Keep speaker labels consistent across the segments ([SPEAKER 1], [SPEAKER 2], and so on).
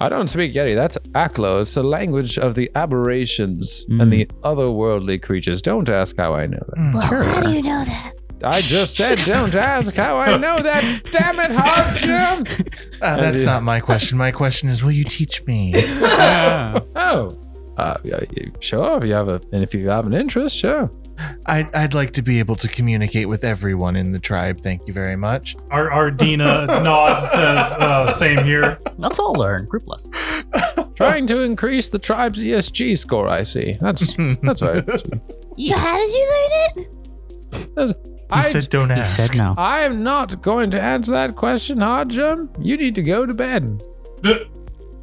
[SPEAKER 1] I don't speak Yeti. That's Aklo. It's the language of the aberrations and the
[SPEAKER 2] Hmm.
[SPEAKER 1] otherworldly creatures. Don't ask how I know
[SPEAKER 2] Mm.
[SPEAKER 1] that.
[SPEAKER 3] Well, how do you know that?
[SPEAKER 1] I just said, don't ask how I know that. Damn it, Hodgson!
[SPEAKER 2] Uh, that's not my question. My question is, will you teach me?
[SPEAKER 4] Ah.
[SPEAKER 1] Oh, uh, yeah, you- sure. If you have a, and if you have an interest, sure.
[SPEAKER 2] I'd, I'd like to be able to communicate with everyone in the tribe. Thank you very much.
[SPEAKER 5] Our, our Dina Nas says, uh, same here.
[SPEAKER 6] Let's all learn. Group lesson.
[SPEAKER 1] Trying to increase the tribe's ESG score. I see. That's that's right. That's-
[SPEAKER 3] So how did you learn it?
[SPEAKER 2] He
[SPEAKER 1] I
[SPEAKER 2] said, don't
[SPEAKER 6] He
[SPEAKER 2] ask.
[SPEAKER 6] said no.
[SPEAKER 1] I am not going to answer that question, Hodgem. You need to go to bed.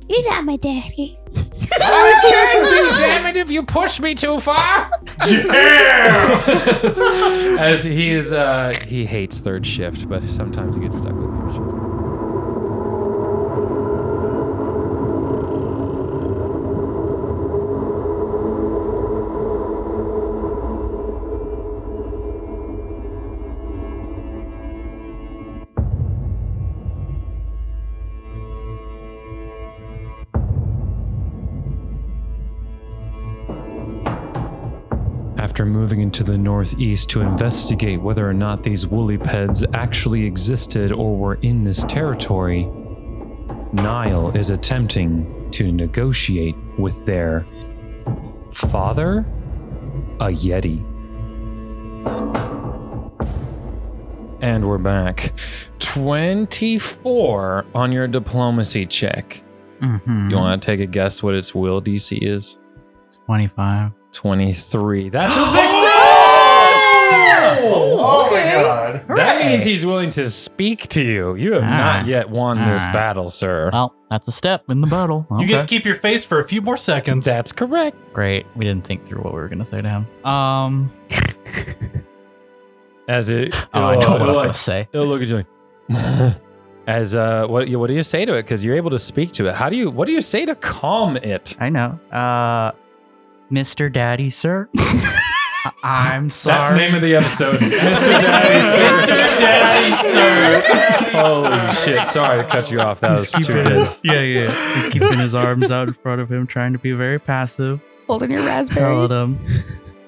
[SPEAKER 3] You're not my daddy.
[SPEAKER 1] I can be, damn it, if you push me too far. As he is, uh, he hates third shift, but sometimes he gets stuck with third shift. After moving into the northeast to investigate whether or not these woolly peds actually existed or were in this territory, Nile is attempting to negotiate with their father, a Yeti. And we're back. 24 on your diplomacy check.
[SPEAKER 6] Mhm.
[SPEAKER 1] You want to take a guess what its will DC is?
[SPEAKER 6] 25.
[SPEAKER 1] 23. That's a success!
[SPEAKER 2] Oh my god.
[SPEAKER 1] That means he's willing to speak to you. You have
[SPEAKER 6] Ah.
[SPEAKER 1] not yet won this
[SPEAKER 6] Ah.
[SPEAKER 1] battle, sir.
[SPEAKER 6] Well, that's a step in the battle.
[SPEAKER 5] You get to
[SPEAKER 6] Okay.
[SPEAKER 5] keep your face for a few more seconds.
[SPEAKER 1] That's correct.
[SPEAKER 6] Great. We didn't think through what we were going to say to him. Um,
[SPEAKER 1] As it,
[SPEAKER 6] oh,
[SPEAKER 1] it'll-
[SPEAKER 6] I know what I'm
[SPEAKER 1] it'll
[SPEAKER 6] going to
[SPEAKER 1] like-
[SPEAKER 6] say.
[SPEAKER 1] it'll look at you like, as uh, what what do you say to it? Because you're able to speak to it. How do you? What do you say to calm it?
[SPEAKER 6] I know. Uh, Mr. Daddy, sir. I- I'm sorry.
[SPEAKER 5] That's the name of the episode.
[SPEAKER 1] Mr. Daddy, sir.
[SPEAKER 5] Mr. Daddy, sir.
[SPEAKER 1] Holy shit! Sorry to cut you off. That was
[SPEAKER 6] He's
[SPEAKER 1] too
[SPEAKER 6] keeping
[SPEAKER 1] good.
[SPEAKER 6] his, yeah, yeah. He's keeping his arms out in front of him, trying to be very passive.
[SPEAKER 3] Holding your
[SPEAKER 6] Telling
[SPEAKER 3] raspberries.
[SPEAKER 6] him,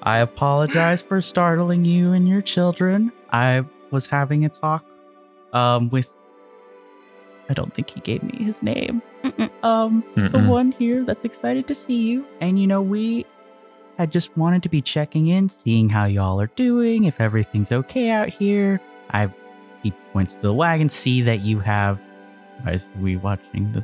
[SPEAKER 6] I apologize for startling you and your children. I was having a talk um, with. I don't think he gave me his name. Um, the
[SPEAKER 1] Mm-mm.
[SPEAKER 6] one here that's excited to see you. And you know, we I just wanted to be checking in, seeing how y'all are doing, if everything's okay out here. I he points to the wagon, see that you have why is we watching the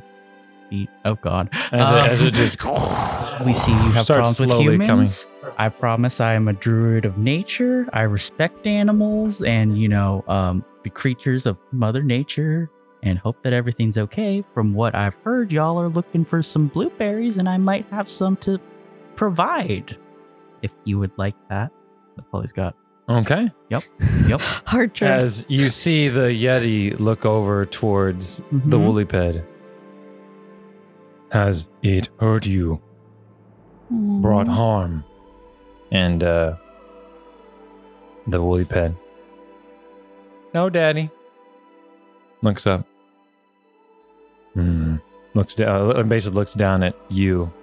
[SPEAKER 6] the oh god.
[SPEAKER 1] As, it,
[SPEAKER 6] Um,
[SPEAKER 1] as it just
[SPEAKER 6] we see you have
[SPEAKER 1] starts
[SPEAKER 6] problems with
[SPEAKER 1] slowly coming.
[SPEAKER 6] humans. I promise I am a druid of nature. I respect animals and you know, um, the creatures of Mother Nature and hope that everything's okay. From what I've heard, y'all are looking for some blueberries, and I might have some to provide if you would like that. That's all he's got.
[SPEAKER 1] Okay.
[SPEAKER 3] Hard drive.
[SPEAKER 1] As you see the Yeti look over towards the
[SPEAKER 6] Mhm.
[SPEAKER 1] woolly ped. Has it hurt you?
[SPEAKER 5] Hmm.
[SPEAKER 1] Brought harm? And uh the woolly ped. No, Daddy. Looks up. Hmm. Looks down. uh, Basically, looks down at you.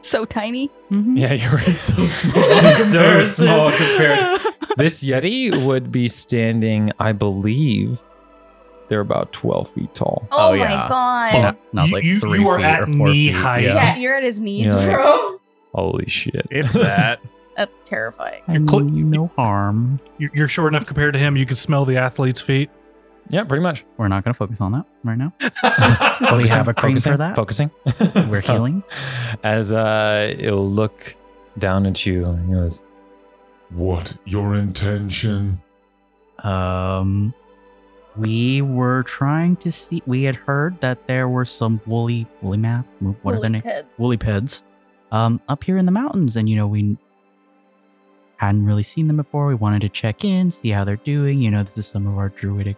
[SPEAKER 3] so tiny.
[SPEAKER 6] Mm-hmm.
[SPEAKER 1] Yeah, you're right. So small. so
[SPEAKER 5] comparison.
[SPEAKER 1] small compared. This Yeti would be standing, I believe, they're about 12 feet tall.
[SPEAKER 6] Oh,
[SPEAKER 3] Oh,
[SPEAKER 6] yeah.
[SPEAKER 3] my god.
[SPEAKER 6] Yeah, and I was
[SPEAKER 5] You-
[SPEAKER 6] like
[SPEAKER 5] you-
[SPEAKER 6] three
[SPEAKER 5] you are
[SPEAKER 6] feet
[SPEAKER 5] at
[SPEAKER 6] or four
[SPEAKER 5] knee
[SPEAKER 6] feet.
[SPEAKER 5] height.
[SPEAKER 3] Yeah.
[SPEAKER 6] Yeah.
[SPEAKER 3] you're at his knees,
[SPEAKER 1] You're like-
[SPEAKER 3] bro.
[SPEAKER 1] Holy shit.
[SPEAKER 2] If that.
[SPEAKER 3] That's terrifying.
[SPEAKER 6] I
[SPEAKER 5] Cl-
[SPEAKER 6] mean you no harm.
[SPEAKER 5] You're you're short enough compared to him. You can smell the athlete's feet.
[SPEAKER 1] Yeah, pretty much.
[SPEAKER 6] We're not going to focus on that right now. we have a cream
[SPEAKER 1] focusing,
[SPEAKER 6] for that.
[SPEAKER 1] Focusing.
[SPEAKER 6] We're
[SPEAKER 1] Stop.
[SPEAKER 6] healing.
[SPEAKER 1] As uh, it'll look down at you and goes,
[SPEAKER 7] What your intention?
[SPEAKER 6] Um, we were trying to see. We had heard that there were some woolly woolly math. What are their
[SPEAKER 3] Holy
[SPEAKER 6] names?
[SPEAKER 3] pets.
[SPEAKER 6] Woolly peds. Um, up here in the mountains, and you know we hadn't really seen them before. We wanted to check in, see how they're doing. You know, this is some of our druidic.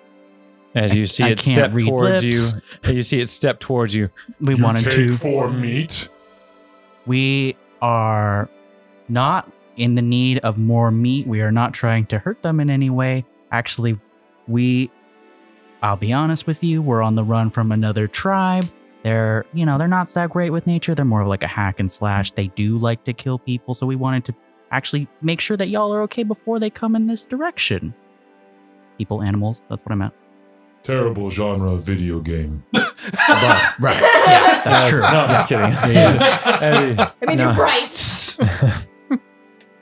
[SPEAKER 1] as
[SPEAKER 6] I-
[SPEAKER 1] you see
[SPEAKER 6] I
[SPEAKER 1] it
[SPEAKER 6] can't
[SPEAKER 1] step
[SPEAKER 6] read
[SPEAKER 1] towards
[SPEAKER 6] lips.
[SPEAKER 1] you, you see it step towards you.
[SPEAKER 6] We
[SPEAKER 7] you
[SPEAKER 6] wanted
[SPEAKER 7] take
[SPEAKER 6] to.
[SPEAKER 7] for meat.
[SPEAKER 6] We are not in the need of more meat. We are not trying to hurt them in any way. Actually, we, I'll be honest with you, we're on the run from another tribe. They're, you know, they're not that great with nature. They're more of like a hack and slash. They do like to kill people, so we wanted to actually make sure that y'all are okay before they come in this direction. People, animals, that's what I meant.
[SPEAKER 7] Terrible genre of video game.
[SPEAKER 6] But, right. Yeah, that's
[SPEAKER 1] Yes.
[SPEAKER 6] true.
[SPEAKER 1] No, I'm just kidding. Eddie,
[SPEAKER 4] I mean,
[SPEAKER 1] no.
[SPEAKER 4] you're right.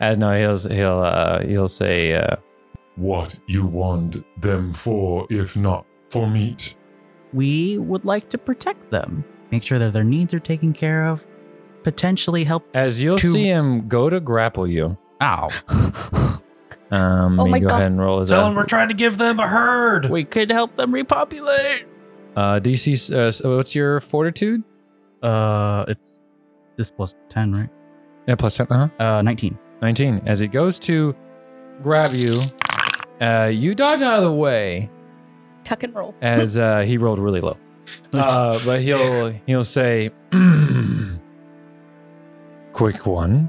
[SPEAKER 1] Uh, no, he'll he'll uh, he'll say uh,
[SPEAKER 7] What you want them for, if not for meat?
[SPEAKER 6] We would like to protect them, make sure that their needs are taken care of, potentially help.
[SPEAKER 1] as you'll
[SPEAKER 6] Two-
[SPEAKER 1] see him go to grapple you.
[SPEAKER 6] Ow.
[SPEAKER 1] Um,
[SPEAKER 3] Oh
[SPEAKER 1] and
[SPEAKER 3] my
[SPEAKER 1] go
[SPEAKER 3] God.
[SPEAKER 1] ahead and roll his
[SPEAKER 5] Tell them
[SPEAKER 1] uh,
[SPEAKER 5] we're trying to give them a herd.
[SPEAKER 6] We could help them repopulate.
[SPEAKER 1] uh, DC. Uh, so what's your fortitude?
[SPEAKER 6] Uh, it's this plus 10, right?
[SPEAKER 1] Yeah, plus ten. Uh-huh.
[SPEAKER 6] Uh, 19.
[SPEAKER 1] 19. As it goes to grab you, uh, you dodge out of the way
[SPEAKER 3] Tuck and roll.
[SPEAKER 1] as uh, he rolled really low. Uh, but he'll he'll say, "Quick one."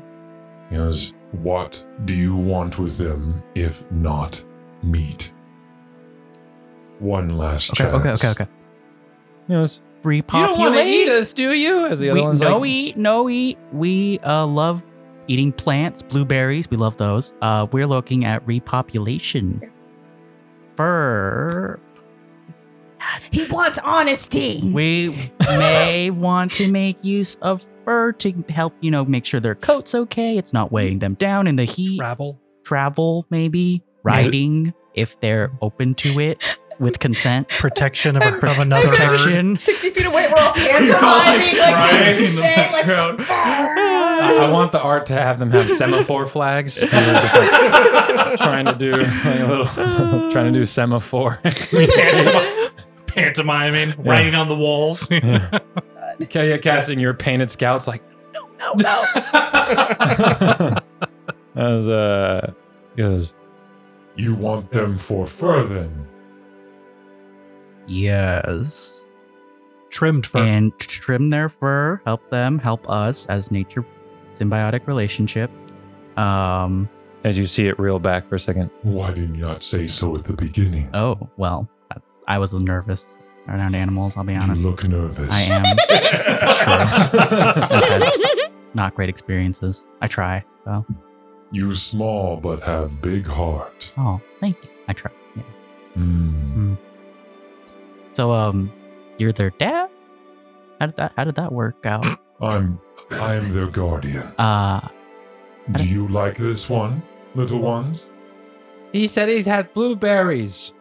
[SPEAKER 7] Yes. What do you want with them, if not meat? One last chance.
[SPEAKER 1] He goes, "You
[SPEAKER 6] Repopulate.
[SPEAKER 1] don't want to eat us, do you?" As the other
[SPEAKER 6] we,
[SPEAKER 1] one's
[SPEAKER 6] no
[SPEAKER 1] like,
[SPEAKER 6] eat, no eat. We uh, love eating plants, blueberries. We love those. Uh, we're looking at repopulation. Fur.
[SPEAKER 4] He wants honesty.
[SPEAKER 6] We may want to make use of fur to help, you know, make sure their coat's okay. It's not weighing them down in the heat.
[SPEAKER 5] Travel.
[SPEAKER 6] Travel, maybe. Riding, if they're open to it with consent.
[SPEAKER 5] Protection of, a, of another herd.
[SPEAKER 6] Protection.
[SPEAKER 4] 60 feet away, we're all hands
[SPEAKER 5] We're all, like,
[SPEAKER 4] arriving, like,
[SPEAKER 5] crying
[SPEAKER 4] it's
[SPEAKER 5] in the
[SPEAKER 4] insane, like,
[SPEAKER 5] background.
[SPEAKER 4] "Fur."
[SPEAKER 1] I, I want the art to have them have semaphore flags. And they're just like trying to do like a little, trying to do semaphore.
[SPEAKER 5] Pantomime- Pantomiming,
[SPEAKER 1] Yeah.
[SPEAKER 5] writing on the walls.
[SPEAKER 1] Kaya casting your painted scouts like. as uh he goes
[SPEAKER 7] You want them for fur, then?
[SPEAKER 6] Yes.
[SPEAKER 5] Trimmed for
[SPEAKER 6] and t- trim their fur, help them, help us as nature symbiotic relationship. Um
[SPEAKER 1] as you see it reel back for a second.
[SPEAKER 7] Why did you not say so at the beginning?
[SPEAKER 6] oh, well, that's- I was nervous around animals, I'll be
[SPEAKER 7] you
[SPEAKER 6] honest.
[SPEAKER 7] look nervous.
[SPEAKER 6] I am
[SPEAKER 2] True.
[SPEAKER 6] not great experiences. I try. Well,
[SPEAKER 7] You small but have big heart.
[SPEAKER 6] oh, thank you. I try. Yeah.
[SPEAKER 7] Mm.
[SPEAKER 6] So um you're their dad? How did that how did that work out?
[SPEAKER 7] I'm I am their guardian.
[SPEAKER 6] Uh
[SPEAKER 7] Do you like this one, little ones?
[SPEAKER 1] He said he had blueberries.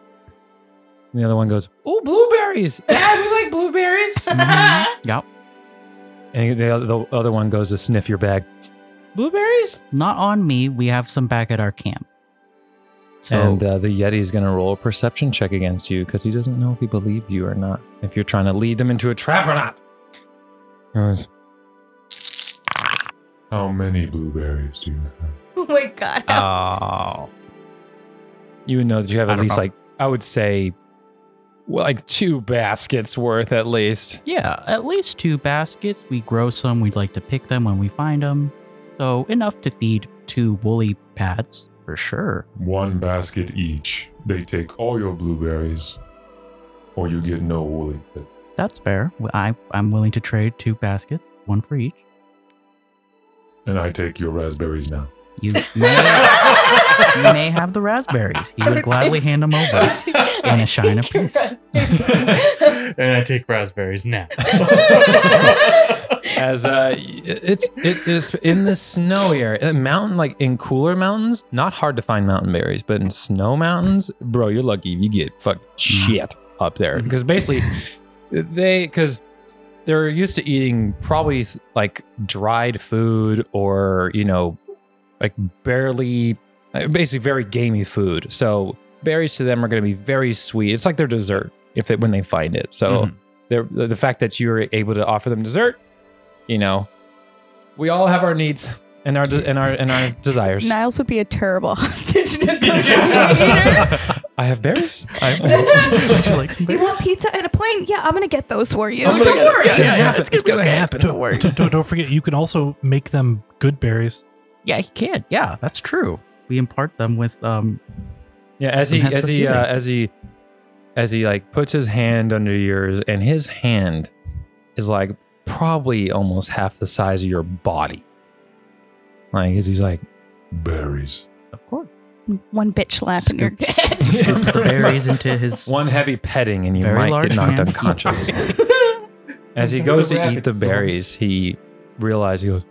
[SPEAKER 1] And the other one goes, "Oh, blueberries! Yeah, we like blueberries."
[SPEAKER 6] mhm, yep.
[SPEAKER 1] and the, the other one goes to sniff your bag. Blueberries?
[SPEAKER 6] Not on me. We have some back at our camp. So
[SPEAKER 1] And uh, the Yeti is going to roll a perception check against you because he doesn't know if he believed you or not. If you're trying to lead them into a trap or not. He goes,
[SPEAKER 7] How many blueberries do you have?
[SPEAKER 3] Oh my god.
[SPEAKER 6] oh,
[SPEAKER 1] Uh, you would know that you have
[SPEAKER 6] I
[SPEAKER 1] at
[SPEAKER 6] don't
[SPEAKER 1] least
[SPEAKER 6] know.
[SPEAKER 1] like I would say, well, like two baskets worth at least.
[SPEAKER 6] Yeah, at least two baskets. We grow some. We'd like to pick them when we find them. So enough to feed two woolly pads for sure.
[SPEAKER 7] One basket each. They take all your blueberries, or you get no woolly pit.
[SPEAKER 6] That's fair. W- I, I'm willing to trade two baskets, one for each.
[SPEAKER 7] And I take your raspberries now.
[SPEAKER 6] You may, you may have the raspberries. He would gladly hand them over.
[SPEAKER 3] and
[SPEAKER 6] a shine of peace.
[SPEAKER 2] and I take raspberries now.
[SPEAKER 1] As uh, it's it is in the snow area, Uh, mountain like in cooler mountains, not hard to find mountain berries, but in snow mountains, bro, you're lucky if you get fuck shit up there because basically they because they're used to eating probably like dried food or you know like barely uh, basically very gamey food. So berries to them are going to be very sweet. It's like their dessert if they when they find it. So they're the the fact that you're able to offer them dessert, you know, we all have our needs and our de- and our and our desires.
[SPEAKER 3] Niles would be a terrible hostage negotiator.
[SPEAKER 1] I have berries. I have berries.
[SPEAKER 6] Would you like some
[SPEAKER 4] You want
[SPEAKER 6] berries?
[SPEAKER 4] pizza and a plane? Yeah, I'm gonna get those for you.
[SPEAKER 1] I'm gonna
[SPEAKER 4] Don't
[SPEAKER 1] get-
[SPEAKER 4] worry.
[SPEAKER 1] It's gonna happen. It's gonna happen. Don't worry.
[SPEAKER 5] Don't, don't- don't forget, you can also make them good berries.
[SPEAKER 6] Yeah, he can. Yeah, that's true. We impart them with um.
[SPEAKER 1] Yeah, as he
[SPEAKER 6] That's
[SPEAKER 1] as
[SPEAKER 6] what
[SPEAKER 1] he
[SPEAKER 6] you
[SPEAKER 1] uh,
[SPEAKER 6] think.
[SPEAKER 1] as he as he like puts his hand under yours, and his hand is like probably almost half the size of your body. Like, is he's like,
[SPEAKER 7] Berries.
[SPEAKER 6] Of course.
[SPEAKER 3] One bitch slap and you're dead.
[SPEAKER 6] Scoops the berries into his.
[SPEAKER 1] one heavy petting and you
[SPEAKER 6] Very
[SPEAKER 1] might
[SPEAKER 6] large
[SPEAKER 1] get knocked
[SPEAKER 6] hand.
[SPEAKER 1] unconscious. As he goes to eat the berries, he realizes he goes,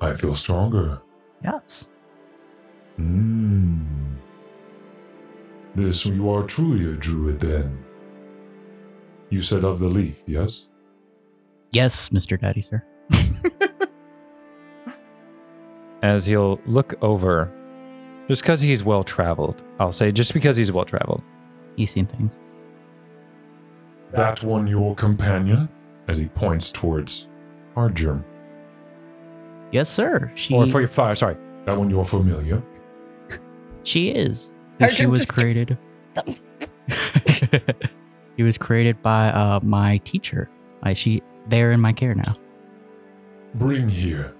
[SPEAKER 7] I feel stronger.
[SPEAKER 6] Yes.
[SPEAKER 7] Mmm. This, you are truly a druid then. You said of the leaf, yes?
[SPEAKER 6] Yes, Mr. Daddy, sir.
[SPEAKER 1] as he'll look over, just because he's well traveled, I'll say, just because he's well traveled.
[SPEAKER 6] He's seen things.
[SPEAKER 7] That one your companion? As he points towards Argerm.
[SPEAKER 6] Yes, sir. She
[SPEAKER 1] Or for your fire, sorry.
[SPEAKER 7] That one you're familiar.
[SPEAKER 6] she is.
[SPEAKER 3] Her
[SPEAKER 6] She
[SPEAKER 3] dream
[SPEAKER 6] was
[SPEAKER 3] just-
[SPEAKER 6] created. she was created by uh, my teacher. I, she they're in my care now.
[SPEAKER 7] Bring here.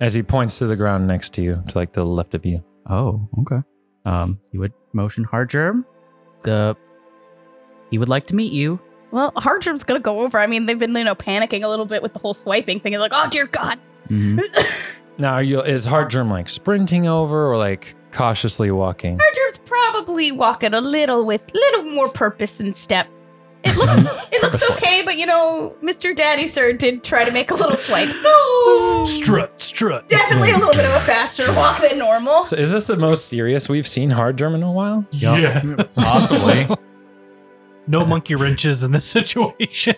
[SPEAKER 1] As he points to the ground next to you, to like the left of you.
[SPEAKER 6] Oh, okay. Um, you would motion hard germ. The he would like to meet you.
[SPEAKER 3] well, Hardrim's gonna go over. I mean, they've been, you know, panicking a little bit with the whole swiping thing. They're like, oh dear God.
[SPEAKER 6] Mhm.
[SPEAKER 1] Now, are you, is Hard Germ like sprinting over or like cautiously walking?
[SPEAKER 3] Hardrim's probably walking a little with little more purpose and step. It looks it looks okay, but you know, Mr. Daddy Sir did try to make a little swipe, so
[SPEAKER 5] Strut, strut.
[SPEAKER 3] definitely a little bit of a faster walk than normal.
[SPEAKER 1] So is this the most serious we've seen Hard Germ in a while?
[SPEAKER 5] Yeah.
[SPEAKER 2] Possibly.
[SPEAKER 5] No monkey wrenches in this situation.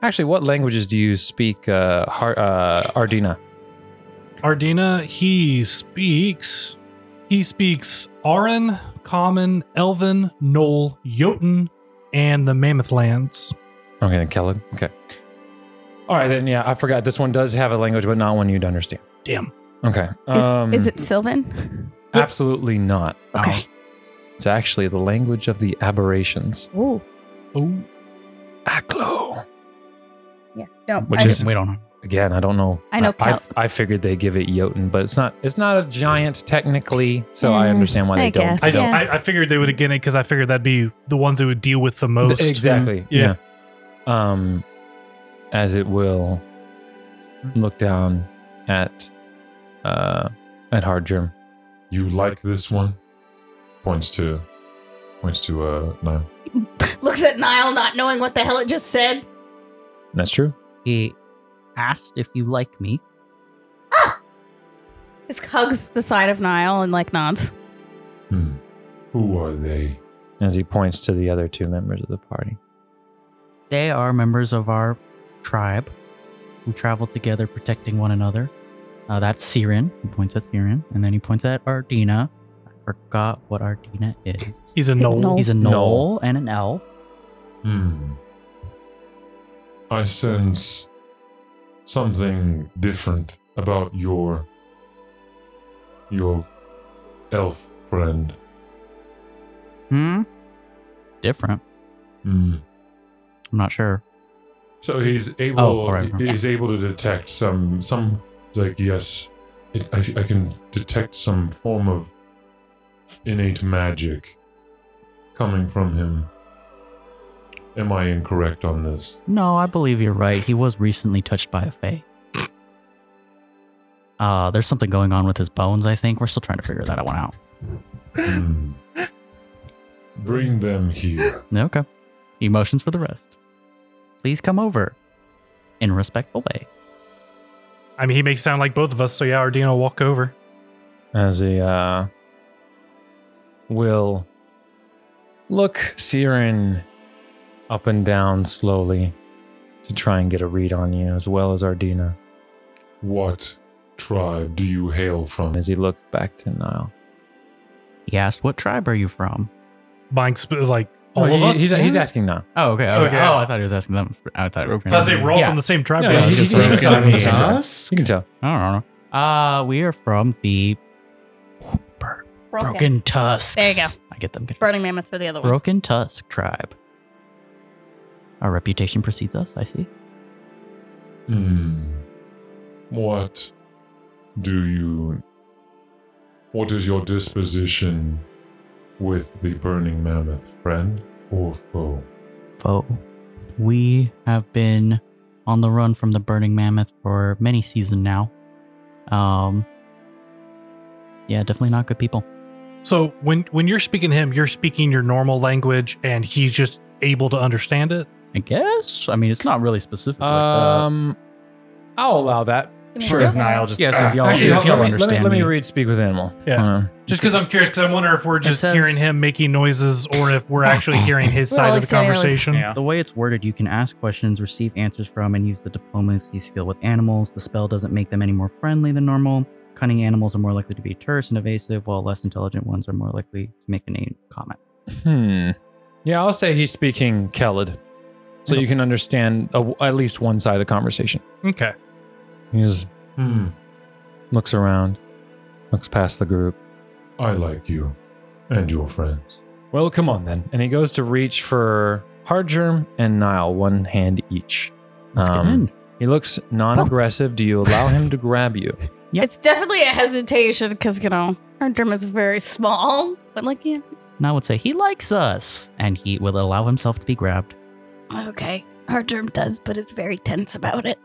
[SPEAKER 1] Actually, what languages do you speak, uh, Har- uh, Ardina?
[SPEAKER 5] Ardina, he speaks. He speaks Aran, Common, Elven, Knoll, Jotun, and the Mammoth Lands.
[SPEAKER 1] Okay, then Kellen. Okay. All right, then. Yeah, I forgot. This one does have a language, but not one you'd understand.
[SPEAKER 5] Damn.
[SPEAKER 1] Okay. Um,
[SPEAKER 4] Is it Sylvan?
[SPEAKER 1] Absolutely not.
[SPEAKER 4] Okay.
[SPEAKER 1] It's actually the language of the aberrations.
[SPEAKER 3] Ooh.
[SPEAKER 5] Oh,
[SPEAKER 1] Aklo.
[SPEAKER 3] Yeah. No.
[SPEAKER 1] Which
[SPEAKER 3] I-
[SPEAKER 1] is-
[SPEAKER 6] we don't know.
[SPEAKER 1] Again, I don't know.
[SPEAKER 4] I know
[SPEAKER 1] I,
[SPEAKER 4] Kel-
[SPEAKER 1] I figured they give it Jotun, but it's not. It's not a giant technically, so I
[SPEAKER 4] Mm,
[SPEAKER 1] understand why they
[SPEAKER 4] I
[SPEAKER 1] don't.
[SPEAKER 4] guess.
[SPEAKER 5] I, just,
[SPEAKER 4] Yeah.
[SPEAKER 5] I, I figured they would get it because I figured that'd be the ones that would deal with the most.
[SPEAKER 1] Exactly.
[SPEAKER 5] Yeah.
[SPEAKER 1] yeah. Um, as it will look down at uh at Hard Germ.
[SPEAKER 7] You like this one? Points to points to uh Nile.
[SPEAKER 3] looks at Niall not knowing what the hell it just said.
[SPEAKER 1] That's true.
[SPEAKER 6] He asked if you like me.
[SPEAKER 4] Just hugs the side of Nile and like nods.
[SPEAKER 7] Hmm. Who are they?
[SPEAKER 1] As he points to the other two members of the party.
[SPEAKER 6] They are members of our tribe who travel together protecting one another. Uh, that's Siren. He points at Siren, and then he points at Ardina. I forgot what Ardina is.
[SPEAKER 5] He's a knoll.
[SPEAKER 4] Knoll.
[SPEAKER 6] He's a
[SPEAKER 1] Knoll.
[SPEAKER 6] knoll and an elf.
[SPEAKER 7] Hmm. I sense something different about your your elf friend.
[SPEAKER 6] Hmm? Different.
[SPEAKER 7] Hmm.
[SPEAKER 6] I'm not sure.
[SPEAKER 7] So he's able
[SPEAKER 6] Oh, all right.
[SPEAKER 7] he's able to detect some some like yes, it, I, I can detect some form of innate magic coming from him. Am I incorrect on this?
[SPEAKER 6] No, I believe you're right. He was recently touched by a fae. Uh, there's something going on with his bones, I think. We're still trying to figure that one out.
[SPEAKER 7] Hmm. Bring them here.
[SPEAKER 6] Okay. Emotions for the rest. Please come over in a respectful way.
[SPEAKER 5] I mean, he makes it sound like both of us. So yeah, Ardina will walk over.
[SPEAKER 1] as he uh, will look Siren up and down slowly to try and get a read on you, as well as Ardina,
[SPEAKER 7] What tribe do you hail from?
[SPEAKER 1] as he looks back to Nile.
[SPEAKER 6] He asked, What tribe are you from?
[SPEAKER 5] Mike's like all
[SPEAKER 1] No,
[SPEAKER 5] of
[SPEAKER 1] he-
[SPEAKER 5] us.
[SPEAKER 1] He's, he's asking now.
[SPEAKER 6] Oh, okay.
[SPEAKER 5] okay.
[SPEAKER 6] Oh, I thought he was asking them. I thought we were
[SPEAKER 5] I say we're all
[SPEAKER 6] Yeah.
[SPEAKER 5] from the same tribe.
[SPEAKER 1] No,
[SPEAKER 5] bro.
[SPEAKER 1] yeah, he- he-
[SPEAKER 2] Broken
[SPEAKER 1] Yeah.
[SPEAKER 2] tusk?
[SPEAKER 1] You can tell.
[SPEAKER 6] I don't know. Uh, we are from the
[SPEAKER 3] Broken.
[SPEAKER 6] Broken, Tusks.
[SPEAKER 3] There you go.
[SPEAKER 6] I get them confused.
[SPEAKER 3] Burning mammoths for the other ones.
[SPEAKER 6] Broken Tusk tribe. Our reputation precedes us, I see.
[SPEAKER 7] Hmm. What do you. What is your disposition with the burning mammoth, friend or foe?
[SPEAKER 6] Foe. We have been on the run from the Burning Mammoth for many season now. Um, yeah, definitely not good people.
[SPEAKER 5] So when when you're speaking to him, you're speaking your normal language, and he's just able to understand it.
[SPEAKER 6] I guess. I mean, it's not really specific. uh, like
[SPEAKER 1] Um, I'll allow that.
[SPEAKER 4] Sure.
[SPEAKER 1] Yes,
[SPEAKER 2] Niall just. uh,
[SPEAKER 6] that. Yeah, so if y'all,
[SPEAKER 1] Actually,
[SPEAKER 6] if
[SPEAKER 1] hold-
[SPEAKER 6] y'all
[SPEAKER 1] let, me, let,
[SPEAKER 6] understand
[SPEAKER 1] me, let me
[SPEAKER 6] me.
[SPEAKER 1] read Speak with Animal.
[SPEAKER 5] Yeah.
[SPEAKER 1] Hold on.
[SPEAKER 5] Just because I'm curious, because I wonder if we're just
[SPEAKER 6] says-
[SPEAKER 5] hearing him making noises, or if we're actually hearing his
[SPEAKER 4] We're
[SPEAKER 5] side
[SPEAKER 4] all
[SPEAKER 5] of the
[SPEAKER 4] excited, like-
[SPEAKER 5] conversation.
[SPEAKER 8] Yeah.
[SPEAKER 6] The way it's worded, you can ask questions, receive answers from, and use the diplomacy skill with animals. The spell doesn't make them any more friendly than normal. Cunning animals are more likely to be terse and evasive, while less intelligent ones are more likely to make a name comment.
[SPEAKER 1] Hmm. Yeah, I'll say he's speaking Kelid, so you can understand a, at least one side of the conversation.
[SPEAKER 5] Okay.
[SPEAKER 1] He just
[SPEAKER 7] Hmm.
[SPEAKER 1] looks around, looks past the group.
[SPEAKER 7] I like you and your friends.
[SPEAKER 1] Well, come on then. And he goes to reach for Hardgerm and Nile, one hand each.
[SPEAKER 6] Let's get
[SPEAKER 1] Um,
[SPEAKER 6] in.
[SPEAKER 1] He looks non-aggressive. Do you allow him to grab you?
[SPEAKER 6] Yep.
[SPEAKER 4] It's definitely a hesitation because, you know, her drum is very small. But, like, yeah.
[SPEAKER 6] And I would say he likes us, and he will allow himself to be grabbed.
[SPEAKER 4] Okay. Her drum does, but it's very tense about it.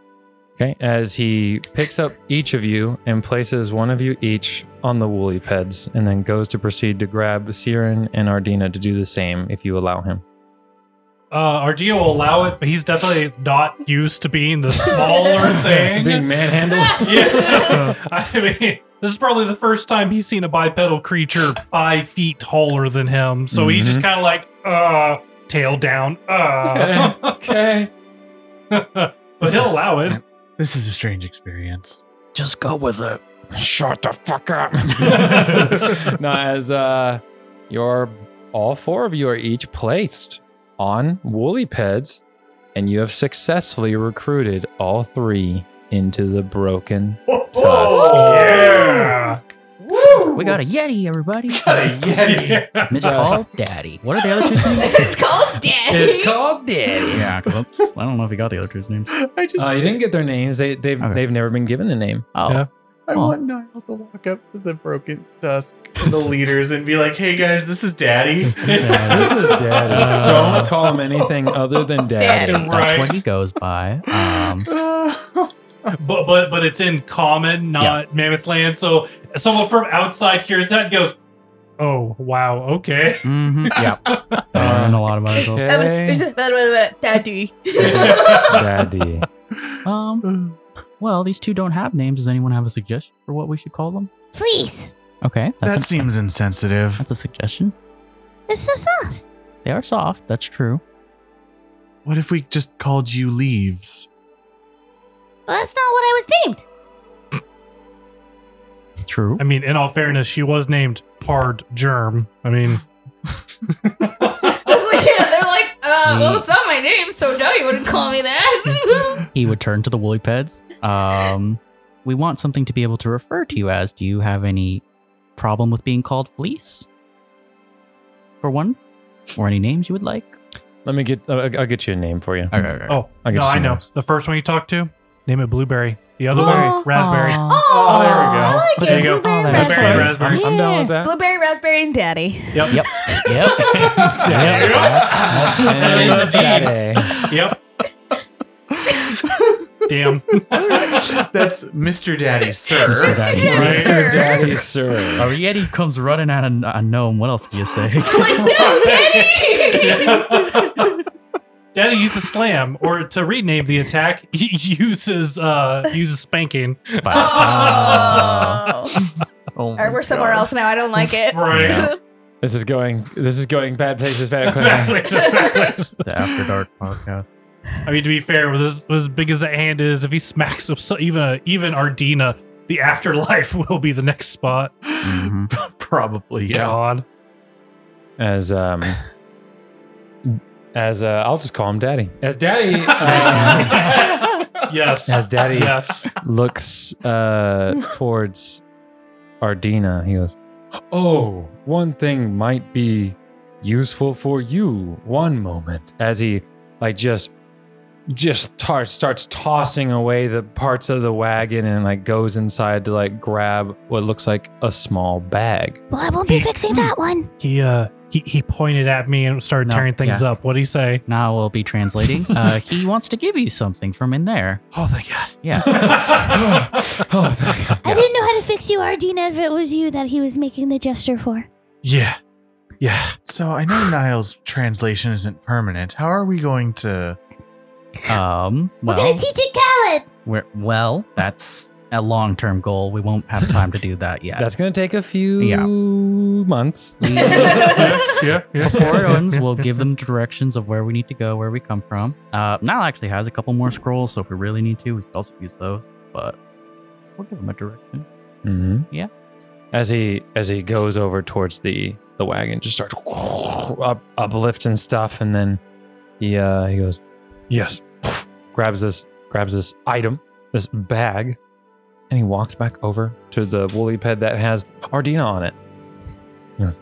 [SPEAKER 1] Okay. As he picks up each of you and places one of you each on the woolly peds, and then goes to proceed to grab Siren and Ardina to do the same if you allow him.
[SPEAKER 5] Uh, Ardeo will allow it, but he's definitely not used to being the smaller thing.
[SPEAKER 1] Being manhandled.
[SPEAKER 5] yeah. I mean, this is probably the first time he's seen a bipedal creature five feet taller than him. So he's
[SPEAKER 6] Mm-hmm.
[SPEAKER 5] just kind of like, uh, tail down, uh.
[SPEAKER 1] okay.
[SPEAKER 5] but he'll allow it.
[SPEAKER 2] This is a strange experience.
[SPEAKER 1] Just go with it. Shut the fuck up. now, as uh, your all four of you are each placed on woolly peds, and you have successfully recruited all three into the broken tusk.
[SPEAKER 5] Oh, Yeah.
[SPEAKER 6] We got a Yeti, everybody.
[SPEAKER 5] Yeah.
[SPEAKER 6] Miscalled Daddy. What are the other two's names?
[SPEAKER 3] Uh, it's called Daddy.
[SPEAKER 1] called Daddy.
[SPEAKER 6] yeah, 'cause that's- I don't know if he got the other two's names.
[SPEAKER 2] I just.
[SPEAKER 1] Uh, you didn't get their names. They they've
[SPEAKER 6] Okay.
[SPEAKER 1] they've never been given a name.
[SPEAKER 6] Oh,
[SPEAKER 5] Yeah.
[SPEAKER 2] I
[SPEAKER 6] Well-
[SPEAKER 2] want Niall to walk up to the broken tusk and the leaders and be like, "Hey guys, this is Daddy."
[SPEAKER 1] Yeah, this is Daddy.
[SPEAKER 5] Uh.
[SPEAKER 1] Don't call him anything other than Daddy.
[SPEAKER 3] Daddy.
[SPEAKER 6] that's
[SPEAKER 5] Right.
[SPEAKER 6] what he goes by. Um,
[SPEAKER 5] But but but it's in common, not Mammoth Land. So someone from outside hears that and goes, "Oh wow, okay."
[SPEAKER 6] mhm, yeah, I learned a lot about ourselves.
[SPEAKER 1] Okay.
[SPEAKER 3] I was- it was just- blah, blah, blah, Daddy.
[SPEAKER 1] Daddy.
[SPEAKER 6] Um, well, these two don't have names. Does anyone have a suggestion for what we should call them?
[SPEAKER 9] Please,
[SPEAKER 6] Okay, that's
[SPEAKER 2] that
[SPEAKER 6] an-
[SPEAKER 2] seems insensitive.
[SPEAKER 6] that's a suggestion.
[SPEAKER 9] it's so soft.
[SPEAKER 6] They are soft. That's true.
[SPEAKER 2] What if we just called you leaves?
[SPEAKER 9] Well, that's not what I was named.
[SPEAKER 6] True.
[SPEAKER 5] I mean, in all fairness, she was named Hard Germ. I mean,
[SPEAKER 3] I was like, yeah, they're like, uh, well,
[SPEAKER 6] Me.
[SPEAKER 3] it's not my name, so no, you wouldn't call me that.
[SPEAKER 6] He would turn to the woolly peds. Um, we want something to be able to refer to you as. Do you have any problem with being called fleece? For one, or any names you would like?
[SPEAKER 1] Let me get. I'll, I'll get you a name for you.
[SPEAKER 6] Okay, okay.
[SPEAKER 5] oh
[SPEAKER 1] I
[SPEAKER 5] I
[SPEAKER 1] get
[SPEAKER 5] no, I
[SPEAKER 1] some
[SPEAKER 5] know.
[SPEAKER 1] names.
[SPEAKER 5] The first one you talk to, name it Blueberry. The other
[SPEAKER 6] Blueberry.
[SPEAKER 5] one, Raspberry.
[SPEAKER 6] Aw.
[SPEAKER 3] oh,
[SPEAKER 5] there we go.
[SPEAKER 3] I like
[SPEAKER 5] There
[SPEAKER 3] it.
[SPEAKER 5] you go.
[SPEAKER 3] Blueberry,
[SPEAKER 6] Oh, that's
[SPEAKER 3] raspberry.
[SPEAKER 5] Blueberry,
[SPEAKER 6] funny.
[SPEAKER 5] raspberry.
[SPEAKER 1] I'm down with that.
[SPEAKER 3] Blueberry, raspberry, and daddy.
[SPEAKER 5] Yep.
[SPEAKER 6] Yep. Yep. yep. That's, that is
[SPEAKER 1] Daddy.
[SPEAKER 5] Yep. Damn.
[SPEAKER 2] That's Mr. Daddy, sir.
[SPEAKER 6] Daddy.
[SPEAKER 3] Daddy.
[SPEAKER 1] Mr. Daddy, sir.
[SPEAKER 6] A Yeti comes running out of a gnome. What else do you say?
[SPEAKER 5] Daddy uses slam, or to rename the attack, he uses uh uses spanking.
[SPEAKER 3] Oh.
[SPEAKER 8] Oh
[SPEAKER 3] All right, we're somewhere else now. I don't like it.
[SPEAKER 5] Right.
[SPEAKER 1] Yeah. This is going. This is going bad places very quickly.
[SPEAKER 5] Backwards, backwards.
[SPEAKER 6] the After Dark podcast.
[SPEAKER 5] I mean, to be fair, with as, with as big as that hand is, if he smacks up so, even a, even Ardina, the afterlife will be the next spot.
[SPEAKER 6] Mm-hmm.
[SPEAKER 2] Probably, yeah.
[SPEAKER 5] God.
[SPEAKER 1] As um, as uh, I'll just call him Daddy. As Daddy. Uh,
[SPEAKER 5] Yes.
[SPEAKER 1] as Daddy
[SPEAKER 5] Yes.
[SPEAKER 1] looks uh towards Ardina, he goes, "Oh, one thing might be useful for you. One moment." As he like just just tar- starts tossing away the parts of the wagon and like goes inside to like grab what looks like a small bag.
[SPEAKER 9] Well, I won't be fixing that one.
[SPEAKER 5] He uh He, he pointed at me and started
[SPEAKER 6] No,
[SPEAKER 5] tearing things up. What'd he say?
[SPEAKER 6] Now we'll be translating. uh, he wants to give you something from in there.
[SPEAKER 5] Oh, thank God.
[SPEAKER 6] Yeah. oh, thank God.
[SPEAKER 9] I didn't know how to fix you, Ardina, if it was you that he was making the gesture for.
[SPEAKER 5] Yeah. Yeah.
[SPEAKER 2] So I know Niall's translation isn't permanent. How are we going to?
[SPEAKER 6] Um,
[SPEAKER 9] We're
[SPEAKER 6] well,
[SPEAKER 9] gonna teach it Khaled.
[SPEAKER 6] we're, well, that's a long term goal. We won't have time to do that yet.
[SPEAKER 1] That's going to take a few
[SPEAKER 6] Yeah.
[SPEAKER 1] months.
[SPEAKER 5] Yeah. yeah.
[SPEAKER 6] Before it ends, we'll give them directions of where we need to go, where we come from. Uh, Nile actually has a couple more scrolls, so if we really need to, we could also use those. But we'll give them a direction.
[SPEAKER 1] Mm-hmm.
[SPEAKER 6] Yeah.
[SPEAKER 1] As he as he goes over towards the the wagon, just starts up, uplifting stuff, and then he uh, he goes, yes, grabs this grabs this item, this bag, and he walks back over to the woolly ped that has Ardina on it. He goes,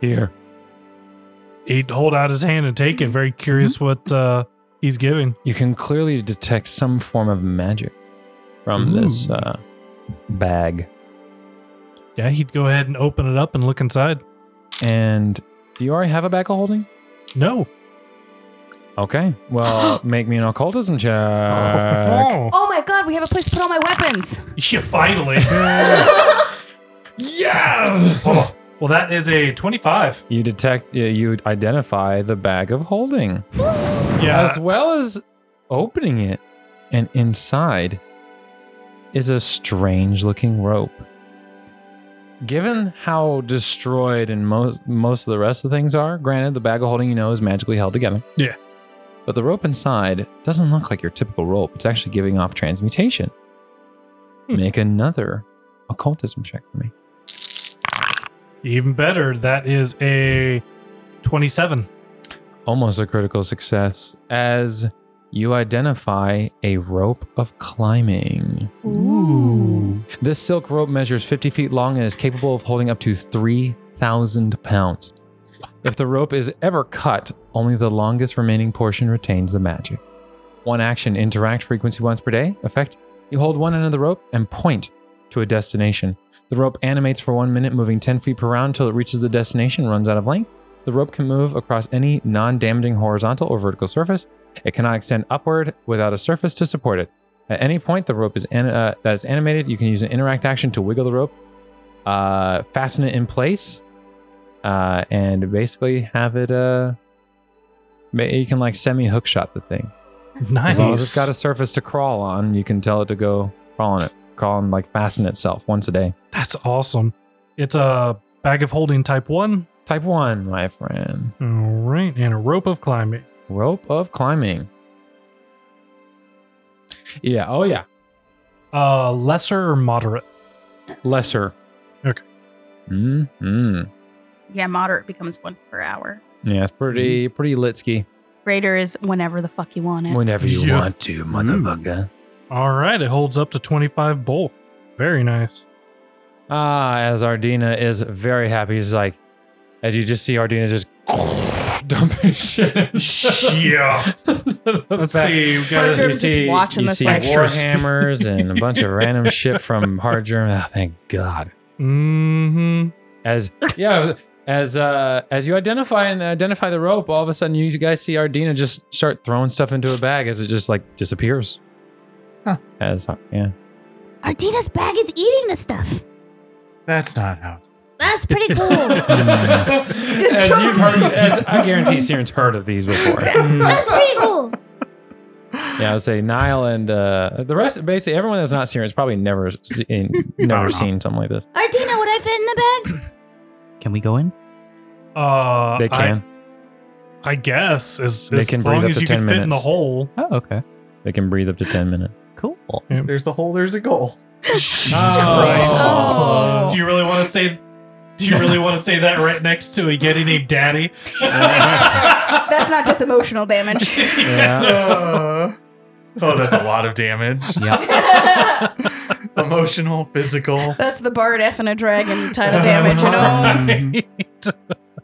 [SPEAKER 1] Here,
[SPEAKER 5] He'd hold out his hand and take it. Very curious
[SPEAKER 6] Mm-hmm.
[SPEAKER 5] what uh, he's giving.
[SPEAKER 1] you can clearly detect some form of magic from this
[SPEAKER 6] Hmm.
[SPEAKER 5] Ooh.
[SPEAKER 1] uh, bag.
[SPEAKER 5] Yeah, he'd go ahead and open it up and look inside.
[SPEAKER 1] And do you already have a bag of holding?
[SPEAKER 5] No.
[SPEAKER 1] Okay. Well, make me an occultism check.
[SPEAKER 5] Oh.
[SPEAKER 4] Oh my god, we have a place to put all my weapons.
[SPEAKER 5] Yeah, finally. yes. Oh, well, that is a 25.
[SPEAKER 1] you detect, uh, you identify the bag of holding,
[SPEAKER 5] Yeah.
[SPEAKER 1] as well as opening it, and inside is a strange-looking rope. Given how destroyed and most most of the rest of the things are, granted the bag of holding you know is magically held together.
[SPEAKER 5] Yeah.
[SPEAKER 1] But the rope inside doesn't look like your typical rope. It's actually giving off transmutation.
[SPEAKER 5] Hmm.
[SPEAKER 1] Make another occultism check for me.
[SPEAKER 5] Even better. That is a 27.
[SPEAKER 1] almost a critical success as you identify a rope of climbing.
[SPEAKER 5] Ooh.
[SPEAKER 1] This silk rope measures 50 feet long and is capable of holding up to 3,000 pounds. If the rope is ever cut, only the longest remaining portion retains the magic. One action, interact frequency once per day. Effect, you hold one end of the rope and point to a destination. The rope animates for one minute, moving 10 feet per round until it reaches the destination and runs out of length. The rope can move across any non damaging horizontal or vertical surface. It cannot extend upward without a surface to support it. At any point the rope is an- uh, that is animated, you can use an interact action to wiggle the rope, uh, fasten it in place, uh, and basically have it. Uh, ma- you can like semi hook shot the thing.
[SPEAKER 5] Nice.
[SPEAKER 1] As long as it's got a surface to crawl on, you can tell it to go crawl on it, crawl and like fasten itself once a day.
[SPEAKER 5] That's awesome. It's a bag of holding type one.
[SPEAKER 1] Type one, my friend.
[SPEAKER 5] All right. And a rope of climbing.
[SPEAKER 1] Rope of climbing. Yeah. Oh yeah.
[SPEAKER 5] Uh, lesser or moderate?
[SPEAKER 1] Lesser.
[SPEAKER 5] Okay.
[SPEAKER 1] Hmm.
[SPEAKER 4] Yeah, moderate becomes once per hour.
[SPEAKER 1] Yeah, it's
[SPEAKER 4] Mm-hmm.
[SPEAKER 1] pretty pretty litsky.
[SPEAKER 4] Greater is whenever the fuck you want it.
[SPEAKER 1] Whenever you
[SPEAKER 5] Yeah.
[SPEAKER 1] want to, motherfucker.
[SPEAKER 5] All right. It holds up to 25 bolt. Very nice.
[SPEAKER 1] Ah, as Ardina is very happy. He's like, as you just see Ardina just dumping shit.
[SPEAKER 5] yeah. Let's see. We
[SPEAKER 1] You
[SPEAKER 5] got
[SPEAKER 4] Hunter- just
[SPEAKER 1] see,
[SPEAKER 4] watching
[SPEAKER 1] you
[SPEAKER 4] this
[SPEAKER 1] see
[SPEAKER 4] like-
[SPEAKER 1] warhammers and a bunch of random shit from Hard German. Oh, thank God.
[SPEAKER 5] Mm-hmm.
[SPEAKER 1] As yeah, as uh as you identify and identify the rope, all of a sudden you guys see Ardina just start throwing stuff into a bag as it just like disappears.
[SPEAKER 2] Huh.
[SPEAKER 1] As uh, yeah.
[SPEAKER 9] Ardina's bag is eating the stuff.
[SPEAKER 2] Mm, That's not how.
[SPEAKER 9] That's pretty cool.
[SPEAKER 1] as you've heard, as I guarantee Siren's heard of these before.
[SPEAKER 9] That's pretty cool.
[SPEAKER 1] Yeah, I would say Nile and uh, the rest, basically everyone that's not Siren's probably never seen, never seen something like this.
[SPEAKER 9] Ardina, would I fit in the bag?
[SPEAKER 6] Can we go in?
[SPEAKER 5] Uh,
[SPEAKER 1] They can,
[SPEAKER 5] I, I guess as,
[SPEAKER 1] They
[SPEAKER 5] as
[SPEAKER 1] can breathe
[SPEAKER 5] long
[SPEAKER 1] up
[SPEAKER 5] as
[SPEAKER 1] to
[SPEAKER 5] you can
[SPEAKER 1] 10
[SPEAKER 5] fit in the
[SPEAKER 1] minutes.
[SPEAKER 5] hole.
[SPEAKER 6] Oh, okay.
[SPEAKER 1] they can breathe up to ten minutes.
[SPEAKER 6] Cool.
[SPEAKER 2] There's the hole. There's a goal.
[SPEAKER 5] Jesus
[SPEAKER 3] Oh.
[SPEAKER 5] Do you really want to say? Do you really want to say that right next to a Yeti named Daddy?
[SPEAKER 4] That's not just emotional damage.
[SPEAKER 1] Yeah,
[SPEAKER 2] Uh, oh, that's a lot of damage.
[SPEAKER 6] Yeah.
[SPEAKER 2] Emotional, physical.
[SPEAKER 4] That's the bard F and a dragon
[SPEAKER 6] Uh,
[SPEAKER 4] type of damage, you know?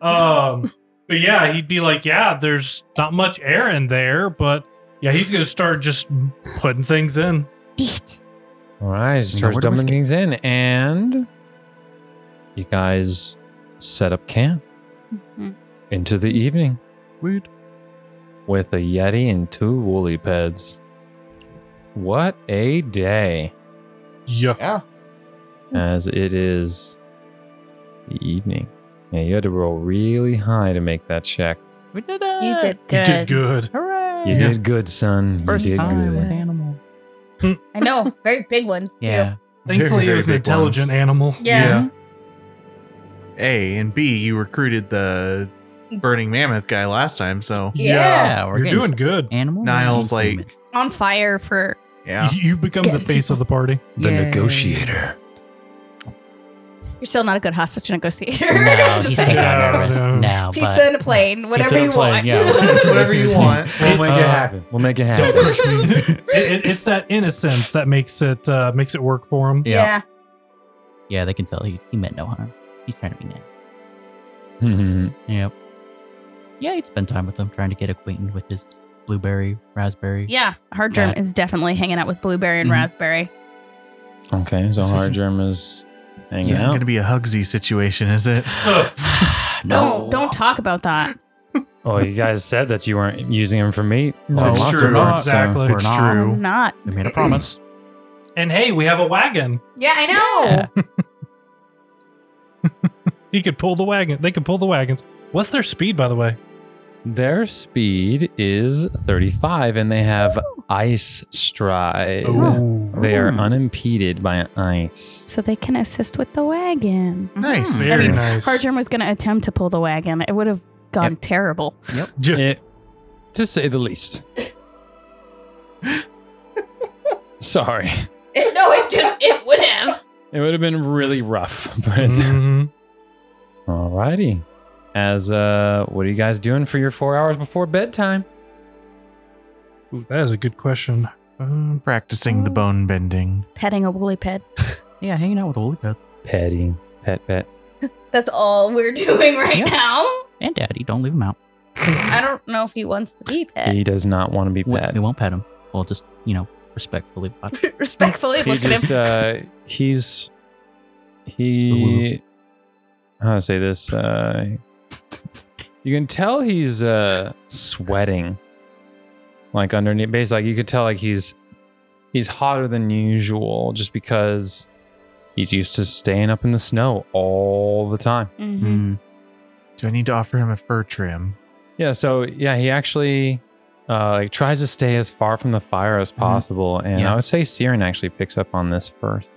[SPEAKER 5] um, but yeah, he'd be like, yeah, there's not much air in there, but yeah, he's gonna start just putting things in.
[SPEAKER 1] all right, just starts
[SPEAKER 6] Where do we
[SPEAKER 1] dumping things in, and you guys set up camp.
[SPEAKER 4] Mm-hmm.
[SPEAKER 1] into the evening
[SPEAKER 6] Weird.
[SPEAKER 1] with a Yeti and two woolly peds. What a day,
[SPEAKER 5] Yeah.
[SPEAKER 2] Yeah.
[SPEAKER 1] as it is the evening. Yeah, you had to roll really high to make that check.
[SPEAKER 6] We did it.
[SPEAKER 3] You did good.
[SPEAKER 5] You did good.
[SPEAKER 6] Hooray.
[SPEAKER 1] You
[SPEAKER 2] Yeah.
[SPEAKER 1] did good, son.
[SPEAKER 6] First
[SPEAKER 1] you did
[SPEAKER 6] time
[SPEAKER 1] good.
[SPEAKER 6] with animal.
[SPEAKER 3] I know. Very big ones, too.
[SPEAKER 6] Yeah.
[SPEAKER 5] Thankfully,
[SPEAKER 2] Very,
[SPEAKER 5] it was an
[SPEAKER 2] very big
[SPEAKER 5] intelligent
[SPEAKER 2] ones.
[SPEAKER 5] animal.
[SPEAKER 3] Yeah.
[SPEAKER 2] A and B, you recruited the Burning Mammoth guy last time, so
[SPEAKER 3] Yeah.
[SPEAKER 6] we're
[SPEAKER 5] You're
[SPEAKER 6] getting
[SPEAKER 5] doing good.
[SPEAKER 6] animal.
[SPEAKER 2] Niall's
[SPEAKER 6] and
[SPEAKER 2] like,
[SPEAKER 4] On fire for
[SPEAKER 2] yeah.
[SPEAKER 5] You- You've become the face of the party.
[SPEAKER 1] The
[SPEAKER 6] Yay.
[SPEAKER 1] negotiator.
[SPEAKER 4] you're still not a good hostage negotiator.
[SPEAKER 6] human. No,
[SPEAKER 4] Just
[SPEAKER 6] he's
[SPEAKER 4] saying.
[SPEAKER 6] taking
[SPEAKER 5] No,
[SPEAKER 6] on nervous.
[SPEAKER 5] no.
[SPEAKER 6] No,
[SPEAKER 3] Pizza
[SPEAKER 6] but
[SPEAKER 3] and a plane,
[SPEAKER 6] Pizza
[SPEAKER 3] whatever
[SPEAKER 6] and
[SPEAKER 3] you
[SPEAKER 6] a plane,
[SPEAKER 3] want.
[SPEAKER 6] yeah.
[SPEAKER 2] Whatever you want.
[SPEAKER 1] We'll make it
[SPEAKER 5] Uh,
[SPEAKER 1] happen. We'll make it
[SPEAKER 5] Don't
[SPEAKER 1] happen.
[SPEAKER 5] push me. It- it- it's that innocence that makes it uh, makes it work for him.
[SPEAKER 3] yeah.
[SPEAKER 6] yeah, they can tell he, he meant no harm. He's trying to be nice.
[SPEAKER 1] Mhm.
[SPEAKER 6] Yep. Yeah, he'd spend time with him trying to get acquainted with his blueberry, raspberry.
[SPEAKER 4] Yeah, Hard Germ
[SPEAKER 6] Yeah.
[SPEAKER 4] is definitely hanging out with Blueberry and
[SPEAKER 6] Mhm.
[SPEAKER 4] Raspberry.
[SPEAKER 1] okay, so
[SPEAKER 2] This
[SPEAKER 1] hard
[SPEAKER 2] isn't-
[SPEAKER 1] germ is
[SPEAKER 2] This
[SPEAKER 1] hanging
[SPEAKER 2] isn't going to
[SPEAKER 1] out.
[SPEAKER 2] be a Hugsy situation, is it?
[SPEAKER 4] Don't, Oh, don't talk about that.
[SPEAKER 1] Oh, you guys said that you weren't using him for meat.
[SPEAKER 5] No,
[SPEAKER 1] Well,
[SPEAKER 2] It's
[SPEAKER 1] lots of
[SPEAKER 2] true.
[SPEAKER 1] words, so-
[SPEAKER 5] exactly.
[SPEAKER 6] We're not.
[SPEAKER 4] I'm not.
[SPEAKER 6] We made a promise.
[SPEAKER 5] And hey, we have a wagon.
[SPEAKER 3] Yeah, I know.
[SPEAKER 6] Yeah.
[SPEAKER 5] He could pull the wagon. They could pull the wagons. What's their speed, by the way?
[SPEAKER 1] Their speed is 35 and they have ice stride.
[SPEAKER 5] Oh.
[SPEAKER 1] They are
[SPEAKER 6] Ooh.
[SPEAKER 1] unimpeded by ice.
[SPEAKER 4] So they can assist with the wagon.
[SPEAKER 2] Nice.
[SPEAKER 5] very
[SPEAKER 4] I mean,
[SPEAKER 5] nice.
[SPEAKER 4] Hard Germ was going to attempt to pull the wagon. It would have gone terrible.
[SPEAKER 5] Ju-
[SPEAKER 1] It- Eh, to say the least. Sorry.
[SPEAKER 3] no, it just it would have.
[SPEAKER 1] It would have been really rough. But
[SPEAKER 5] Mhm.
[SPEAKER 1] alrighty. As uh what are you guys doing for your four hours before bedtime?
[SPEAKER 5] Ooh, that is a good question. Um,
[SPEAKER 2] Practicing the bone bending.
[SPEAKER 4] Petting a woolly pet.
[SPEAKER 6] yeah, hanging out with Holy Pets.
[SPEAKER 1] Petting. Pet pet.
[SPEAKER 3] That's all we're doing right
[SPEAKER 6] Yeah.
[SPEAKER 3] now.
[SPEAKER 6] And Daddy, don't leave him out.
[SPEAKER 3] I don't know if he wants to be pet.
[SPEAKER 1] He does not want to be
[SPEAKER 6] We,
[SPEAKER 1] pet.
[SPEAKER 6] we won't pet him. We'll just, you know, respectfully watch.
[SPEAKER 3] Respectfully
[SPEAKER 1] he
[SPEAKER 3] look at him.
[SPEAKER 1] just uh he's he how to say this uh you can tell he's uh sweating like underneath basically like you could tell like he's he's hotter than usual just because he's used to staying up in the snow all the time
[SPEAKER 6] Mm.
[SPEAKER 2] Do I need to offer him a fur trim?
[SPEAKER 1] yeah so yeah he actually uh like tries to stay as far from the fire as possible and
[SPEAKER 6] Yeah.
[SPEAKER 1] i would say siren actually picks up on this first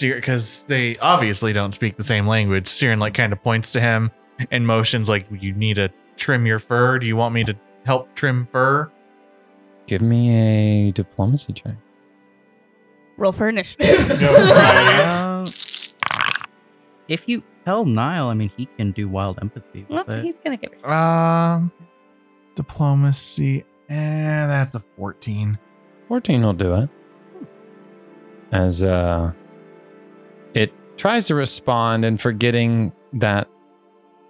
[SPEAKER 2] Because they obviously don't speak the same language. Siren like kind of points to him and motions like, "You need to trim your fur. Do you want me to help trim fur?"
[SPEAKER 1] give me a diplomacy check
[SPEAKER 4] Roll for initiative.
[SPEAKER 6] Uh, if you tell Niall, I mean, he can do wild empathy.
[SPEAKER 3] Well,
[SPEAKER 6] With it.
[SPEAKER 3] he's gonna give it.
[SPEAKER 2] Um, diplomacy. Eh, that's a fourteen.
[SPEAKER 1] 14 will do it. As uh it tries to respond and forgetting that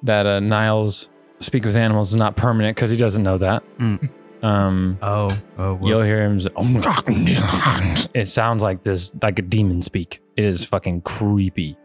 [SPEAKER 1] that uh Niles speak with animals is not permanent because he doesn't know that.
[SPEAKER 6] Mm.
[SPEAKER 1] Um
[SPEAKER 6] Oh, oh, well.
[SPEAKER 1] you'll hear him s- it sounds like this like a demon speak. It is fucking creepy.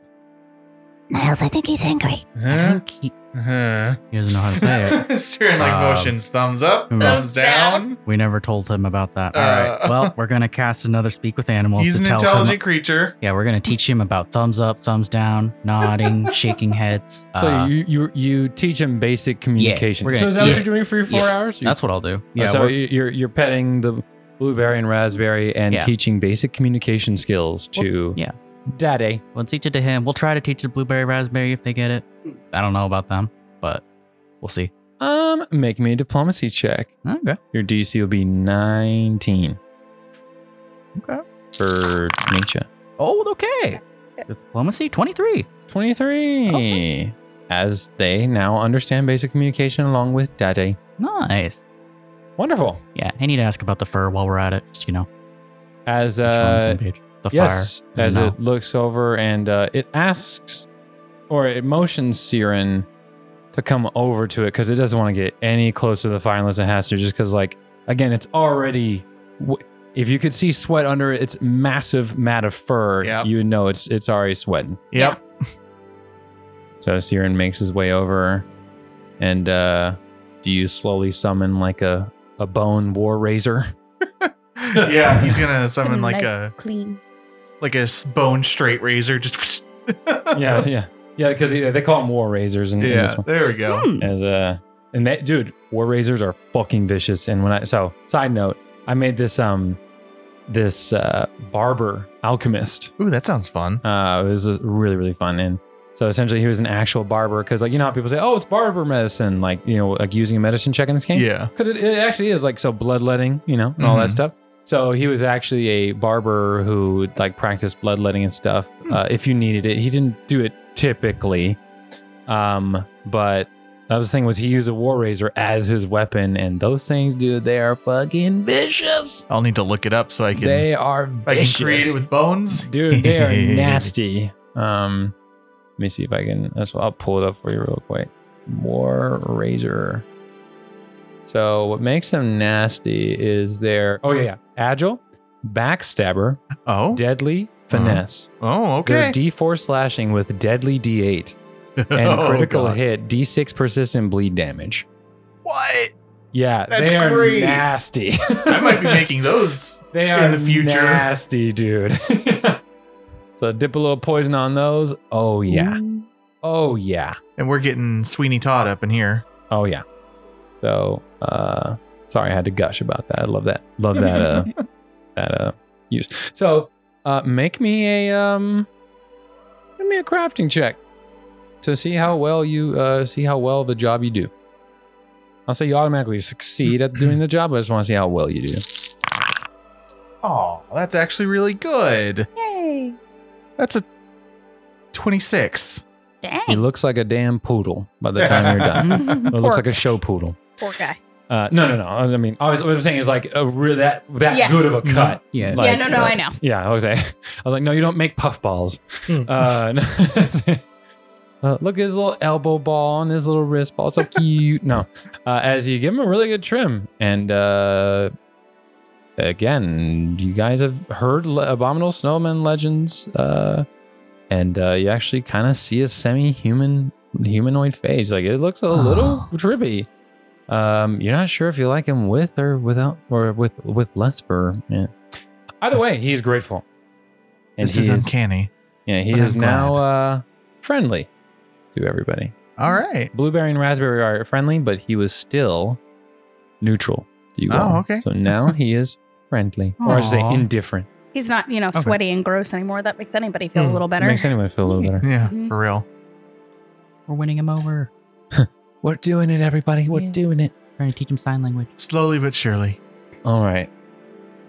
[SPEAKER 9] Niles, I think he's angry.
[SPEAKER 6] I
[SPEAKER 2] Uh-huh,
[SPEAKER 6] think he, he doesn't know how to say it.
[SPEAKER 2] Siren uh-huh. like
[SPEAKER 6] Um,
[SPEAKER 2] motions, thumbs up,
[SPEAKER 6] thumbs
[SPEAKER 2] thumbs down.
[SPEAKER 6] We never told him about that. All right.
[SPEAKER 2] Uh.
[SPEAKER 6] Well, we're gonna cast another speak with animals
[SPEAKER 2] He's
[SPEAKER 6] to
[SPEAKER 2] an
[SPEAKER 6] tell
[SPEAKER 2] intelligent
[SPEAKER 6] him.
[SPEAKER 2] creature.
[SPEAKER 6] Yeah, we're gonna teach him about thumbs up, thumbs down, nodding, shaking heads.
[SPEAKER 1] So
[SPEAKER 6] Uh,
[SPEAKER 1] you, you you teach him basic communication.
[SPEAKER 6] we're gonna-
[SPEAKER 1] so is that
[SPEAKER 6] yeah.
[SPEAKER 1] what you're doing for your four
[SPEAKER 6] Yeah. Uh,
[SPEAKER 1] hours? You-
[SPEAKER 6] that's what I'll do. Yeah.
[SPEAKER 1] Oh, so
[SPEAKER 6] we're-
[SPEAKER 1] you- you're you're petting the blueberry and raspberry and
[SPEAKER 6] Yeah.
[SPEAKER 1] teaching basic communication skills to
[SPEAKER 6] yeah.
[SPEAKER 1] daddy.
[SPEAKER 6] We'll teach it to him. We'll try to teach it to blueberry raspberry if they get it. I don't know about them, but we'll see.
[SPEAKER 1] Um, make me a diplomacy check.
[SPEAKER 6] Okay.
[SPEAKER 1] Your DC will be nineteen.
[SPEAKER 6] Okay.
[SPEAKER 1] For Nietzsche.
[SPEAKER 6] Oh, okay. With diplomacy, twenty-three.
[SPEAKER 1] Twenty-three. As they now understand basic communication along with daddy.
[SPEAKER 6] Nice.
[SPEAKER 1] Wonderful.
[SPEAKER 6] Yeah, I need to ask about the fur while we're at it. Just you know,
[SPEAKER 1] As
[SPEAKER 6] make sure we're on the same
[SPEAKER 1] uh
[SPEAKER 6] page. The
[SPEAKER 1] yes,
[SPEAKER 6] fire.
[SPEAKER 1] as
[SPEAKER 6] As
[SPEAKER 1] it looks over and uh, it asks or it motions Siren to come over to it because it doesn't want to get any closer to the fire unless it has to. Just because, like, again, it's already. w- If you could see sweat under it, its massive mat of fur,
[SPEAKER 2] Yep.
[SPEAKER 1] you would know it's it's already sweating.
[SPEAKER 2] Yep.
[SPEAKER 1] So Siren makes his way over And uh, do you slowly summon like a, a bone war razor?
[SPEAKER 2] yeah, he's gonna summon like
[SPEAKER 9] nice,
[SPEAKER 2] a
[SPEAKER 9] clean.
[SPEAKER 2] like a s- bone straight razor. Just
[SPEAKER 1] yeah, yeah, yeah. Because they call them war razors in, in
[SPEAKER 2] yeah.
[SPEAKER 1] this one.
[SPEAKER 2] There we go.
[SPEAKER 4] Hmm.
[SPEAKER 1] As uh, and that dude, war razors are fucking vicious. And when I so side note, I made this um this uh barber alchemist
[SPEAKER 2] Ooh, that sounds fun.
[SPEAKER 1] Uh, it was just really, really fun. And so essentially, he was an actual barber because, like, you know how people say, oh, it's barber medicine, like, you know, like using a medicine check in this game?
[SPEAKER 2] Yeah.
[SPEAKER 1] Because it, it actually is, like, so bloodletting, you know, and all that
[SPEAKER 2] Mhm.
[SPEAKER 1] stuff. So he was actually a barber who, like, practiced bloodletting and stuff
[SPEAKER 2] Hmm.
[SPEAKER 1] uh, if you needed it. He didn't do it typically. Um, but that was the thing was he used a war razor as his weapon. And those things, dude, they are fucking vicious.
[SPEAKER 2] I'll need to look it up so I can
[SPEAKER 1] they are
[SPEAKER 2] I can
[SPEAKER 1] vicious
[SPEAKER 2] create it with bones.
[SPEAKER 1] dude they are nasty um let me see if i can that's i'll pull it up for you real quick war razor so what makes them nasty is their oh yeah, yeah. agile backstabber
[SPEAKER 2] Oh.
[SPEAKER 1] deadly finesse
[SPEAKER 2] Oh.
[SPEAKER 1] they're
[SPEAKER 2] Okay.
[SPEAKER 1] d4 slashing with deadly d8 and
[SPEAKER 2] Oh,
[SPEAKER 1] critical
[SPEAKER 2] God.
[SPEAKER 1] hit d6 persistent bleed damage
[SPEAKER 2] What?
[SPEAKER 1] yeah
[SPEAKER 2] That's
[SPEAKER 1] they are
[SPEAKER 2] great.
[SPEAKER 1] nasty
[SPEAKER 2] I might be making those.
[SPEAKER 1] They are
[SPEAKER 2] the future.
[SPEAKER 1] nasty, dude. so dip a little poison on those. Oh yeah. Oh yeah.
[SPEAKER 2] And we're getting Sweeney Todd up in here.
[SPEAKER 1] Oh yeah. So uh sorry I had to gush about that. I love that. Love that uh that uh use. So uh make me a um give me a crafting check to see how well you uh see how well the job you do. I'll say you automatically succeed at doing the job, but I just want to see how well you do.
[SPEAKER 2] Oh, that's actually really good.
[SPEAKER 9] Yay.
[SPEAKER 2] That's a 26.
[SPEAKER 1] He
[SPEAKER 4] Dang.
[SPEAKER 1] looks like a damn poodle by the time you're done. It looks like a show poodle.
[SPEAKER 4] Poor guy.
[SPEAKER 1] Uh, no, no, no. I mean, I was, what I'm saying is like a re- that that
[SPEAKER 3] Yeah.
[SPEAKER 1] good of a cut.
[SPEAKER 6] Yeah.
[SPEAKER 1] Like,
[SPEAKER 4] yeah, no, no,
[SPEAKER 1] uh,
[SPEAKER 4] I know.
[SPEAKER 1] Yeah, I was like, I was like, no, you don't make puffballs.
[SPEAKER 5] Hmm.
[SPEAKER 1] Uh, no. Uh, look at his little elbow ball and his little wrist ball, so cute. no, uh, as you give him a really good trim, and uh, again, you guys have heard le- abominable snowman legends, uh, and uh, you actually kind of see a semi-human humanoid face. Like it looks a little trippy. Um, you're not sure if you like him with or without, or with with less fur. Yeah. Either way, he's grateful. And
[SPEAKER 2] this is
[SPEAKER 1] he
[SPEAKER 2] uncanny.
[SPEAKER 1] yeah, he
[SPEAKER 2] But I'm
[SPEAKER 1] is now uh, friendly to everybody.
[SPEAKER 2] All right.
[SPEAKER 1] Blueberry and raspberry are friendly, but he was still neutral. to You
[SPEAKER 2] Oh,
[SPEAKER 1] all.
[SPEAKER 2] okay.
[SPEAKER 1] So now he is friendly, or I should say
[SPEAKER 2] Aw.
[SPEAKER 1] indifferent.
[SPEAKER 4] He's not, you know,
[SPEAKER 2] Okay.
[SPEAKER 4] sweaty and gross anymore. That makes anybody feel
[SPEAKER 5] Hmm.
[SPEAKER 4] a little better.
[SPEAKER 1] Makes anyone feel a little better.
[SPEAKER 2] Yeah,
[SPEAKER 6] Mhm.
[SPEAKER 2] for real.
[SPEAKER 6] We're winning him over.
[SPEAKER 1] We're doing it, everybody. We're
[SPEAKER 6] Yeah.
[SPEAKER 1] doing it.
[SPEAKER 6] Trying to teach him sign language.
[SPEAKER 2] Slowly but surely.
[SPEAKER 1] All right.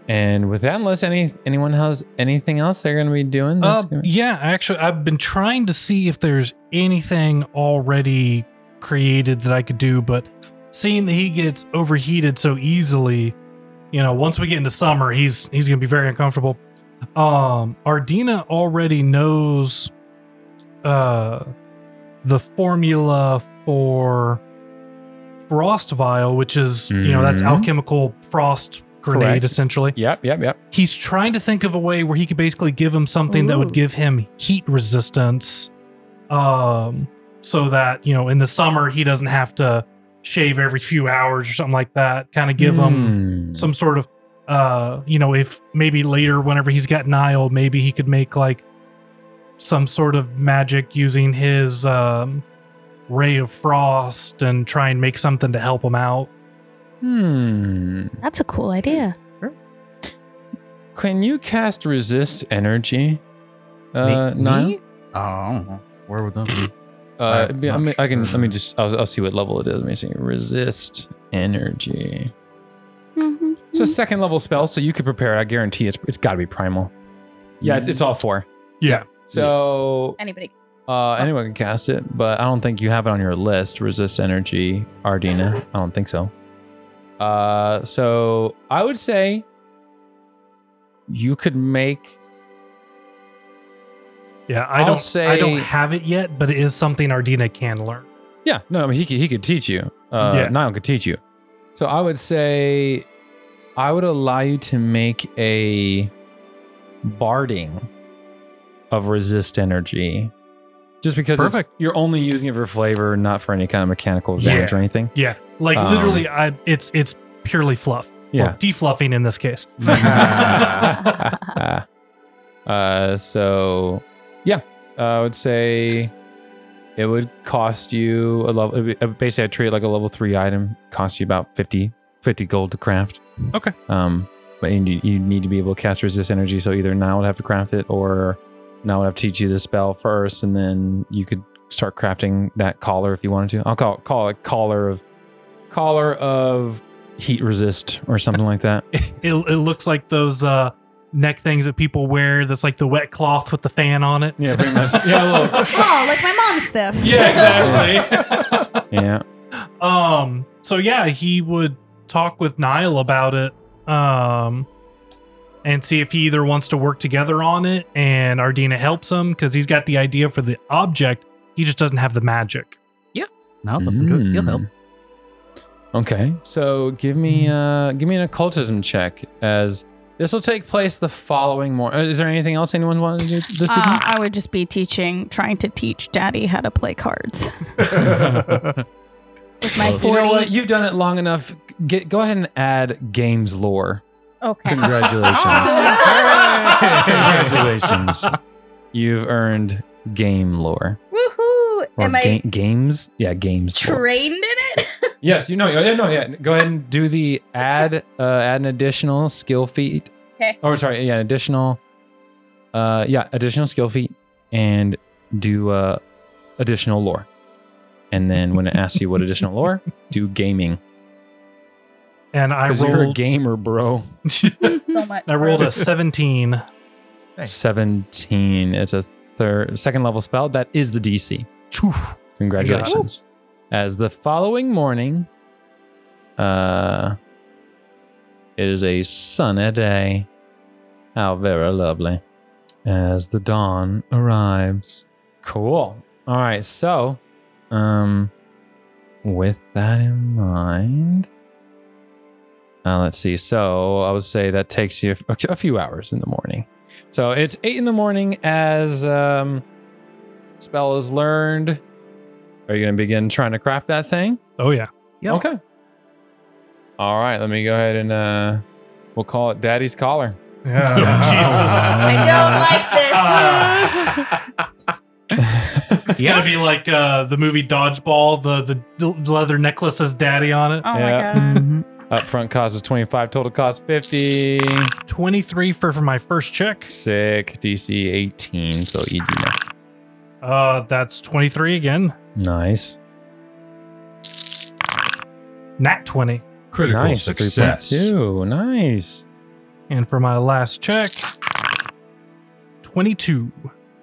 [SPEAKER 1] And with that, unless any anyone has anything else they're going to be doing, that's
[SPEAKER 5] Uh,
[SPEAKER 1] gonna-
[SPEAKER 5] yeah, actually, I've been trying to see if there's anything already created that I could do, but seeing that he gets overheated so easily, you know, once we get into summer, he's he's gonna be very uncomfortable. Um, Ardina already knows uh the formula for frost vial, which is you know that's
[SPEAKER 1] Mhm.
[SPEAKER 5] alchemical frost grenade
[SPEAKER 1] Correct.
[SPEAKER 5] essentially
[SPEAKER 1] yep, yep, yep.
[SPEAKER 5] he's trying to think of a way where he could basically give him something that
[SPEAKER 4] Ooh.
[SPEAKER 5] would give him heat resistance um so that you know in the summer he doesn't have to shave every few hours or something like that kind of give him
[SPEAKER 1] Hmm.
[SPEAKER 5] some sort of uh you know if maybe later whenever he's got Nile maybe he could make like some sort of magic using his um ray of frost and try and make something to help him out
[SPEAKER 1] Hmm.
[SPEAKER 9] That's a cool idea.
[SPEAKER 1] Can you cast resist energy? Uh, Niall?
[SPEAKER 6] Oh, where would that be?
[SPEAKER 1] Uh,
[SPEAKER 6] I'm
[SPEAKER 1] be- I,
[SPEAKER 6] not
[SPEAKER 1] mean, I can.
[SPEAKER 6] sure.
[SPEAKER 1] Let me just. I'll, I'll see what level it is. Let me see. Resist energy.
[SPEAKER 9] Mm-hmm.
[SPEAKER 1] It's a second level spell, so you could prepare. I guarantee it's. It's got to be primal. Yeah, it's, it's all four.
[SPEAKER 5] yeah
[SPEAKER 1] So
[SPEAKER 4] Anybody.
[SPEAKER 1] uh, anyone can cast it, but I don't think you have it on your list. Resist energy, Ardina. I don't think so. Uh, so I would say you could make.
[SPEAKER 5] yeah i
[SPEAKER 1] I'll
[SPEAKER 5] don't i
[SPEAKER 1] say-
[SPEAKER 5] don't have it yet but it is something ardina can learn
[SPEAKER 1] Yeah, no, I mean, he could, he could teach you. Uh,
[SPEAKER 5] Yeah.
[SPEAKER 1] Niall could teach you. So I would say, I would allow you to make a barding of resist energy Just because it's-
[SPEAKER 5] Perfect.
[SPEAKER 1] you're only using it for flavor, not for any kind of mechanical advantage
[SPEAKER 5] Yeah.
[SPEAKER 1] or anything.
[SPEAKER 5] Yeah, like
[SPEAKER 1] Um,
[SPEAKER 5] literally, I it's it's purely fluff.
[SPEAKER 1] Yeah.
[SPEAKER 5] well, defluffing in this case.
[SPEAKER 1] uh, so, yeah, uh, I would say it would cost you a level. it'd be- Basically, I treat it like a level three item. Costs you about 50, 50 gold to craft.
[SPEAKER 5] Okay.
[SPEAKER 1] Um, but you need, you need to be able to cast resist energy. So either now would have to craft it, or now would have to teach you the spell first, and then you could start crafting that collar if you wanted to. I'll call it, call it collar of collar of heat resist or something like that.
[SPEAKER 5] it, it looks like those uh, neck things that people wear. That's like the wet cloth with the fan on it.
[SPEAKER 1] Yeah, pretty much. Yeah, well,
[SPEAKER 9] Oh, like my mom's stuff.
[SPEAKER 5] yeah, exactly.
[SPEAKER 1] yeah.
[SPEAKER 5] Um. So yeah, he would talk with Niall about it, um, and see if he either wants to work together on it, and Ardina helps him because he's got the idea for the object. He just doesn't have the magic.
[SPEAKER 6] Niall's open to it. He'll help.
[SPEAKER 1] Mm-hmm. Okay, so give me uh give me an occultism check as this will take place the following morning. Is there anything else anyone wanted to do this evening?
[SPEAKER 4] Uh, I would just be teaching, trying to teach Daddy how to play cards with my
[SPEAKER 1] you know
[SPEAKER 4] forty.
[SPEAKER 1] what? You've done it long enough. Get go ahead and add games lore.
[SPEAKER 4] okay.
[SPEAKER 1] Congratulations. Congratulations. You've earned game lore.
[SPEAKER 3] Woohoo!
[SPEAKER 1] Or
[SPEAKER 3] Am I
[SPEAKER 1] ga- games? Yeah, games. lore.
[SPEAKER 3] trained in it?
[SPEAKER 1] Yes, you know. Yeah, no, yeah. Go ahead and do the add uh, add an additional skill feat.
[SPEAKER 3] Okay.
[SPEAKER 1] Oh, sorry. Yeah, an additional. Uh, yeah, additional skill feat, and do uh, additional lore, and then when it asks you what additional lore, do gaming.
[SPEAKER 5] And I
[SPEAKER 1] Because you're a
[SPEAKER 5] rolled.
[SPEAKER 1] gamer, bro.
[SPEAKER 3] so much.
[SPEAKER 5] I rolled a seventeen.
[SPEAKER 2] Nice.
[SPEAKER 1] Seventeen. It's a third, second level spell. That is the DC.
[SPEAKER 5] Choof.
[SPEAKER 1] Congratulations. As the following morning, uh, it is a sunny day. How very lovely. As the dawn arrives. Cool. All right. So, um, with that in mind, uh, let's see. So I would say that takes you a- a few hours in the morning. So it's eight in the morning as um, spell is learned. Are you going to begin trying to craft that thing?
[SPEAKER 5] Oh yeah.
[SPEAKER 6] Yep.
[SPEAKER 1] Okay. All right. Let me go ahead and uh, we'll call it Daddy's collar.
[SPEAKER 3] I don't like this.
[SPEAKER 5] It's gonna be like uh, the movie Dodgeball. The the leather necklace has daddy on it.
[SPEAKER 4] Oh
[SPEAKER 1] Yeah. Mm.
[SPEAKER 4] my
[SPEAKER 6] Mm-hmm.
[SPEAKER 4] god.
[SPEAKER 1] Up front cost is 25, total cost 50.
[SPEAKER 5] Twenty three for for my first check.
[SPEAKER 1] Sick. DC 18. So easy enough.
[SPEAKER 5] Uh, that's twenty three again.
[SPEAKER 1] Nice.
[SPEAKER 5] Nat twenty.
[SPEAKER 8] Critical
[SPEAKER 1] nice.
[SPEAKER 8] success.
[SPEAKER 1] 3.2. Nice.
[SPEAKER 5] And for my last check, 22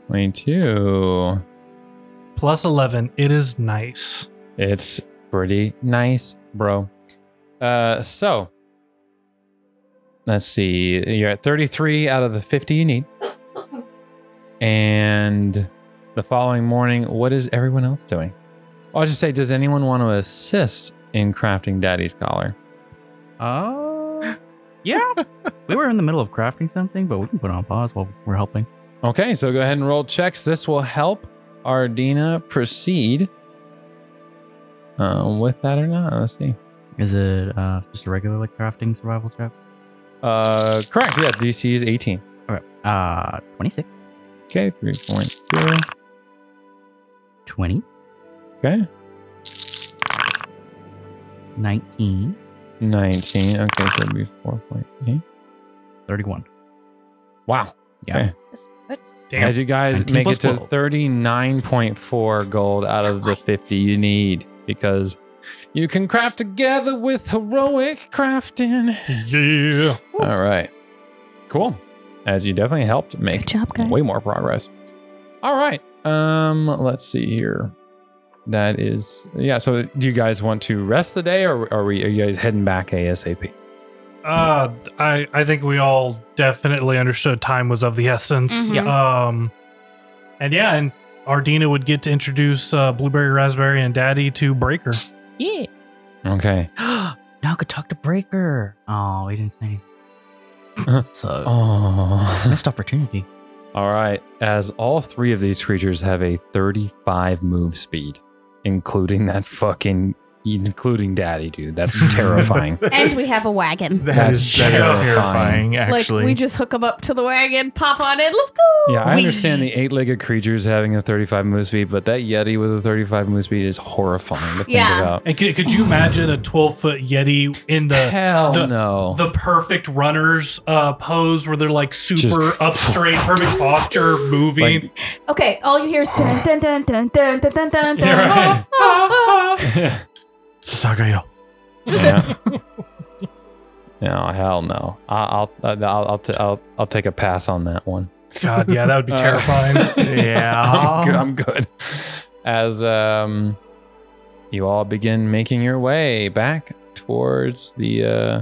[SPEAKER 1] 22.
[SPEAKER 5] plus 11. It is nice.
[SPEAKER 1] It's pretty nice, bro. Uh, so let's see. You're at 33 out of the 50 you need. And the following morning, what is everyone else doing? I'll just say, does anyone want to assist in crafting Daddy's collar?
[SPEAKER 6] Uh, yeah. we were in the middle of crafting something, but we can put it on pause while we're helping.
[SPEAKER 1] Okay, so go ahead and roll checks. This will help Ardina proceed. Um, with that or not, let's see.
[SPEAKER 6] Is it uh, just a regular like crafting survival check?
[SPEAKER 1] Uh, correct. Yeah, DC is 18.
[SPEAKER 6] Okay. Uh, 26,
[SPEAKER 1] Okay, 3.0.
[SPEAKER 6] 20,
[SPEAKER 1] Okay.
[SPEAKER 6] 19,
[SPEAKER 1] 19. Okay, so it'd be 4.8.
[SPEAKER 6] 31.
[SPEAKER 1] Wow.
[SPEAKER 6] Yeah.
[SPEAKER 1] Okay.
[SPEAKER 5] Damn.
[SPEAKER 1] As you guys
[SPEAKER 6] 19
[SPEAKER 1] make
[SPEAKER 6] plus
[SPEAKER 1] it to
[SPEAKER 6] 12.
[SPEAKER 1] 39.4 gold out of the 50 you need because you can craft together with heroic crafting.
[SPEAKER 5] Yeah.
[SPEAKER 1] All right. Cool. As you definitely helped make
[SPEAKER 9] Good job, guys.
[SPEAKER 1] way more progress. All right. Um, let's see here. That is yeah. So, do you guys want to rest the day, or are we? Are you guys heading back ASAP?
[SPEAKER 5] Uh, I, I think we all definitely understood time was of the essence.
[SPEAKER 4] Mhm.
[SPEAKER 5] Um, and yeah, and Ardina would get to introduce uh, Blueberry, Raspberry, and Daddy to Breaker.
[SPEAKER 6] Yeah.
[SPEAKER 1] Okay.
[SPEAKER 6] now I could talk to Breaker. Oh, he didn't say anything. so,
[SPEAKER 1] Oh.
[SPEAKER 6] missed opportunity.
[SPEAKER 1] All right. As all three of these creatures have a 35 move speed, including that fucking, including Daddy, dude. That's terrifying.
[SPEAKER 9] And we have a wagon.
[SPEAKER 2] That
[SPEAKER 1] That's
[SPEAKER 2] is that is
[SPEAKER 1] terrifying.
[SPEAKER 2] terrifying.
[SPEAKER 4] Like
[SPEAKER 2] Actually,
[SPEAKER 4] we just hook them up to the wagon, pop on in, let's go.
[SPEAKER 1] yeah, I understand the eight-legged creatures having a 35 move speed, but that Yeti with a 35 move speed is horrifying to think
[SPEAKER 3] Yeah.
[SPEAKER 1] about.
[SPEAKER 5] And could, could you imagine a 12 foot Yeti in the
[SPEAKER 1] Hell
[SPEAKER 5] the-
[SPEAKER 1] no.
[SPEAKER 5] the perfect runner's uh, pose where they're like super
[SPEAKER 1] Just-
[SPEAKER 5] up straight, perfect posture, moving?
[SPEAKER 1] Like-
[SPEAKER 9] Okay, all you hear is dun dun dun dun dun dun dun dun.
[SPEAKER 5] Yeah, right.
[SPEAKER 2] Sagayo.
[SPEAKER 1] yeah. No, hell no. I- I'll I'll I'll, t- I'll I'll take a pass on that one.
[SPEAKER 5] God, yeah, that would be
[SPEAKER 1] Uh,
[SPEAKER 5] terrifying.
[SPEAKER 2] Yeah.
[SPEAKER 5] Um,
[SPEAKER 1] I'm good. I'm good. As um, you all begin making your way back towards the uh,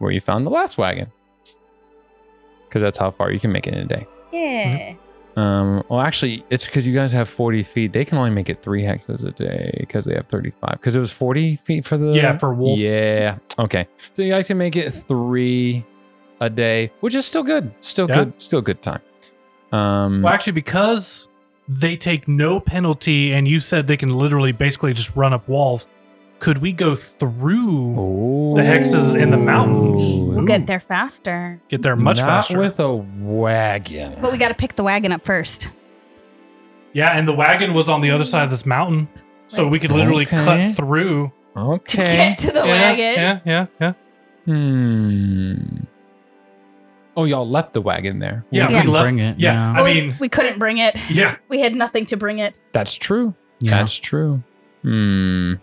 [SPEAKER 1] where you found the last wagon, because that's how far you can make it in a day.
[SPEAKER 4] Yeah.
[SPEAKER 1] Um, well, actually, it's because you guys have 40 feet. They can only make it three hexes a day because they have 35. Because it was 40 feet for the
[SPEAKER 5] yeah, for wolf.
[SPEAKER 1] yeah. Okay. So you like to make it three a day, which is still good. Still
[SPEAKER 5] Yeah.
[SPEAKER 1] good. Still good time. Um.
[SPEAKER 5] Well, actually, because they take no penalty, and you said they can literally basically just run up walls. Could we go through?
[SPEAKER 1] Ooh.
[SPEAKER 5] the hexes in the mountains.
[SPEAKER 4] We'll get there faster.
[SPEAKER 5] Get there much
[SPEAKER 1] Not
[SPEAKER 5] faster.
[SPEAKER 1] with a wagon.
[SPEAKER 4] But we got to pick the wagon up first.
[SPEAKER 5] yeah, and the wagon was on the other side of this mountain, so we could literally
[SPEAKER 1] Okay.
[SPEAKER 5] cut through.
[SPEAKER 1] okay.
[SPEAKER 3] Get to the
[SPEAKER 5] yeah,
[SPEAKER 3] wagon.
[SPEAKER 5] Yeah, yeah, yeah.
[SPEAKER 1] Hmm. Oh, y'all left the wagon there.
[SPEAKER 5] Yeah,
[SPEAKER 4] Yeah.
[SPEAKER 5] we left.
[SPEAKER 6] Bring it.
[SPEAKER 5] yeah,
[SPEAKER 6] Yeah.
[SPEAKER 5] I
[SPEAKER 3] Oh,
[SPEAKER 5] mean,
[SPEAKER 3] we couldn't bring it.
[SPEAKER 5] yeah.
[SPEAKER 3] We had nothing to bring it.
[SPEAKER 1] That's true.
[SPEAKER 6] Yeah.
[SPEAKER 1] That's true. Hmm.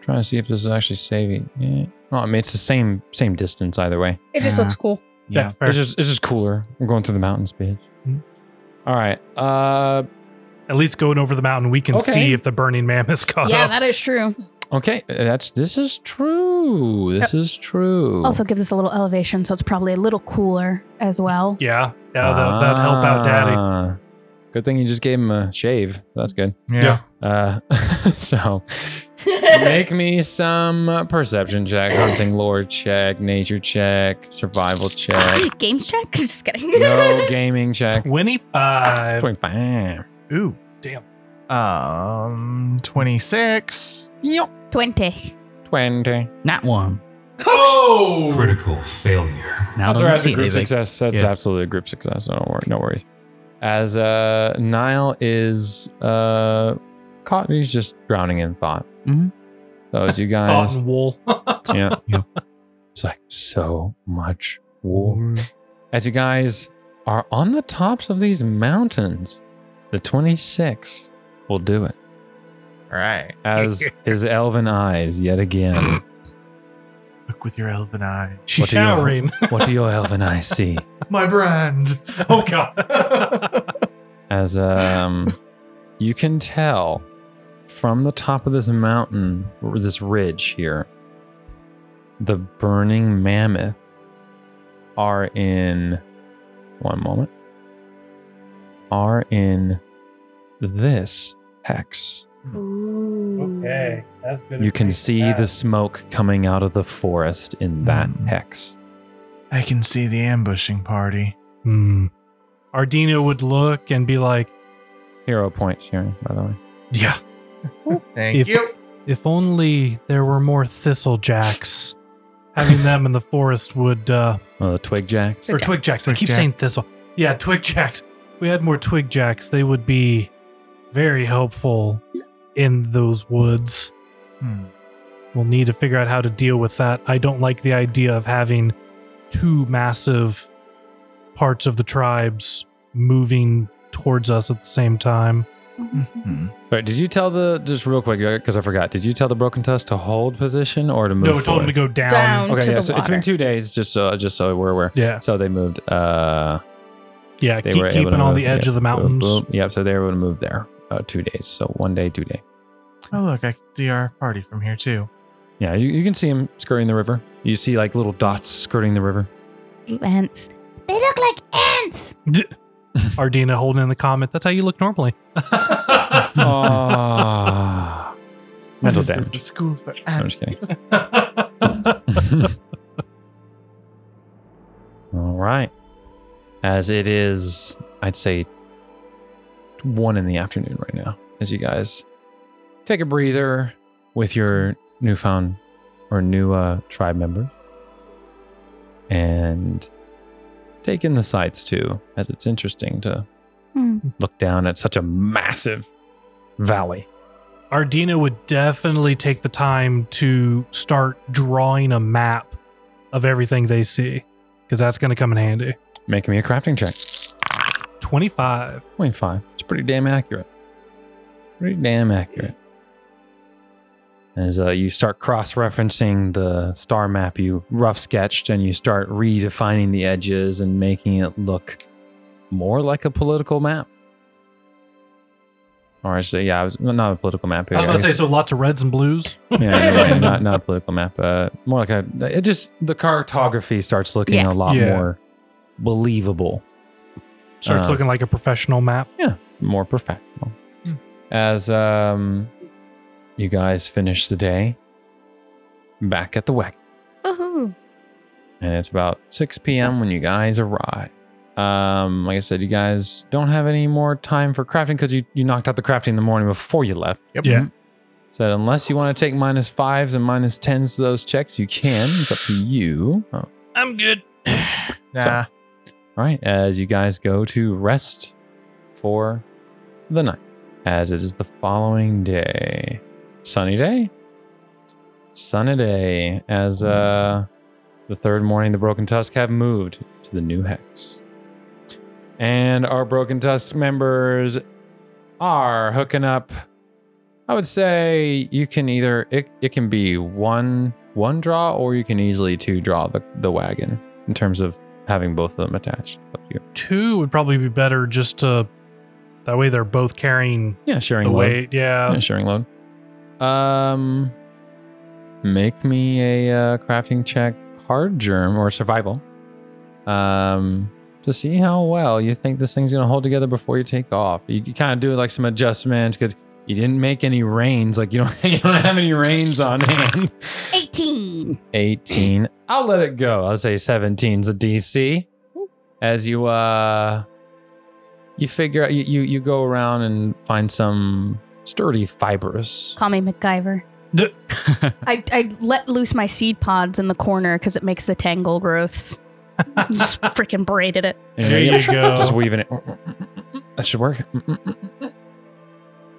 [SPEAKER 1] Trying to see if this is actually saving. Yeah. Well, I mean, it's the same same distance either way.
[SPEAKER 4] It
[SPEAKER 6] just Yeah. looks
[SPEAKER 4] cool.
[SPEAKER 5] Yeah, fair.
[SPEAKER 1] It's just it's just cooler. We're going through the mountains, bitch.
[SPEAKER 5] Hmm.
[SPEAKER 1] All right. Uh
[SPEAKER 5] at least going over the mountain, we can
[SPEAKER 1] Okay.
[SPEAKER 5] see if the burning man has caught
[SPEAKER 4] Yeah,
[SPEAKER 5] up.
[SPEAKER 4] that is true.
[SPEAKER 1] okay, that's this is true. This is true.
[SPEAKER 4] Also gives us a little elevation, so it's probably a little cooler as well.
[SPEAKER 5] yeah, yeah, that, that'd help out, Daddy.
[SPEAKER 1] Ah. Good thing you just gave him a shave. That's good.
[SPEAKER 2] Yeah.
[SPEAKER 1] Uh so make me some uh, perception check, hunting lore check, nature check, survival check,
[SPEAKER 3] Games check? I'm just kidding.
[SPEAKER 1] no gaming check.
[SPEAKER 5] Twenty-five.
[SPEAKER 1] 25.
[SPEAKER 2] Ooh.
[SPEAKER 5] Damn.
[SPEAKER 2] Um. Twenty six.
[SPEAKER 1] Yup.
[SPEAKER 3] 20.
[SPEAKER 1] 20.
[SPEAKER 6] Not one.
[SPEAKER 5] Oh,
[SPEAKER 8] Critical failure.
[SPEAKER 6] Now
[SPEAKER 1] That's
[SPEAKER 6] doesn't
[SPEAKER 1] all right. It's a
[SPEAKER 6] seem-
[SPEAKER 1] group
[SPEAKER 6] it's like-
[SPEAKER 1] success. That's
[SPEAKER 6] yeah.
[SPEAKER 1] absolutely a group success. No, wor- no worries. As uh, Nile is uh, caught, he's just drowning in thought.
[SPEAKER 6] Mhm.
[SPEAKER 1] So as you
[SPEAKER 5] thought
[SPEAKER 1] guys,
[SPEAKER 5] and wool.
[SPEAKER 1] yeah,
[SPEAKER 6] Yeah.
[SPEAKER 1] it's like so much war. As you guys are on the tops of these mountains, the twenty-six will do it.
[SPEAKER 2] All right.
[SPEAKER 1] As his elven eyes yet again.
[SPEAKER 2] Look with your elven eye.
[SPEAKER 5] She's
[SPEAKER 1] What do you-
[SPEAKER 5] showering.
[SPEAKER 1] what do your elven eyes see?
[SPEAKER 2] My brand.
[SPEAKER 5] Oh god.
[SPEAKER 1] as um you can tell from the top of this mountain or this ridge here the burning mammoth are in one moment are in this hex
[SPEAKER 5] Okay, that's good.
[SPEAKER 1] you can see the smoke coming out of the forest in that
[SPEAKER 2] Hmm.
[SPEAKER 1] hex
[SPEAKER 2] I can see the ambushing party.
[SPEAKER 5] Hmm. Ardina would look and be like,
[SPEAKER 1] hero points here by the way
[SPEAKER 5] "Yeah,
[SPEAKER 2] Thank
[SPEAKER 5] If-
[SPEAKER 2] you.
[SPEAKER 5] if only there were more thistle jacks. Having them in the forest would uh,
[SPEAKER 1] well the twig jacks
[SPEAKER 5] or twig jacks. I
[SPEAKER 2] Twig
[SPEAKER 5] keep
[SPEAKER 2] jack.
[SPEAKER 5] saying thistle. Yeah, twig jacks. If we had more twig jacks. They would be very helpful in those woods.
[SPEAKER 2] Hmm.
[SPEAKER 5] We'll need to figure out how to deal with that. I don't like the idea of having two massive parts of the tribes moving towards us at the same time.
[SPEAKER 2] Hmm.
[SPEAKER 1] All right, did you tell the just real quick because I forgot? Did you tell the broken tusk to hold position or to move?
[SPEAKER 5] no, I told him to
[SPEAKER 1] forward?
[SPEAKER 5] go down.
[SPEAKER 3] Down.
[SPEAKER 1] Okay,
[SPEAKER 3] to
[SPEAKER 1] yeah.
[SPEAKER 3] the
[SPEAKER 1] So it's been
[SPEAKER 3] water.
[SPEAKER 1] two days, just so just so we're aware.
[SPEAKER 5] Yeah,
[SPEAKER 1] So they moved. Uh,
[SPEAKER 5] yeah.
[SPEAKER 1] they
[SPEAKER 5] keep
[SPEAKER 1] were able
[SPEAKER 5] keeping
[SPEAKER 1] to
[SPEAKER 5] on
[SPEAKER 1] move-
[SPEAKER 5] the edge
[SPEAKER 1] yeah,
[SPEAKER 5] of the
[SPEAKER 1] boom,
[SPEAKER 5] mountains.
[SPEAKER 1] boom. Yep. So they were able to move there. Uh, two days. So one day, two day.
[SPEAKER 2] Oh look, I can see our party from here too.
[SPEAKER 1] Yeah, you, you can see him skirting the river. You see like little dots skirting the river.
[SPEAKER 4] Ants.
[SPEAKER 9] They look like ants.
[SPEAKER 5] Ardina holding in the comment. That's how you look normally.
[SPEAKER 1] Ah,
[SPEAKER 2] This
[SPEAKER 1] mental
[SPEAKER 2] is- this is
[SPEAKER 1] damage.
[SPEAKER 2] the school for
[SPEAKER 1] I'm just kidding. All right. as it is, I'd say, one in the afternoon right now, as you guys take a breather with your newfound or new uh, tribe member and take in the sights too, as it's interesting to
[SPEAKER 9] Hmm.
[SPEAKER 1] look down at such a massive valley.
[SPEAKER 5] Ardina would definitely take the time to start drawing a map of everything they see because that's going to come in handy.
[SPEAKER 1] Make me a crafting check.
[SPEAKER 5] 25.
[SPEAKER 1] 0.5. It's pretty damn accurate. Pretty damn accurate. As uh, you start cross referencing the star map you rough sketched and you start redefining the edges and making it look more like a political map. Or I say, yeah, I was well, not a political map.
[SPEAKER 5] I was
[SPEAKER 1] yeah,
[SPEAKER 5] about to say, so lots of reds and blues.
[SPEAKER 1] yeah, you're right, not not a political map. Uh, more like a. It just the cartography starts looking a
[SPEAKER 3] Yeah.
[SPEAKER 1] lot
[SPEAKER 5] Yeah.
[SPEAKER 1] more believable
[SPEAKER 5] Starts
[SPEAKER 1] Uh,
[SPEAKER 5] looking like a professional map.
[SPEAKER 1] more professional. As um, you guys finish the day back at the wagon,
[SPEAKER 9] Woohoo.
[SPEAKER 1] and it's about 6 p.m. when you guys arrive. Um, like I said, you guys don't have any more time for crafting because you, you knocked out the crafting in the morning before you left.
[SPEAKER 2] Yep.
[SPEAKER 5] Yeah.
[SPEAKER 1] Said unless you want to take minus fives and minus tens to those checks, you can. It's up to you. Oh,
[SPEAKER 5] I'm good.
[SPEAKER 2] Nah.
[SPEAKER 1] All right, as you guys go to rest for the night, as it is the following day. Sunny day. Sunny day. As uh, the third morning, the Broken Tusk have moved to the new hex. And our Broken Tusk members are hooking up. I would say you can either it, it can be one one draw or you can easily two draw the, the wagon in terms of having both of them attached up to you.
[SPEAKER 5] Two would probably be better just to, that way they're both carrying
[SPEAKER 1] Yeah, sharing
[SPEAKER 5] the
[SPEAKER 1] load.
[SPEAKER 5] weight. Yeah.
[SPEAKER 1] Yeah, sharing load. Um, make me a uh, crafting check, hard germ or survival. Um, to see how well you think this thing's gonna hold together before you take off. You, you kind of do like some adjustments because you didn't make any reins. Like you don't you don't have any reins on hand.
[SPEAKER 9] 18.
[SPEAKER 1] 18. I'll let it go. I'll say 17's a DC. As you uh you figure you you, you go around and find some sturdy fibers.
[SPEAKER 4] Call me MacGyver.
[SPEAKER 5] D-
[SPEAKER 4] I, I let loose my seed pods in the corner because it makes the tangle growths. Just freaking braided it.
[SPEAKER 5] There you go.
[SPEAKER 1] Just weaving it. That should work.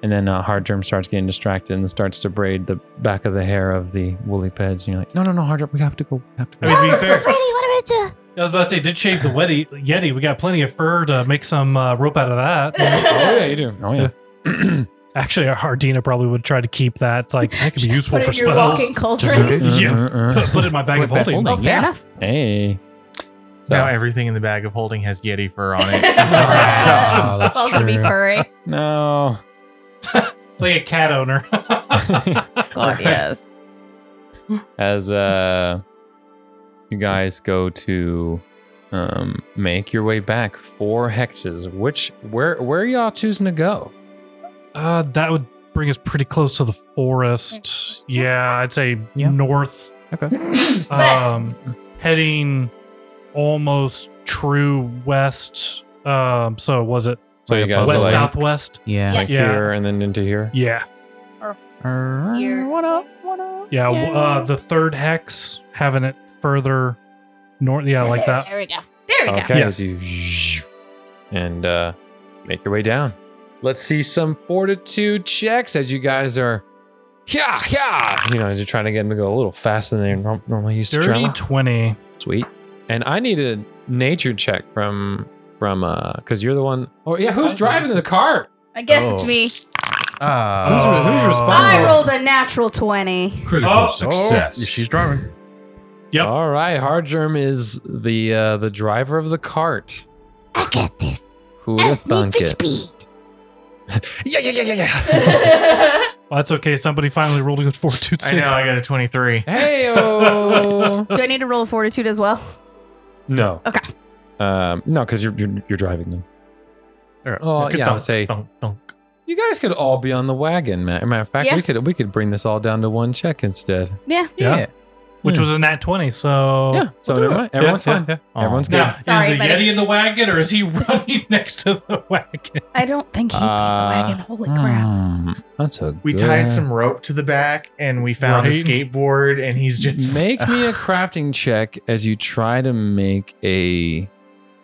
[SPEAKER 1] And then uh, Hard Germ starts getting distracted and starts to braid the back of the hair of the woolly peds. And you're like, no, no, no, Hard Germ, we have to go. We have to go.
[SPEAKER 5] I mean, to be fair,
[SPEAKER 9] Brady, what about you?
[SPEAKER 5] I was about to say, did shave the Yeti. Yeti. We got plenty of fur to make some uh, rope out of that.
[SPEAKER 1] oh, yeah, you do. Oh, yeah.
[SPEAKER 5] Actually, Hardina probably would try to keep that. It's like that could be useful
[SPEAKER 3] Put
[SPEAKER 5] for
[SPEAKER 3] in your
[SPEAKER 5] spells.
[SPEAKER 3] walking
[SPEAKER 5] Just-
[SPEAKER 3] cauldron.
[SPEAKER 5] Yeah. Put, put it in my bag
[SPEAKER 6] Put
[SPEAKER 5] of
[SPEAKER 6] back
[SPEAKER 5] holding.
[SPEAKER 6] holding.
[SPEAKER 9] Oh, fair
[SPEAKER 6] Yeah.
[SPEAKER 9] enough.
[SPEAKER 1] Uh-huh, hey. So,
[SPEAKER 2] Now everything in the bag of holding has Yeti fur on it.
[SPEAKER 1] Ah, that's
[SPEAKER 3] it's all gonna be
[SPEAKER 1] true.
[SPEAKER 3] furry.
[SPEAKER 1] no.
[SPEAKER 5] It's like a cat owner.
[SPEAKER 3] God, yes.
[SPEAKER 1] as uh you guys go to um make your way back four hexes which where where are y'all choosing to go
[SPEAKER 5] uh, that would bring us pretty close to the forest. Yeah, I'd say
[SPEAKER 6] Yeah.
[SPEAKER 5] north.
[SPEAKER 6] Okay.
[SPEAKER 5] Um, heading almost true west. Um, so was it
[SPEAKER 1] so you guys
[SPEAKER 5] west
[SPEAKER 1] are like,
[SPEAKER 5] southwest?
[SPEAKER 6] Yeah.
[SPEAKER 1] like
[SPEAKER 5] Yeah.
[SPEAKER 1] here and then into here
[SPEAKER 5] Yeah.
[SPEAKER 6] Err,
[SPEAKER 3] Here.
[SPEAKER 6] "Er, What up? What up?
[SPEAKER 5] Yeah, w uh, the third hex having it further north. Yeah, like that.
[SPEAKER 3] There we go. There we go.
[SPEAKER 1] okay
[SPEAKER 5] Yeah.
[SPEAKER 1] as you zzz- and uh make your way down let's see some fortitude checks as you guys are yeah yeah you know as you're trying to get them to go a little faster than they norm- normally used to
[SPEAKER 5] Dirty
[SPEAKER 1] travel.
[SPEAKER 5] twenty.
[SPEAKER 1] Sweet. And I need a nature check from from uh because you're the one oh yeah, who's driving the cart?
[SPEAKER 4] I guess
[SPEAKER 1] Oh.
[SPEAKER 4] it's me.
[SPEAKER 5] Who's,
[SPEAKER 6] Uh,
[SPEAKER 5] who's
[SPEAKER 4] I
[SPEAKER 5] responsible?
[SPEAKER 4] rolled a natural 20.
[SPEAKER 8] Critical
[SPEAKER 5] Oh, oh,
[SPEAKER 8] success.
[SPEAKER 6] she's driving.
[SPEAKER 5] Yep.
[SPEAKER 1] All right, Hardgerm is the uh the driver of the cart.
[SPEAKER 9] I got this.
[SPEAKER 1] Who
[SPEAKER 9] I
[SPEAKER 1] would have
[SPEAKER 9] need
[SPEAKER 1] thunk
[SPEAKER 9] for
[SPEAKER 1] it?
[SPEAKER 9] speed.
[SPEAKER 1] Yeah, yeah, yeah, yeah, yeah.
[SPEAKER 5] Well, that's okay. Somebody finally rolled a good fortitude
[SPEAKER 2] I know.
[SPEAKER 5] save.
[SPEAKER 2] I got a 23.
[SPEAKER 1] hey oh
[SPEAKER 4] Do I need to roll a fortitude as well?
[SPEAKER 1] No.
[SPEAKER 4] Okay.
[SPEAKER 1] Um no, because you're, you're you're driving them. Oh, yeah, I would say-
[SPEAKER 2] Thunk, thunk.
[SPEAKER 1] You guys could all be on the wagon, man. Matter of fact,
[SPEAKER 4] Yeah.
[SPEAKER 1] we could we could bring this all down to one check instead.
[SPEAKER 5] Yeah. which
[SPEAKER 1] Yeah. Hmm.
[SPEAKER 5] was a nat 20. So,
[SPEAKER 1] Yeah, so never mind. Everyone's
[SPEAKER 5] yeah,
[SPEAKER 1] fine.
[SPEAKER 5] yeah.
[SPEAKER 1] Everyone's good.
[SPEAKER 5] Now,
[SPEAKER 3] Sorry,
[SPEAKER 5] is the
[SPEAKER 3] buddy.
[SPEAKER 5] Yeti in the wagon or is he running next to the wagon?
[SPEAKER 4] I don't think he
[SPEAKER 1] Uh,
[SPEAKER 4] paid the wagon. Holy crap.
[SPEAKER 1] Hmm, that's a
[SPEAKER 2] We
[SPEAKER 1] good-
[SPEAKER 2] tied some rope to the back and we found a
[SPEAKER 5] Right.
[SPEAKER 2] skateboard and he's just
[SPEAKER 1] Make me a crafting check as you try to make a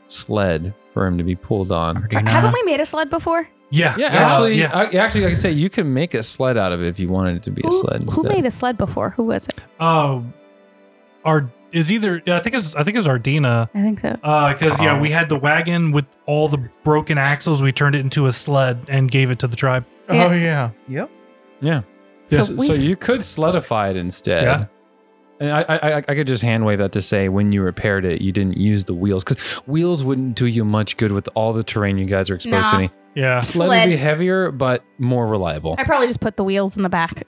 [SPEAKER 1] sled for him to be pulled on.
[SPEAKER 6] Do you know?
[SPEAKER 4] Haven't we made a sled before?
[SPEAKER 5] Yeah.
[SPEAKER 1] Yeah,
[SPEAKER 5] uh,
[SPEAKER 1] actually,
[SPEAKER 5] yeah.
[SPEAKER 1] I, actually, like I say, you can make a sled out of it if you wanted it to be a
[SPEAKER 4] Who-
[SPEAKER 1] sled
[SPEAKER 4] Who
[SPEAKER 1] instead.
[SPEAKER 4] made a sled before? Who was it?
[SPEAKER 5] Um, our is either yeah, I think it was I think it was Ardina.
[SPEAKER 4] I think so.
[SPEAKER 5] Uh, because yeah,
[SPEAKER 1] Oh.
[SPEAKER 5] we had the wagon with all the broken axles. We turned it into a sled and gave it to the tribe.
[SPEAKER 2] Oh yeah.
[SPEAKER 1] Yeah,
[SPEAKER 4] So
[SPEAKER 1] so,
[SPEAKER 4] we-
[SPEAKER 1] so you could sledify it instead.
[SPEAKER 5] Yeah.
[SPEAKER 1] And I, I, I- I could just hand wave that to say when you repaired it, you didn't use the wheels because wheels wouldn't do you much good with all the terrain you guys are exposed
[SPEAKER 3] Nah.
[SPEAKER 1] to. Any.
[SPEAKER 5] Yeah.
[SPEAKER 1] Sled,
[SPEAKER 3] Sled.
[SPEAKER 1] would be heavier but more reliable.
[SPEAKER 4] I probably just put the wheels in the back.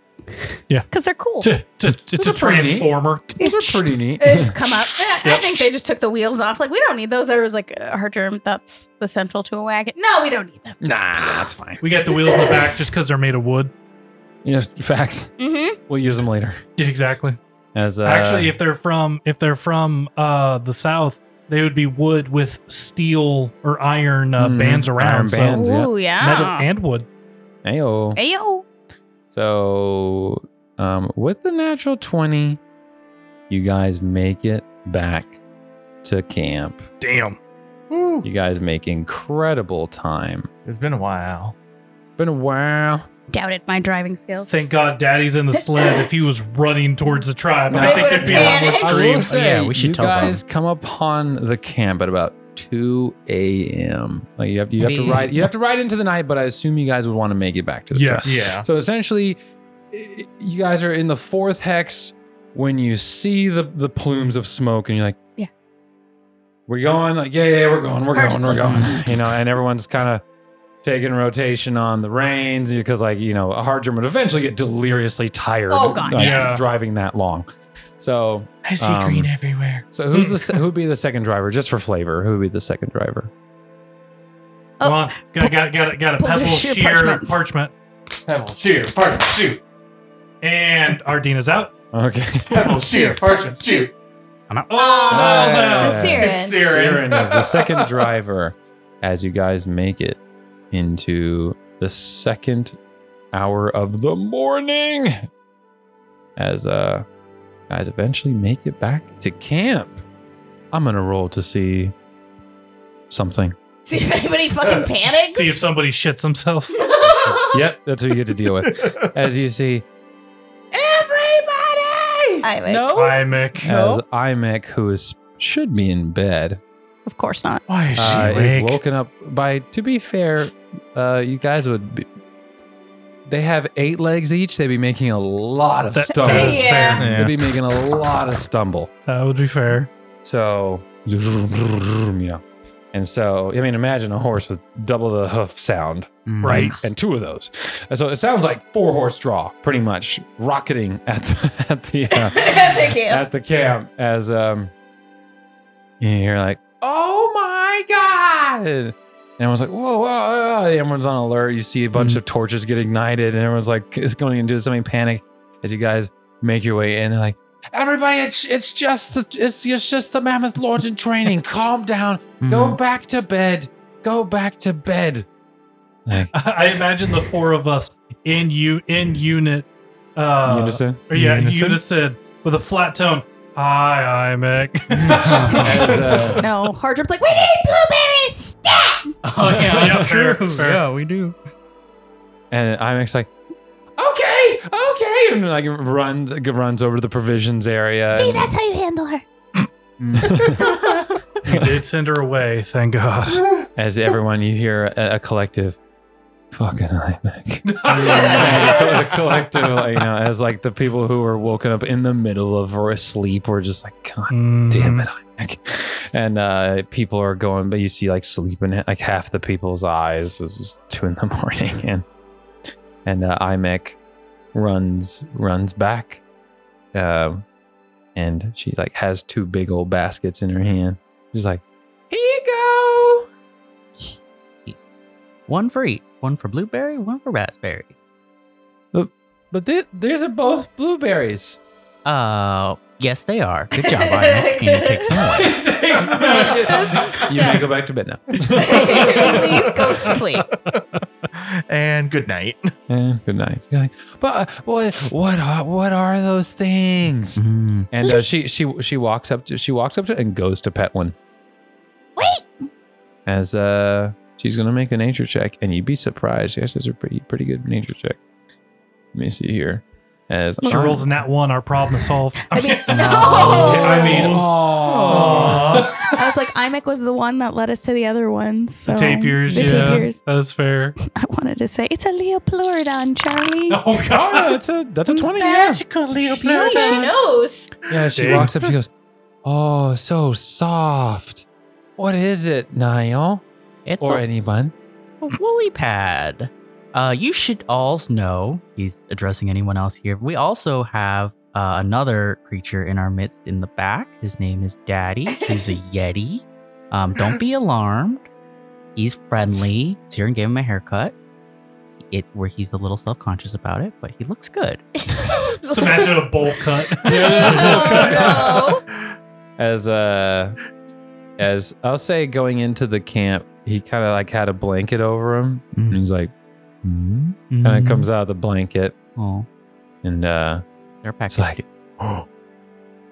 [SPEAKER 5] Yeah.
[SPEAKER 4] Because they're cool.
[SPEAKER 5] To, to, it's a
[SPEAKER 1] are pretty neat.
[SPEAKER 5] transformer.
[SPEAKER 1] Those are pretty neat.
[SPEAKER 4] They just come up. I, I think they just took the wheels off. Like, we don't need those. I was like, uh, Hardgerm, that's essential to a wagon. No, we don't need them.
[SPEAKER 1] nah, that's fine.
[SPEAKER 5] We got the wheels in the back just because they're made of wood.
[SPEAKER 1] Yes, facts.
[SPEAKER 4] Mm-hmm.
[SPEAKER 1] We'll use them later.
[SPEAKER 5] Yeah, exactly.
[SPEAKER 1] As uh,
[SPEAKER 5] Actually, if they're from if they're from uh the south, they would be wood with steel or iron uh,
[SPEAKER 1] Mhm.
[SPEAKER 5] bands around.
[SPEAKER 1] Iron
[SPEAKER 5] so
[SPEAKER 1] bands, yeah.
[SPEAKER 4] Ooh, yeah.
[SPEAKER 5] metal and wood.
[SPEAKER 1] Ayo.
[SPEAKER 4] Ayo.
[SPEAKER 1] So, um, with the natural 20, you guys make it back to camp.
[SPEAKER 5] Damn.
[SPEAKER 2] Woo.
[SPEAKER 1] You guys make incredible time.
[SPEAKER 2] It's been a while.
[SPEAKER 1] Been a while.
[SPEAKER 4] Doubted my driving skills.
[SPEAKER 5] Thank God Daddy's in the sled. if he was running towards the tribe,
[SPEAKER 1] They
[SPEAKER 5] I think there'd
[SPEAKER 3] would've
[SPEAKER 5] be a lot more
[SPEAKER 3] panicked.
[SPEAKER 1] I will
[SPEAKER 5] screams.
[SPEAKER 1] say,
[SPEAKER 6] Yeah, we should
[SPEAKER 1] you
[SPEAKER 6] tell them.
[SPEAKER 1] guys come upon the camp at about 2 a.m. Like you have, you have to
[SPEAKER 6] Me.
[SPEAKER 1] ride you have to ride into the night, but I assume you guys would want to make it back to the
[SPEAKER 5] Yes.
[SPEAKER 2] Yeah.
[SPEAKER 1] So essentially, i- you guys are in the fourth hex when you see the the plumes of smoke, and you're like,
[SPEAKER 4] Yeah.
[SPEAKER 1] we're going." Like, yeah, yeah, we're going, we're
[SPEAKER 4] Hard
[SPEAKER 1] going, we're
[SPEAKER 4] to-
[SPEAKER 1] going. You know, and everyone's kind of taking rotation on the reins because, like, you know, a hard German would eventually get deliriously tired.
[SPEAKER 3] Oh, God,
[SPEAKER 1] like,
[SPEAKER 5] yes.
[SPEAKER 1] driving that long. So,
[SPEAKER 2] I see
[SPEAKER 1] Um,
[SPEAKER 2] green everywhere.
[SPEAKER 1] so who's the se- who'd be the second driver? Just for flavor, who would be the second driver?
[SPEAKER 4] Oh.
[SPEAKER 5] Come on. Got, got, got, got a
[SPEAKER 4] Pull the
[SPEAKER 5] pebble,
[SPEAKER 4] sheer
[SPEAKER 5] sheer,
[SPEAKER 4] parchment.
[SPEAKER 5] parchment.
[SPEAKER 2] Pebble, shear, parchment, shoot.
[SPEAKER 5] And Ardina's out.
[SPEAKER 1] Okay.
[SPEAKER 2] Pebble, shear, parchment, shoot.
[SPEAKER 5] Oh,
[SPEAKER 1] Nice.
[SPEAKER 5] Niall's out.
[SPEAKER 1] Yeah.
[SPEAKER 3] Siren.
[SPEAKER 2] It's Siren.
[SPEAKER 1] Siren is the second driver as you guys make it into the second hour of the morning. As uh guys eventually make it back to camp. I'm gonna roll to see something.
[SPEAKER 3] See if anybody fucking panics.
[SPEAKER 5] See if somebody shits himself.
[SPEAKER 1] Yep, that's who you get to deal with. As you see,
[SPEAKER 6] Everybody!
[SPEAKER 3] I would.
[SPEAKER 6] No.
[SPEAKER 5] Imac.
[SPEAKER 1] as Imac, who is should be in bed,
[SPEAKER 4] Of course not.
[SPEAKER 2] Why is she
[SPEAKER 1] uh, is
[SPEAKER 2] awake?
[SPEAKER 1] woken up by. To be fair, uh, you guys would. Be, they have eight legs each. They'd be making a lot of
[SPEAKER 5] That,
[SPEAKER 1] stumble.
[SPEAKER 5] that is
[SPEAKER 3] Yeah.
[SPEAKER 5] fair.
[SPEAKER 1] They'd be making a lot of stumble.
[SPEAKER 5] That would be fair.
[SPEAKER 1] So, you know, and so I mean, imagine a horse with double the hoof sound,
[SPEAKER 5] Right.
[SPEAKER 1] and two of those. And so it sounds like four horse draw, pretty much rocketing at the, at the uh,
[SPEAKER 3] Thank you.
[SPEAKER 1] at the camp as um and you're like, oh my god. And everyone's like, whoa, whoa, whoa. And Everyone's on alert. You see a bunch of torches get ignited, and everyone's like, it's going into something panic as you guys make your way in. They're like, everybody, it's it's just the it's, it's just the mammoth lords in training. Calm down.
[SPEAKER 6] Mm.
[SPEAKER 1] Go back to bed. Go back to bed. Like,
[SPEAKER 5] I imagine the four of us in you in unit. Uh,
[SPEAKER 1] unison.
[SPEAKER 5] Or yeah,
[SPEAKER 1] Unison?
[SPEAKER 5] unison? with a flat tone. Hi, Imac.
[SPEAKER 1] As, uh,
[SPEAKER 4] No. Hardgerm's like, we need blueberries!
[SPEAKER 6] Oh,
[SPEAKER 5] Yeah, fair, fair.
[SPEAKER 6] Yeah, we do.
[SPEAKER 1] And IMAX like, okay, okay, and like runs runs over to the provisions area.
[SPEAKER 9] See,
[SPEAKER 1] and-
[SPEAKER 9] that's how you handle her.
[SPEAKER 5] we did send her away, thank God.
[SPEAKER 1] as everyone, you hear a, a collective, fucking IMAX. a collective, like, you know, as like the people who were woken up in the middle of or asleep were just like, God
[SPEAKER 5] Mm.
[SPEAKER 1] damn
[SPEAKER 5] Mm-hmm.
[SPEAKER 1] it, IMAX. And uh, people are going, but you see like sleep in like half the people's eyes. It's just two in the morning, and and uh, IMAC runs runs back, um, and she like has two big old baskets in her hand. She's like, "Here you go."
[SPEAKER 6] One for each. One for blueberry, one for raspberry.
[SPEAKER 1] But th- these are both blueberries.
[SPEAKER 6] Uh, Yes, they are. Good job, Ionic. and he takes them away.
[SPEAKER 1] you may go back to bed now.
[SPEAKER 3] Please go to sleep.
[SPEAKER 2] and good night.
[SPEAKER 1] And good night. You're like, but uh, what what are what are those things?
[SPEAKER 6] Mm.
[SPEAKER 1] And uh, she she she walks up to she walks up to and goes to pet one
[SPEAKER 9] Wait,
[SPEAKER 1] as uh she's gonna make a nature check and you'd be surprised. Yes, it's a pretty pretty good nature check. Let me see here. As
[SPEAKER 5] She rolls a nat one. Our problem is solved.
[SPEAKER 4] I mean,
[SPEAKER 3] No.
[SPEAKER 5] I mean,
[SPEAKER 2] Aw.
[SPEAKER 4] I was like, Imec was the one that led us to the other ones. So
[SPEAKER 5] the tapirs.
[SPEAKER 4] The
[SPEAKER 5] yeah,
[SPEAKER 4] tapirs.
[SPEAKER 5] that's fair.
[SPEAKER 4] I wanted to say it's a Leopleurodon, Charlie.
[SPEAKER 5] Oh
[SPEAKER 1] Oh,
[SPEAKER 5] god.
[SPEAKER 1] yeah, that's a that's a twenty. Yeah,
[SPEAKER 3] Nice, she knows.
[SPEAKER 1] yeah. She
[SPEAKER 5] Dang.
[SPEAKER 1] walks up. She goes, "Oh, so soft. What is it, Niall
[SPEAKER 6] It's
[SPEAKER 1] or
[SPEAKER 6] a,
[SPEAKER 1] anyone?"
[SPEAKER 6] a woolly pad. Uh, you should all know he's addressing anyone else here. We also have uh, another creature in our midst in the back. His name is Daddy. He's a Yeti. Um, don't be alarmed. He's friendly. Tyrion gave him a haircut. It where he's a little self conscious about it, but he looks good.
[SPEAKER 5] Just imagine a bowl cut.
[SPEAKER 3] Oh,
[SPEAKER 1] As uh, as I'll say, going into the camp, he kind of like had a blanket over him, and he's like, mm
[SPEAKER 6] Mm-hmm.
[SPEAKER 1] kind of comes out of the blanket,
[SPEAKER 6] Oh,
[SPEAKER 1] and uh,
[SPEAKER 6] they're packed.
[SPEAKER 1] it's like, "Oh,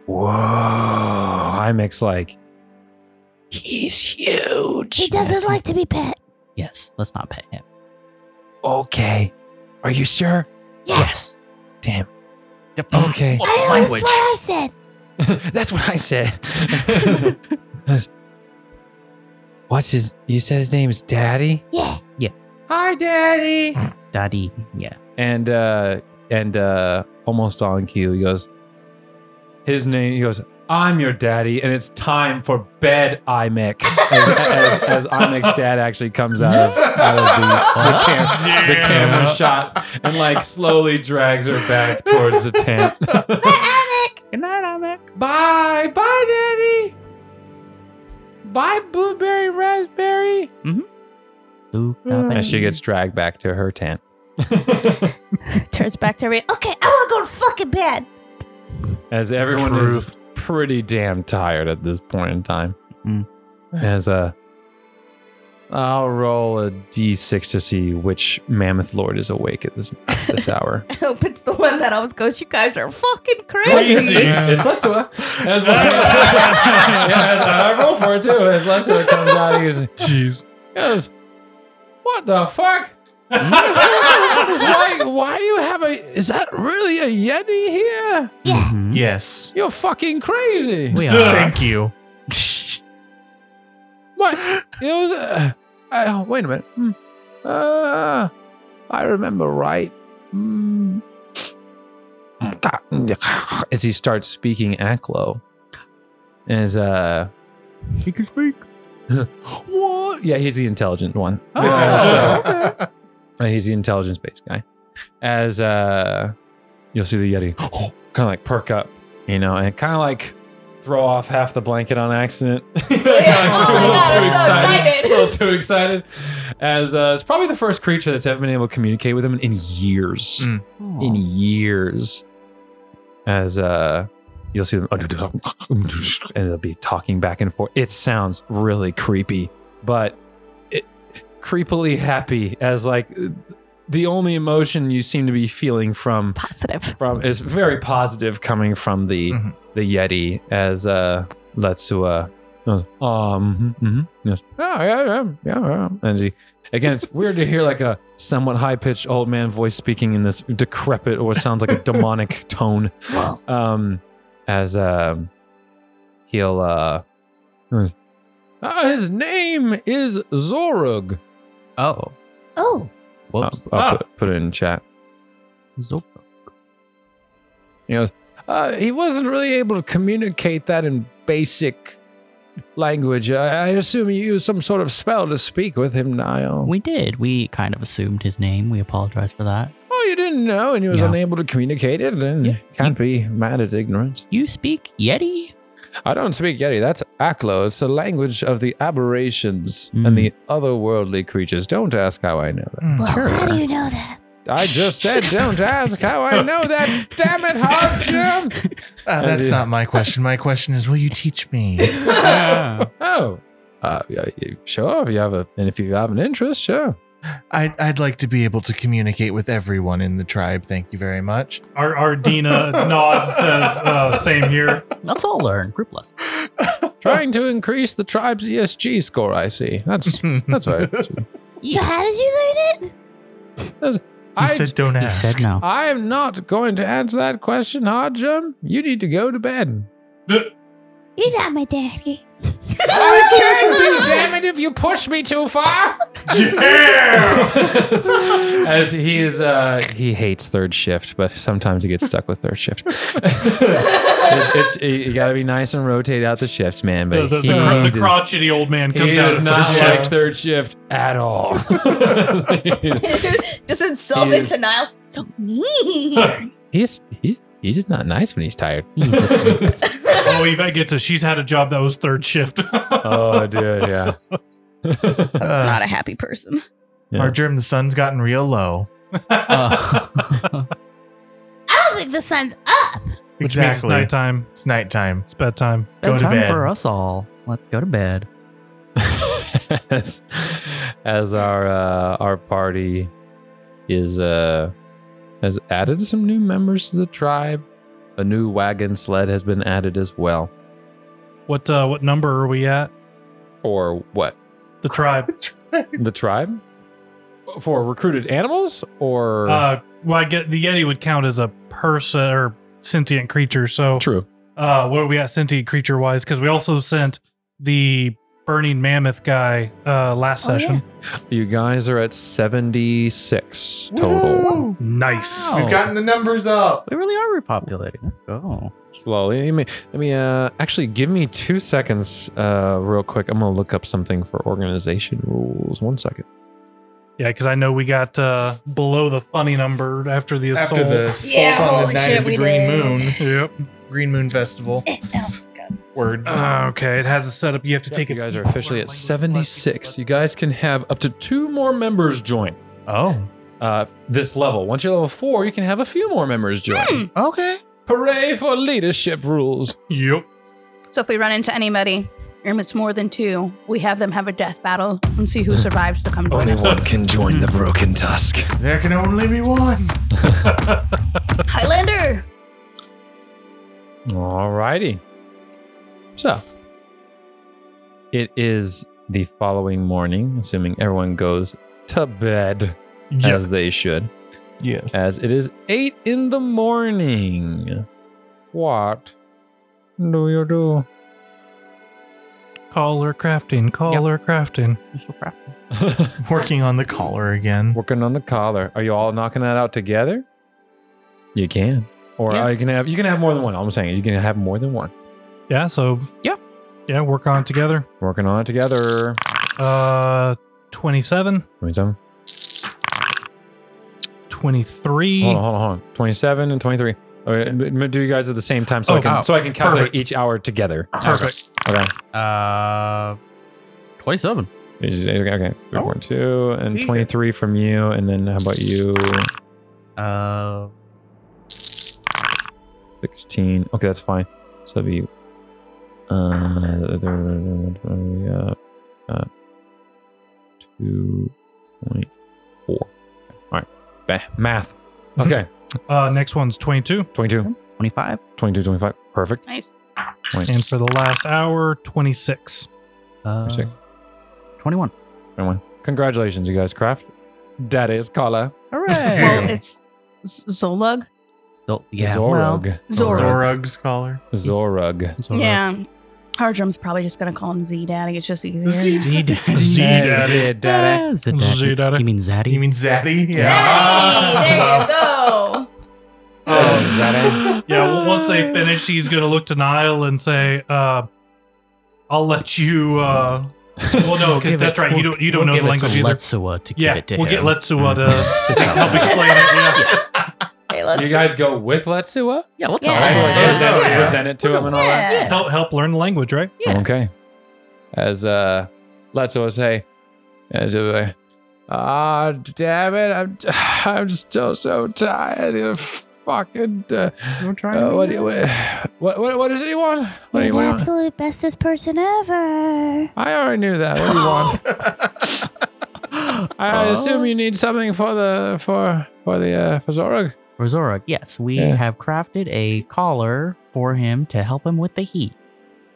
[SPEAKER 1] whoa! Imec's like, he's huge.
[SPEAKER 9] he doesn't
[SPEAKER 6] Yes.
[SPEAKER 9] like to be pet.
[SPEAKER 6] yes, let's not pet him.
[SPEAKER 1] Okay, are you sure?
[SPEAKER 6] Yes.
[SPEAKER 1] Damn. Okay.
[SPEAKER 2] What
[SPEAKER 9] I always what
[SPEAKER 2] language?
[SPEAKER 9] I said.
[SPEAKER 1] That's what I said. What's his? You said his name is Daddy.
[SPEAKER 9] Yeah.
[SPEAKER 1] Hi, Daddy.
[SPEAKER 6] Daddy. Yeah.
[SPEAKER 1] And uh, and uh, almost on cue, he goes. His name. He goes. I'm your daddy, and it's time for bed, Imec. As, as, as Imec's dad actually comes out of, out of the, the, cam- the camera shot and like slowly drags her back towards the tent.
[SPEAKER 6] Good night, Alec.
[SPEAKER 1] Bye, bye, Daddy. Bye, blueberry raspberry. And she gets dragged back to her tent.
[SPEAKER 4] Turns back to me.
[SPEAKER 9] Okay, I want to go to fucking bed.
[SPEAKER 1] As everyone is
[SPEAKER 5] Truth.
[SPEAKER 1] pretty damn tired at this point in time.
[SPEAKER 6] Mm.
[SPEAKER 1] As a, I'll roll a d6 to see which mammoth lord is awake at this at this hour.
[SPEAKER 3] no. I hope it's the one that always goes, You guys are fucking
[SPEAKER 1] It's,
[SPEAKER 3] crazy.
[SPEAKER 1] it's, it's Letsua. As, yeah, as I roll for it too. As Letsua comes out, he goes,
[SPEAKER 5] Jeez.
[SPEAKER 1] Goes, what the fuck? why, why you have a? Is that really a yeti here?
[SPEAKER 6] Mhm.
[SPEAKER 2] Yes.
[SPEAKER 1] You're fucking crazy.
[SPEAKER 6] We are.
[SPEAKER 2] Thank you.
[SPEAKER 1] What? It was. Uh, I- oh, wait a minute. Hmm. Uh, I remember right. Hmm. As he starts speaking Aklo, as uh,
[SPEAKER 6] He can speak.
[SPEAKER 1] what? Yeah, he's the intelligent one.
[SPEAKER 6] Oh.
[SPEAKER 1] So- Uh, he's the intelligence based guy. As uh, you'll see the Yeti kind of like perk up, you know, and kind of like throw off half the blanket on accident. Kinda like
[SPEAKER 3] Yeah.
[SPEAKER 1] too-
[SPEAKER 3] Oh my God, I'm so
[SPEAKER 1] A
[SPEAKER 3] excited.
[SPEAKER 1] little too excited. As uh, it's probably the first creature that's ever been able to communicate with him in years.
[SPEAKER 2] Mm.
[SPEAKER 6] Oh.
[SPEAKER 1] In years. As uh, you'll see them, and they'll be talking back and forth. It sounds really creepy, but it, creepily happy as like the only emotion you seem to be feeling from
[SPEAKER 4] Positive.
[SPEAKER 1] from is very positive coming from the
[SPEAKER 2] Mhm.
[SPEAKER 1] the yeti as uh Letsua goes, um mhm, mhm, yes. oh, yeah, yeah, yeah, yeah. and he again it's weird to hear like a somewhat high pitched old man voice speaking in this decrepit or what sounds like a demonic tone um as um he'll uh goes, "Ah, his name is Zorug.
[SPEAKER 6] Oh.
[SPEAKER 9] Oh,
[SPEAKER 6] Whoops. Ah.
[SPEAKER 1] I'll, I'll put, put it in chat.
[SPEAKER 6] Zoop.
[SPEAKER 1] He goes, uh, he wasn't really able to communicate that in basic language. I, I assume you used some sort of spell to speak with him, Niall.
[SPEAKER 6] We did. We kind of assumed his name. We apologize for that.
[SPEAKER 1] oh, you didn't know, and you was
[SPEAKER 6] Yeah.
[SPEAKER 1] unable to communicate it. Then
[SPEAKER 6] Yeah.
[SPEAKER 1] can't be mad at ignorance.
[SPEAKER 6] You speak Yeti?
[SPEAKER 1] I don't speak Yeti. That's Aklo. It's the language of the aberrations
[SPEAKER 6] Mm.
[SPEAKER 2] Hmm.
[SPEAKER 1] and the otherworldly creatures. Don't ask how I know that.
[SPEAKER 2] Uh,
[SPEAKER 9] well, how do you know that?
[SPEAKER 1] I just said, don't ask how I know that. Damn it, Hodgson!
[SPEAKER 2] Uh, that's not my question. My question is, will you teach me?
[SPEAKER 1] Oh, uh, yeah, y- sure. If you have a, and if you have an interest, sure.
[SPEAKER 2] I'd, I'd like to be able to communicate with everyone in the tribe. Thank you very much.
[SPEAKER 5] Our, our Dina nods and says, uh, same here.
[SPEAKER 6] Let's all learn. Group lesson.
[SPEAKER 5] Oh.
[SPEAKER 1] Trying to increase the tribe's ESG score. I see. That's that's right.
[SPEAKER 9] So how did you learn it?
[SPEAKER 2] He
[SPEAKER 1] I
[SPEAKER 2] said, don't
[SPEAKER 6] He
[SPEAKER 2] ask.
[SPEAKER 6] said no.
[SPEAKER 1] I'm not going to answer that question, Hodgem. You need to go to bed.
[SPEAKER 9] You're not my daddy.
[SPEAKER 1] I can be, damn it, if you push me too far. As he is, uh, he hates third shift, but sometimes he gets stuck with third shift. it's, it's, you got to be nice and rotate out the shifts, man.
[SPEAKER 5] The,
[SPEAKER 1] But
[SPEAKER 5] the, the,
[SPEAKER 1] he,
[SPEAKER 5] cro- the
[SPEAKER 1] does-
[SPEAKER 5] crotchety old man
[SPEAKER 1] he
[SPEAKER 5] comes out
[SPEAKER 1] does
[SPEAKER 5] of
[SPEAKER 1] not
[SPEAKER 5] third
[SPEAKER 1] like
[SPEAKER 5] shift.
[SPEAKER 1] third shift at all.
[SPEAKER 3] Just in self
[SPEAKER 1] Yes.
[SPEAKER 3] into Nile. So mean.
[SPEAKER 1] he's he's he's just not nice when he's tired.
[SPEAKER 6] He needs to sleep.
[SPEAKER 5] Oh, Yvette gets it. She's had a job that was third shift.
[SPEAKER 1] Oh, dude, yeah.
[SPEAKER 2] Uh,
[SPEAKER 4] not a happy person.
[SPEAKER 1] Yeah.
[SPEAKER 2] Marjoram, the sun's gotten real low.
[SPEAKER 6] Uh,
[SPEAKER 9] I don't think the sun's up.
[SPEAKER 5] Which means it's
[SPEAKER 2] exactly.
[SPEAKER 5] nighttime.
[SPEAKER 2] it's nighttime.
[SPEAKER 5] It's bedtime.
[SPEAKER 2] Go to
[SPEAKER 6] bedtime
[SPEAKER 2] bed.
[SPEAKER 6] for us all. Let's go to bed.
[SPEAKER 1] as, as our uh, our party is uh has added some new members to the tribe. A new wagon sled has been added as well.
[SPEAKER 5] What uh, what number are we at?
[SPEAKER 1] Or what?
[SPEAKER 5] The tribe.
[SPEAKER 1] The tribe? For recruited animals or
[SPEAKER 5] Uh, well, I get the Yeti would count as a person or sentient creature. So
[SPEAKER 1] true.
[SPEAKER 5] uh, where are we at sentient creature wise? Because we also sent the burning mammoth guy uh, last
[SPEAKER 3] Oh,
[SPEAKER 5] session.
[SPEAKER 1] You guys are at 76 total.
[SPEAKER 2] Woo!
[SPEAKER 5] Nice.
[SPEAKER 6] Wow.
[SPEAKER 2] We've gotten the numbers up.
[SPEAKER 6] We really are repopulating. Let's go.
[SPEAKER 1] Slowly. Let me, let me uh actually give me 2 seconds uh real quick. I'm going to look up something for organization rules. 1 second.
[SPEAKER 5] Yeah, because I know we got uh, below the funny number after the assault.
[SPEAKER 2] After the assault
[SPEAKER 3] Yeah,
[SPEAKER 2] on the
[SPEAKER 3] holy
[SPEAKER 2] night
[SPEAKER 3] shit,
[SPEAKER 2] of the
[SPEAKER 3] we
[SPEAKER 2] Green
[SPEAKER 3] did. Oh,
[SPEAKER 2] Moon,
[SPEAKER 5] Yep.
[SPEAKER 2] Green Moon Festival. Words.
[SPEAKER 5] Uh, okay, it has a setup. You have to
[SPEAKER 1] Yep,
[SPEAKER 5] take it.
[SPEAKER 1] you guys are officially at 76 you guys can have up to two more members join
[SPEAKER 2] oh.
[SPEAKER 1] uh, this level once you're level four you can have a few more members join
[SPEAKER 5] Hmm.
[SPEAKER 2] Okay.
[SPEAKER 1] hooray for leadership rules
[SPEAKER 5] Yep.
[SPEAKER 4] So if we run into anybody and it's more than two, we have them have a death battle and see who survives to come join us.
[SPEAKER 10] one can join the broken tusk.
[SPEAKER 2] There can only be one.
[SPEAKER 4] Highlander!
[SPEAKER 1] alrighty so it is the following morning assuming everyone goes to bed
[SPEAKER 5] Yep.
[SPEAKER 1] as they should
[SPEAKER 2] Yes.
[SPEAKER 1] as it is eight in the morning what do you do
[SPEAKER 5] Caller crafting. Caller crafting.
[SPEAKER 2] Working on the collar again.
[SPEAKER 1] Working on the collar. Are you all knocking that out together? You can. Or
[SPEAKER 6] Yeah.
[SPEAKER 1] uh, you can have you can have more than one. I'm saying you can have more than one.
[SPEAKER 5] Yeah. So.
[SPEAKER 6] Yeah.
[SPEAKER 5] Yeah. Work on it together.
[SPEAKER 1] Working on it together.
[SPEAKER 5] Uh, twenty-seven.
[SPEAKER 1] 27.
[SPEAKER 5] 23.
[SPEAKER 1] Hold on, hold on, hold on. 27 and 23. Okay, I'm gonna do you guys at the same time so I
[SPEAKER 5] Okay.
[SPEAKER 1] can so I can calculate
[SPEAKER 5] Perfect.
[SPEAKER 1] each hour together.
[SPEAKER 5] Perfect.
[SPEAKER 1] Okay.
[SPEAKER 6] Uh, 27.
[SPEAKER 1] Okay. okay.
[SPEAKER 6] Oh.
[SPEAKER 1] 3.2 and
[SPEAKER 6] Easy.
[SPEAKER 1] 23 from you and then how about you?
[SPEAKER 6] Uh,
[SPEAKER 1] 16. Okay, that's fine. So that'd be uh, there- uh, uh, two point four. All right, Ba- math. Okay,
[SPEAKER 5] Uh, next one's 22.
[SPEAKER 1] 22,
[SPEAKER 6] 25.
[SPEAKER 1] 22, 25. Perfect.
[SPEAKER 4] Nice.
[SPEAKER 5] And uh, for the last hour, 26.
[SPEAKER 6] Uh,
[SPEAKER 1] Six.
[SPEAKER 6] 21.
[SPEAKER 1] Everyone, congratulations, you guys. Craft. Daddy is Kala.
[SPEAKER 6] Hooray.
[SPEAKER 4] Well, it's Z- Zolug.
[SPEAKER 6] So- yeah. well,
[SPEAKER 1] Zorug.
[SPEAKER 4] Zorug.
[SPEAKER 2] Zorug's collar.
[SPEAKER 1] Zorug.
[SPEAKER 6] Zorug.
[SPEAKER 4] Yeah. Hardrum's probably just going to call him Z Daddy. It's just easier.
[SPEAKER 6] Z daddy.
[SPEAKER 5] Z
[SPEAKER 1] Z
[SPEAKER 5] daddy.
[SPEAKER 1] daddy.
[SPEAKER 6] Ah, Z
[SPEAKER 5] Z daddy.
[SPEAKER 6] daddy. You mean Zaddy?
[SPEAKER 2] You mean Zaddy?
[SPEAKER 3] Hey, there you go.
[SPEAKER 1] Oh, Zaddy.
[SPEAKER 5] Yeah, well, once they finish, he's going to look to Niall and say, uh, I'll let you. Uh, well, no, 'cause
[SPEAKER 6] We'll give
[SPEAKER 5] that's
[SPEAKER 6] it-
[SPEAKER 5] right.
[SPEAKER 6] we'll-
[SPEAKER 5] you don't, you don't
[SPEAKER 6] we'll
[SPEAKER 5] know
[SPEAKER 6] give
[SPEAKER 5] the language
[SPEAKER 6] it to
[SPEAKER 5] either.
[SPEAKER 6] Letsua to give
[SPEAKER 5] yeah,
[SPEAKER 6] it to
[SPEAKER 5] we'll uh,
[SPEAKER 6] him.
[SPEAKER 5] get Letsuwa to, to
[SPEAKER 6] Mm.
[SPEAKER 5] help explain it. Yeah.
[SPEAKER 3] Hey, let's
[SPEAKER 1] You guys go with Letsua?
[SPEAKER 6] Yeah, we'll
[SPEAKER 3] Yeah.
[SPEAKER 6] tell
[SPEAKER 3] Yes.
[SPEAKER 6] him.
[SPEAKER 3] Yes.
[SPEAKER 1] Present-
[SPEAKER 2] Yeah.
[SPEAKER 1] Present it to him and all that.
[SPEAKER 3] Yeah.
[SPEAKER 5] Help, help learn the language, right?
[SPEAKER 6] Yeah.
[SPEAKER 1] Okay. As uh, let's all say, as uh, Ah, damn it! I'm I'm still so tired. Of fucking. Uh,
[SPEAKER 6] We're trying.
[SPEAKER 1] uh, what, do you- what, what what what does he want? What do
[SPEAKER 9] You're
[SPEAKER 1] you
[SPEAKER 9] the
[SPEAKER 1] want?
[SPEAKER 9] absolute bestest person ever.
[SPEAKER 1] I already knew that. What do you want? I
[SPEAKER 6] Oh.
[SPEAKER 1] assume you need something for the for for the uh, for Zorog.
[SPEAKER 6] Rosora, yes, we
[SPEAKER 1] Yeah.
[SPEAKER 6] have crafted a collar for him to help him with the heat.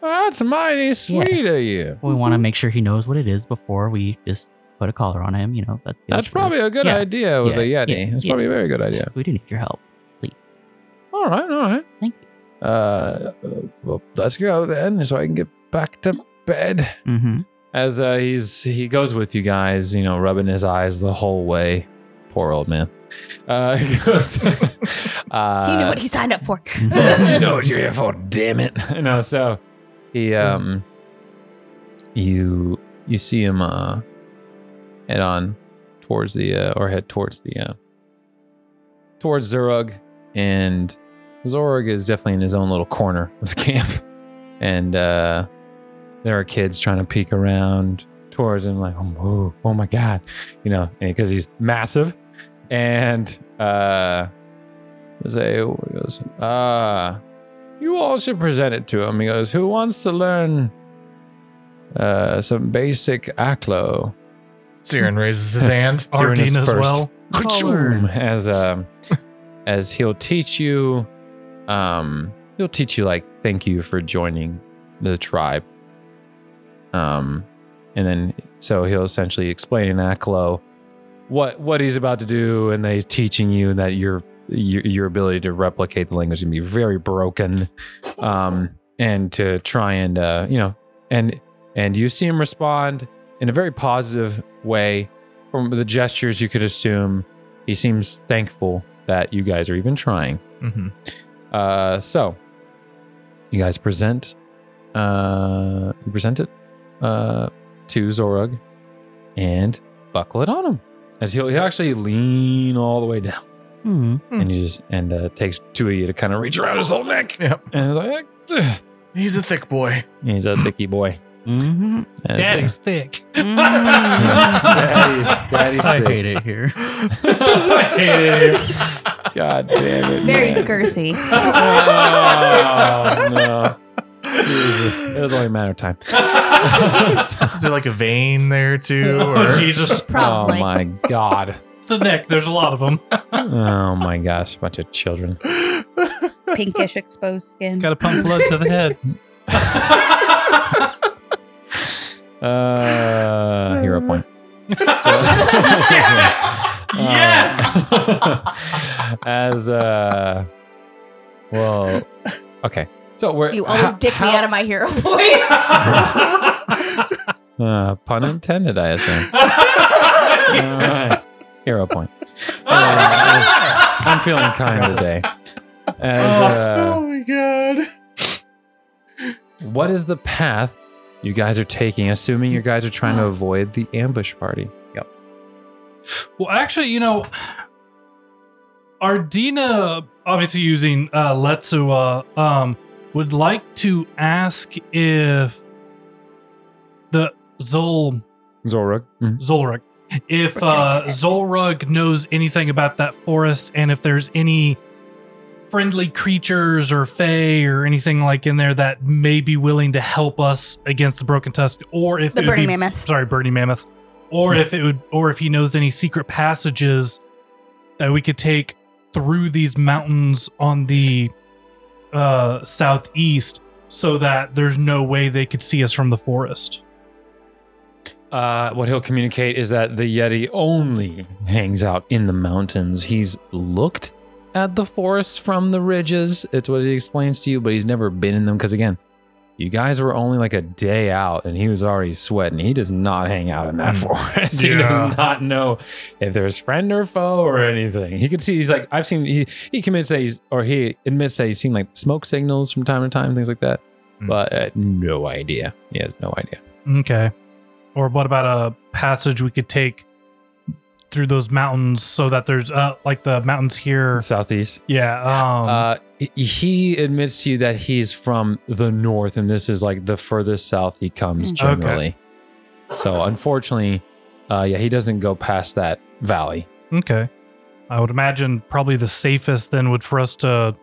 [SPEAKER 1] That's mighty sweet of you.
[SPEAKER 6] We
[SPEAKER 5] Mm-hmm.
[SPEAKER 6] want to make sure he knows what it is before we just put a collar on him. You know, that feels
[SPEAKER 1] That's
[SPEAKER 6] weird.
[SPEAKER 1] probably a good
[SPEAKER 6] Yeah.
[SPEAKER 1] idea with the
[SPEAKER 6] Yeah.
[SPEAKER 1] Yeti.
[SPEAKER 6] Yeah.
[SPEAKER 1] That's
[SPEAKER 6] Yeah.
[SPEAKER 1] probably a very good idea.
[SPEAKER 6] We do need your help.
[SPEAKER 1] All right, all right.
[SPEAKER 6] Thank
[SPEAKER 1] you. Uh, uh, well, let's go then, so I can get back to bed.
[SPEAKER 6] Mm-hmm.
[SPEAKER 1] As uh, he's he goes with you guys, you know, rubbing his eyes the whole way. Poor old man. Uh, he goes. uh,
[SPEAKER 4] he knew what he signed up for.
[SPEAKER 6] Mm-hmm.
[SPEAKER 1] you know what you're here for, damn it. No, so he um you you see him uh head on towards the uh, or head towards the uh towards Zurug and Zorg is definitely in his own little corner of the camp. And uh there are kids trying to peek around towards him like, oh, whoa, oh my god, you know, because he's massive. And uh say, "Oh, he goes, ah, you all should present it to him. He goes, who wants to learn uh, some basic aclo?
[SPEAKER 2] Siren raises his hand.
[SPEAKER 5] Ardeen as
[SPEAKER 1] first.
[SPEAKER 5] well.
[SPEAKER 1] Ka-choom! as um, as he'll teach you, um, he'll teach you like thank you for joining the tribe. Um, and then so he'll essentially explain in Aklo what what he's about to do, and that he's teaching you that your your, your ability to replicate the language can be very broken, um, and to try and uh, you know and and you see him respond in a very positive way from the gestures you could assume he seems thankful that you guys are even trying
[SPEAKER 2] Mm-hmm.
[SPEAKER 1] uh so you guys present uh you present it uh to zorug and buckle it on him as he'll, he'll actually lean all the way down
[SPEAKER 6] hmm
[SPEAKER 1] and he just and uh takes two of you to kind of reach around his whole neck
[SPEAKER 2] Yep.
[SPEAKER 1] and he's like "Ugh."
[SPEAKER 2] He's a thick boy.
[SPEAKER 1] he's a thicky boy
[SPEAKER 6] hmm
[SPEAKER 1] And so-
[SPEAKER 5] Daddy's thick.
[SPEAKER 1] daddy's daddy's
[SPEAKER 6] I
[SPEAKER 1] thick.
[SPEAKER 6] hate it here.
[SPEAKER 1] God damn it.
[SPEAKER 4] Very
[SPEAKER 1] man.
[SPEAKER 4] girthy.
[SPEAKER 1] Oh, no. Jesus. It was only a matter of time.
[SPEAKER 2] Is there like a vein there too? Or
[SPEAKER 5] Oh, Jesus.
[SPEAKER 4] Probably.
[SPEAKER 1] Oh my god.
[SPEAKER 5] The neck. There's a lot of them.
[SPEAKER 1] Oh my gosh, bunch of children.
[SPEAKER 11] Pinkish exposed skin.
[SPEAKER 5] Got to pump blood to the head.
[SPEAKER 1] Uh hero point.
[SPEAKER 5] Yes!
[SPEAKER 1] Uh, as uh well okay. So we're
[SPEAKER 3] You always
[SPEAKER 1] ho-
[SPEAKER 3] dick
[SPEAKER 1] how-
[SPEAKER 3] me out of my hero points.
[SPEAKER 1] uh, pun intended, I assume. All right. Hero point. I'm feeling kind today. As, uh,
[SPEAKER 2] oh my god.
[SPEAKER 1] what is the path you guys are taking, assuming you guys are trying to avoid the ambush party?
[SPEAKER 5] Well, actually, you know, Ardina, obviously using uh, Letsua, um, would like to ask if the Zol
[SPEAKER 1] Zoruk. Mhm.
[SPEAKER 5] Zolrug, if uh, Zolrug knows anything about that forest, and if there's any friendly creatures or fae or anything like in there that may be willing to help us against the Broken Tusk, or if
[SPEAKER 4] The
[SPEAKER 5] it would
[SPEAKER 4] burning
[SPEAKER 5] be
[SPEAKER 4] mammoths.
[SPEAKER 5] sorry burning mammoths or if it would or if he knows any secret passages that we could take through these mountains on the uh southeast so that there's no way they could see us from the forest
[SPEAKER 1] Uh, what he'll communicate is that the Yeti only hangs out in the mountains. He's looked at the forests from the ridges. It's what he explains to you, but he's never been in them because, again, you guys were only like a day out and he was already sweating. He does not hang out in that
[SPEAKER 2] Mm.
[SPEAKER 1] forest. He does not know if there's friend or foe or anything. He could see, he's like, I've seen, he, he commits that he's, or he admits that he's seen like smoke signals from time to time, things like that.
[SPEAKER 2] Mm.
[SPEAKER 1] But uh, no idea. He has no idea.
[SPEAKER 5] okay or what about a passage we could take through those mountains so that there's uh like the mountains here
[SPEAKER 1] Southeast.
[SPEAKER 5] yeah um
[SPEAKER 1] Uh, he- he admits to you that he's from the north, and this is like the furthest south he comes
[SPEAKER 5] Okay.
[SPEAKER 1] generally. So, unfortunately, Uh, yeah, he doesn't go past that valley.
[SPEAKER 5] Okay. I would imagine probably the safest then would for us to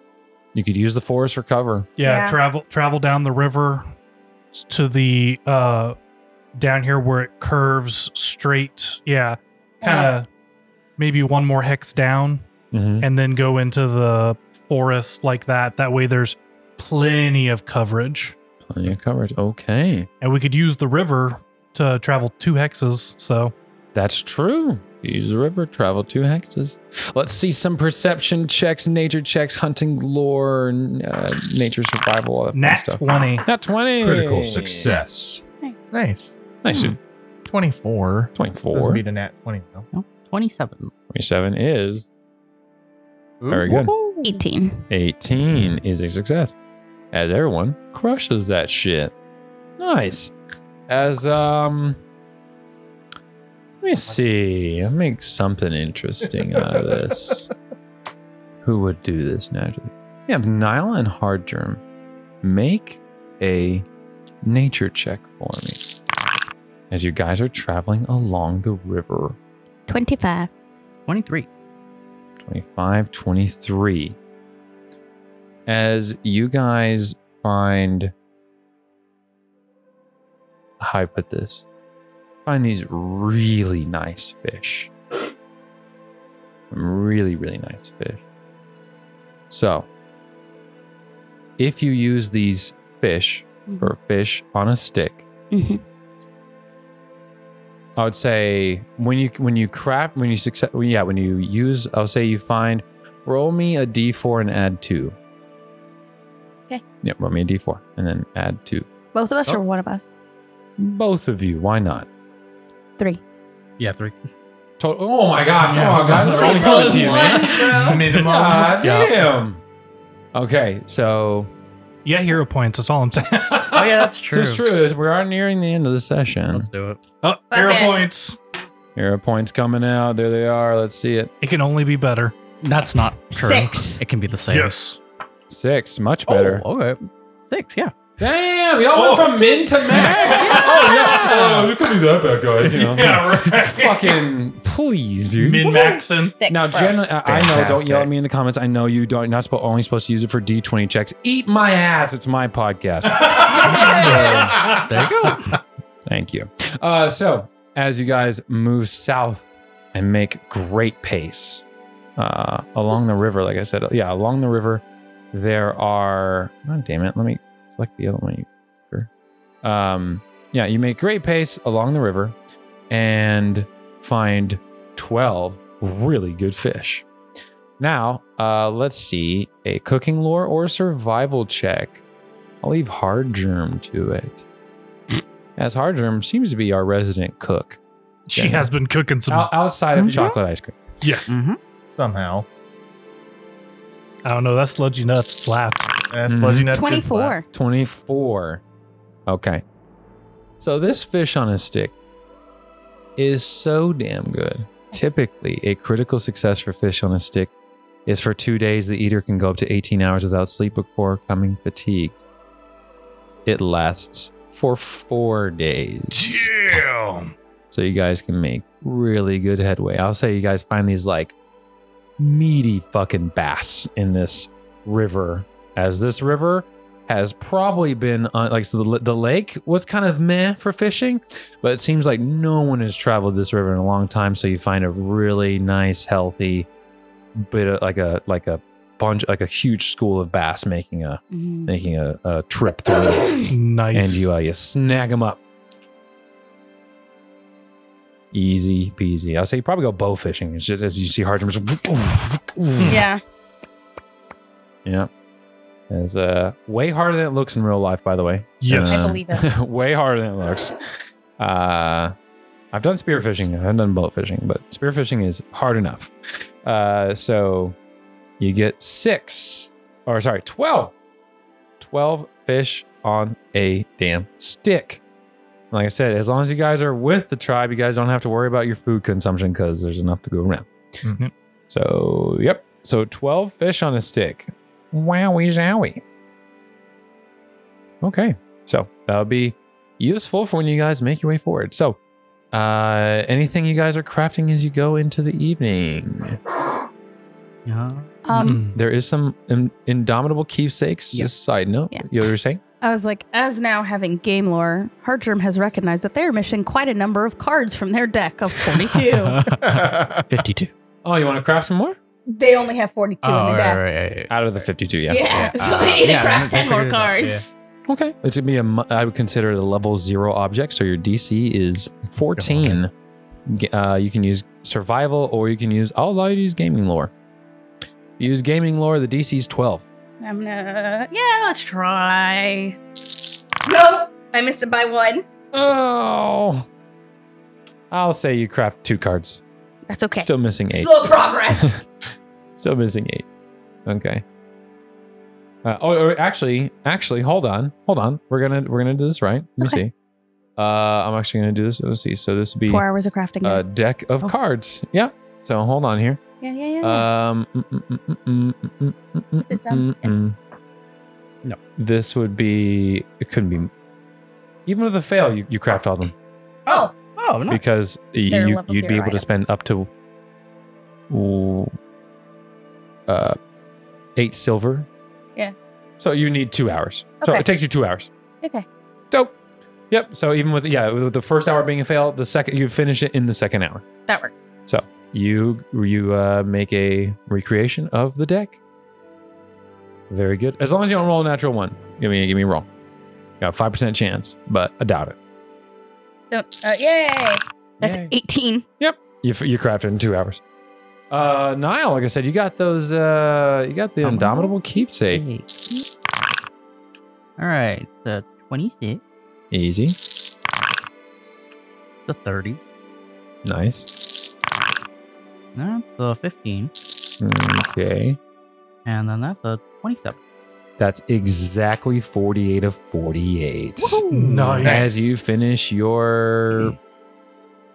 [SPEAKER 1] You could use the forest for cover.
[SPEAKER 5] yeah,
[SPEAKER 4] Yeah.
[SPEAKER 5] travel travel down the river s- to the uh down here where it curves straight. Yeah. Kind of maybe one more hex down
[SPEAKER 1] Mm-hmm.
[SPEAKER 5] and then go into the forest like that. That way there's plenty of coverage.
[SPEAKER 1] Plenty of coverage. Okay.
[SPEAKER 5] And we could use the river to travel two hexes, so
[SPEAKER 1] That's true. Use the river, travel two hexes. Let's see some perception checks, nature checks, hunting lore, n- uh, nature survival, all that fun
[SPEAKER 5] nat
[SPEAKER 1] stuff.
[SPEAKER 5] 20.
[SPEAKER 1] Nat 20.
[SPEAKER 12] Critical success.
[SPEAKER 2] Nice.
[SPEAKER 1] Nice.
[SPEAKER 2] Hmm. 24. Doesn't
[SPEAKER 1] 24.
[SPEAKER 2] beat a nat Oh, 20, though.
[SPEAKER 6] 27.
[SPEAKER 1] 27 is very
[SPEAKER 2] Ooh.
[SPEAKER 1] good.
[SPEAKER 4] 18.
[SPEAKER 1] 18 is a success. As everyone crushes that shit. Nice. As um let me see. I'll make something interesting out of this. Who would do this naturally? We have Nile and Hard Germ. Make a nature check for me. As you guys are traveling along the river.
[SPEAKER 4] 25.
[SPEAKER 6] 23.
[SPEAKER 1] 25, 23. As you guys find. How do I put this? Find these really nice fish. Really, really nice fish. So, if you use these fish for fish on a stick,
[SPEAKER 4] Mm-hmm.
[SPEAKER 1] I would say when you when you crap when you success well, yeah when you use I'll say you find roll me a d4 and add two.
[SPEAKER 3] Okay.
[SPEAKER 1] Yeah, roll me a d4 and then add two.
[SPEAKER 3] Both of us
[SPEAKER 1] Oh.
[SPEAKER 3] or one of us?
[SPEAKER 1] Both of you, why not?
[SPEAKER 4] Three.
[SPEAKER 6] Yeah, three.
[SPEAKER 1] To- oh my god! Oh god! They're all good to you, man.
[SPEAKER 2] Minimum.
[SPEAKER 1] God damn. Okay, so
[SPEAKER 5] Yeah, hero points. That's all I'm saying.
[SPEAKER 6] Oh, yeah, that's
[SPEAKER 1] so
[SPEAKER 6] true.
[SPEAKER 1] it's true. We are nearing the end of the session.
[SPEAKER 6] Let's do it.
[SPEAKER 5] Oh, hero
[SPEAKER 13] it.
[SPEAKER 5] points.
[SPEAKER 1] Hero points coming out. There they are. Let's see it.
[SPEAKER 5] It can only be better.
[SPEAKER 6] That's not true.
[SPEAKER 3] Six.
[SPEAKER 6] It can be the same.
[SPEAKER 1] Six, much
[SPEAKER 6] Oh,
[SPEAKER 1] better.
[SPEAKER 6] okay. Six, yeah.
[SPEAKER 1] Damn! We all went from min to max.
[SPEAKER 12] Oh, it could be that bad, guys. You know?
[SPEAKER 1] fucking please, dude.
[SPEAKER 5] Min maxing.
[SPEAKER 3] Six.
[SPEAKER 1] now,
[SPEAKER 3] for us.
[SPEAKER 1] generally, I, I know. Don't yell at
[SPEAKER 2] Fantastic.
[SPEAKER 1] me in the comments. I know you don't. You're not supposed only supposed to use it for D twenty checks. Eat my ass. It's my podcast. So, there you go. Thank you. Uh, so, as you guys move south and make great pace uh, along the river, like I said, yeah, along the river, there are. God damn it! Let me select the other one. You, fucker. um, yeah, you make great pace along the river and find 12 really good fish. Now, uh, let's see a cooking lore or survival check. I'll leave Hard Germ to it. As Hard Germ seems to be our resident cook
[SPEAKER 5] She
[SPEAKER 1] Yeah.
[SPEAKER 5] has been cooking some.
[SPEAKER 1] Out- outside of
[SPEAKER 6] Mhm.
[SPEAKER 1] chocolate ice cream.
[SPEAKER 6] Mm-hmm.
[SPEAKER 2] Somehow.
[SPEAKER 5] I don't know. That's sludgy nuts. Slap.
[SPEAKER 2] That's
[SPEAKER 1] Mhm.
[SPEAKER 2] Sludgy Nuts did
[SPEAKER 4] 24.
[SPEAKER 1] 24. Okay. So this fish on a stick is so damn good. Typically, a critical success for fish on a stick is for two days. The eater can go up to 18 hours without sleep before coming fatigued. It lasts for four days.
[SPEAKER 5] Damn.
[SPEAKER 1] So you guys can make really good headway. I'll say you guys find these like meaty fucking bass in this river, as this river has probably been on, like so the, the lake was kind of meh for fishing, but it seems like no one has traveled this river in a long time. So you find a really nice, healthy bit of like a like a bunch like a huge school of bass making a
[SPEAKER 4] Mm-hmm.
[SPEAKER 1] making a, a trip through
[SPEAKER 5] Nice.
[SPEAKER 1] and you uh, you snag them up. Easy peasy. I'll say you probably go bow fishing. It's just as you see hard yeah.
[SPEAKER 4] Yeah.
[SPEAKER 1] yeah. It's uh, way harder than it looks in real life, by the way. Um,
[SPEAKER 5] Yes.
[SPEAKER 3] I believe
[SPEAKER 1] it. way harder than it looks. Uh, I've done spearfishing. I haven't done boat fishing, but spearfishing is hard enough. Uh, so you get six, or sorry, 12. 12 fish on a damn stick. Like I said, as long as you guys are with the tribe, you guys don't have to worry about your food consumption because there's enough to go around.
[SPEAKER 5] Mhm.
[SPEAKER 1] So, yep. So 12 fish on a stick. Wowie zowie. Okay. So that'll be useful for when you guys make your way forward. So Uh, anything you guys are crafting as you go into the evening?
[SPEAKER 6] Hmm.
[SPEAKER 4] Um,
[SPEAKER 1] There is some in- indomitable keepsakes.
[SPEAKER 6] Yeah.
[SPEAKER 1] Just side note,
[SPEAKER 4] Yeah.
[SPEAKER 1] you were saying.
[SPEAKER 4] I was like, as now having game lore, Hardgerm has recognized that they are missing quite a number of cards from their deck of 42.
[SPEAKER 6] 52.
[SPEAKER 1] Oh, you want to craft some more
[SPEAKER 3] They only have 42
[SPEAKER 6] Oh,
[SPEAKER 3] in the deck.
[SPEAKER 1] out of the fifty-two? Yeah.
[SPEAKER 3] Yeah.
[SPEAKER 6] Yeah.
[SPEAKER 3] So
[SPEAKER 6] Uh,
[SPEAKER 3] they need
[SPEAKER 6] yeah,
[SPEAKER 3] to craft
[SPEAKER 6] I
[SPEAKER 3] 10 more
[SPEAKER 6] figured it out, yeah.
[SPEAKER 3] cards.
[SPEAKER 1] Okay. It's gonna be a. mu- I would consider it a level zero object. So your DC is fourteen. G- Uh, you can use survival, or you can use. I'll allow you to use gaming lore. You use gaming lore. The DC is twelve.
[SPEAKER 4] I'm gonna, yeah, let's try.
[SPEAKER 3] Nope. I missed it by one.
[SPEAKER 1] Oh. I'll say you craft two cards.
[SPEAKER 4] That's okay.
[SPEAKER 1] Still missing eight.
[SPEAKER 3] Slow progress.
[SPEAKER 1] Still missing eight. Okay. Uh, oh, oh, actually, actually, hold on, hold on. We're gonna we're gonna do this right. Let me
[SPEAKER 4] Okay.
[SPEAKER 1] see. Uh, I'm actually gonna do this. Let's see. So this would be
[SPEAKER 4] Four hours of crafting.
[SPEAKER 1] a
[SPEAKER 4] guys.
[SPEAKER 1] deck of cards. Yeah. So hold on here.
[SPEAKER 4] yeah, yeah, yeah. yeah.
[SPEAKER 1] Um. mm, mm, mm, mm, mm, mm, mm, mm,
[SPEAKER 4] Is it done?
[SPEAKER 1] mm, mm.
[SPEAKER 6] No.
[SPEAKER 1] This would be. It couldn't be. Even with a fail, you, you craft all them
[SPEAKER 3] oh,
[SPEAKER 6] Oh, no.
[SPEAKER 1] because you,
[SPEAKER 4] They're
[SPEAKER 1] you
[SPEAKER 4] level
[SPEAKER 1] you'd be
[SPEAKER 4] zero
[SPEAKER 1] able to spend up to ooh, uh, eight silver.
[SPEAKER 3] Yeah.
[SPEAKER 1] So you need two hours. So
[SPEAKER 3] Okay.
[SPEAKER 1] it takes you two hours.
[SPEAKER 3] Okay.
[SPEAKER 1] Dope. Yep. So even with yeah, with the first hour being a fail, the second you finish it in the second hour.
[SPEAKER 4] that worked.
[SPEAKER 1] You you uh, make a recreation of the deck. Very good. As long as you don't roll a natural one, give me give me a roll. Got five percent chance, but I doubt it.
[SPEAKER 3] don't, uh, yay.
[SPEAKER 4] That's 18.
[SPEAKER 1] You f- you crafted in two hours. Uh, Niall, like I said, you got those. Uh, you got the indomitable
[SPEAKER 6] Dominable?
[SPEAKER 1] keepsake.
[SPEAKER 6] Oh, All right. The 26,
[SPEAKER 1] Easy,
[SPEAKER 6] the 30,
[SPEAKER 1] nice.
[SPEAKER 6] that's the 15,
[SPEAKER 1] Okay,
[SPEAKER 6] and then that's a 27.
[SPEAKER 1] that's exactly forty-eight of forty-eight.
[SPEAKER 5] Nice.
[SPEAKER 1] As you finish your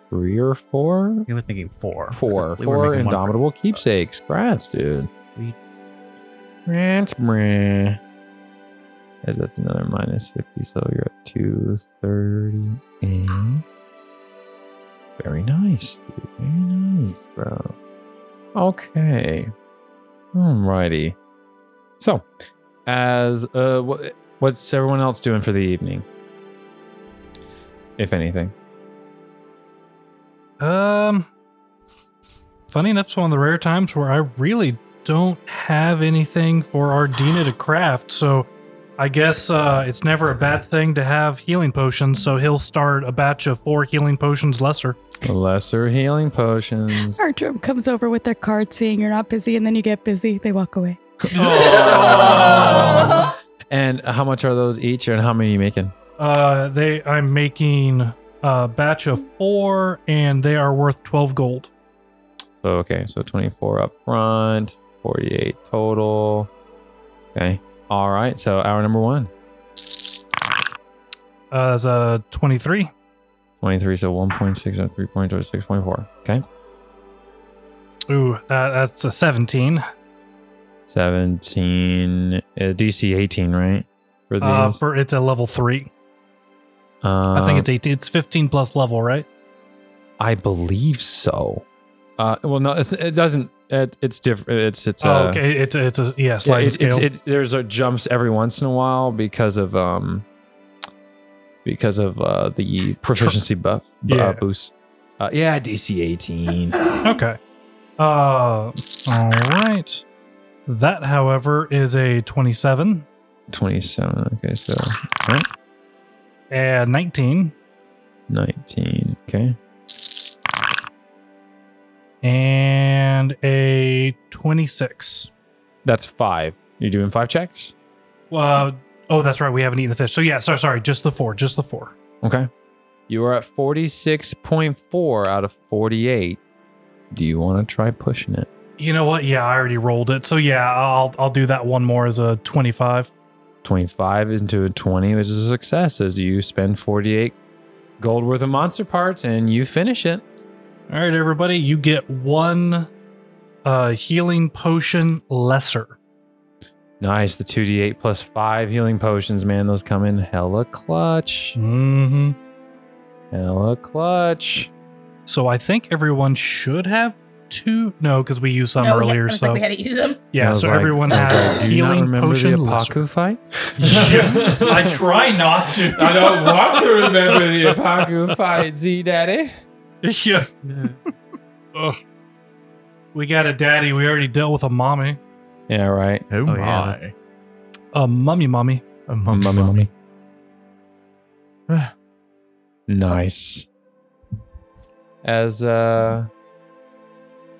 [SPEAKER 1] three or four,
[SPEAKER 6] You were thinking four.
[SPEAKER 1] four,
[SPEAKER 6] Except we were
[SPEAKER 1] four
[SPEAKER 6] making one for-
[SPEAKER 1] indomitable keepsakes. Congrats, dude.
[SPEAKER 6] We-
[SPEAKER 1] Congrats, bruh. As that's another minus fifty, so you're at two thirty-eight. Very nice, dude. Very nice, bro. Okay. Alrighty. So, as uh, wh- what's everyone else doing for the evening? If anything,
[SPEAKER 5] Um, funny enough, it's one of the rare times where I really don't have anything for Ardina to craft. So I guess uh, it's never a bad thing to have healing potions. So he'll start a batch of four healing potions lesser.
[SPEAKER 1] lesser healing potions.
[SPEAKER 4] Hardgerm comes over with their card saying you're not busy, and then you get busy. They walk away.
[SPEAKER 1] Oh. And how much are those each, and how many are you making?
[SPEAKER 5] Uh, they I'm making a batch of four, and they are worth twelve gold.
[SPEAKER 1] So okay, so 24 up front, 48 total. Okay. All right. So hour number one,
[SPEAKER 5] Uh, as a twenty-three.
[SPEAKER 1] 23. So 1.6 and 3.26.4. Okay.
[SPEAKER 5] Ooh, that, that's a seventeen.
[SPEAKER 1] 17. Uh, DC 18, right? For these. Uh,
[SPEAKER 5] Uh, for it's a level three. I
[SPEAKER 1] Uh-huh.
[SPEAKER 5] think it's eighteen. It's fifteen plus level, right?
[SPEAKER 1] I believe so. Uh, well, no, it's, it doesn't. It, it's different. It's it's.
[SPEAKER 5] oh,
[SPEAKER 1] Uh,
[SPEAKER 5] okay. It's it's a yeah,
[SPEAKER 1] Yeah,
[SPEAKER 5] sliding
[SPEAKER 1] it's, it's,
[SPEAKER 5] scale.
[SPEAKER 1] it, there's a jumps every once in a while because of um because of uh the proficiency buff bu-
[SPEAKER 5] Yeah.
[SPEAKER 1] uh, boost. Uh, yeah, DC 18.
[SPEAKER 5] okay. Uh, all right. That, however, is a twenty-seven
[SPEAKER 1] 27. Okay, so
[SPEAKER 5] and nineteen
[SPEAKER 1] 19. Okay.
[SPEAKER 5] and a twenty-six.
[SPEAKER 1] That's 5. You're doing 5 checks?
[SPEAKER 5] Uh, oh, that's right. We haven't eaten the fish. So yeah, sorry, sorry. Just the four. Just the four.
[SPEAKER 1] Okay. You are at 46.4 out of 48. Do you want to try pushing it?
[SPEAKER 5] You know what? Yeah, I already rolled it. So yeah, I'll I'll do that one more as a twenty-five.
[SPEAKER 1] 25 into a 20, which is a success as you spend 48 gold worth of monster parts and you finish it.
[SPEAKER 5] All right, everybody, you get one uh, healing potion lesser.
[SPEAKER 1] Nice. The 2d8 plus 5 healing potions, man. Those come in hella clutch.
[SPEAKER 5] Mm-hmm.
[SPEAKER 1] Hella clutch.
[SPEAKER 5] So I think everyone should have two. No, because we used some
[SPEAKER 3] No, we had- I
[SPEAKER 5] earlier.
[SPEAKER 3] don't
[SPEAKER 5] So
[SPEAKER 3] think we had to use them.
[SPEAKER 5] yeah,
[SPEAKER 1] I was
[SPEAKER 5] so
[SPEAKER 1] like-
[SPEAKER 5] everyone
[SPEAKER 1] I was
[SPEAKER 5] has
[SPEAKER 1] like, do you not
[SPEAKER 5] healing
[SPEAKER 1] remember
[SPEAKER 5] potion.
[SPEAKER 1] the
[SPEAKER 5] Lesser.
[SPEAKER 1] Apaku fight?
[SPEAKER 5] Yeah, I try not to.
[SPEAKER 1] I don't want to remember the Apaku fight, Z Daddy.
[SPEAKER 5] Yeah. Ugh. We got a daddy. We already dealt with a mommy.
[SPEAKER 1] Yeah, right.
[SPEAKER 2] Oh,
[SPEAKER 1] yeah.
[SPEAKER 2] my.
[SPEAKER 5] A mummy, mommy.
[SPEAKER 2] A mummy,
[SPEAKER 1] Mummy,
[SPEAKER 2] mummy.
[SPEAKER 1] Nice. As uh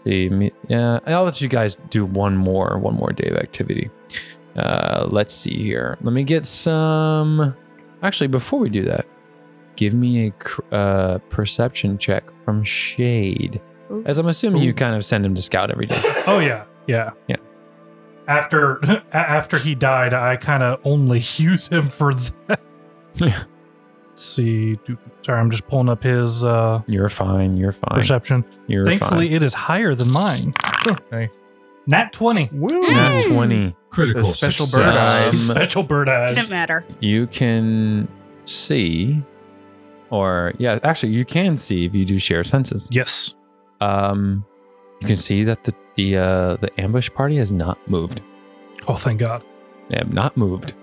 [SPEAKER 1] see me yeah, I'll let you guys do one more one more day of activity. Uh let's see here. Let me get some Actually, before we do that, give me a cr- uh, perception check from Shade.
[SPEAKER 4] Ooh.
[SPEAKER 1] As I'm assuming you kind of send him to scout every day.
[SPEAKER 5] Oh yeah, yeah,
[SPEAKER 1] Yeah.
[SPEAKER 5] After a- after he died, I kind of only use him for that.
[SPEAKER 1] Yeah.
[SPEAKER 5] Let's see, do- sorry, I'm just pulling up his uh,
[SPEAKER 1] You're fine. You're fine.
[SPEAKER 5] perception.
[SPEAKER 1] You're
[SPEAKER 5] Thankfully,
[SPEAKER 1] fine.
[SPEAKER 5] it is higher than mine.
[SPEAKER 2] Oh, Nice.
[SPEAKER 5] Nat twenty.
[SPEAKER 2] Woo.
[SPEAKER 1] Nat 20.
[SPEAKER 14] Critical
[SPEAKER 2] The special
[SPEAKER 14] success.
[SPEAKER 2] bird eyes.
[SPEAKER 1] Um,
[SPEAKER 5] Special bird eyes.
[SPEAKER 15] Didn't matter.
[SPEAKER 1] you can see or yeah actually you can see if you do share senses
[SPEAKER 5] Yes.
[SPEAKER 1] um you can see that the the uh the ambush party has not moved
[SPEAKER 5] Oh, thank God.
[SPEAKER 1] they have not moved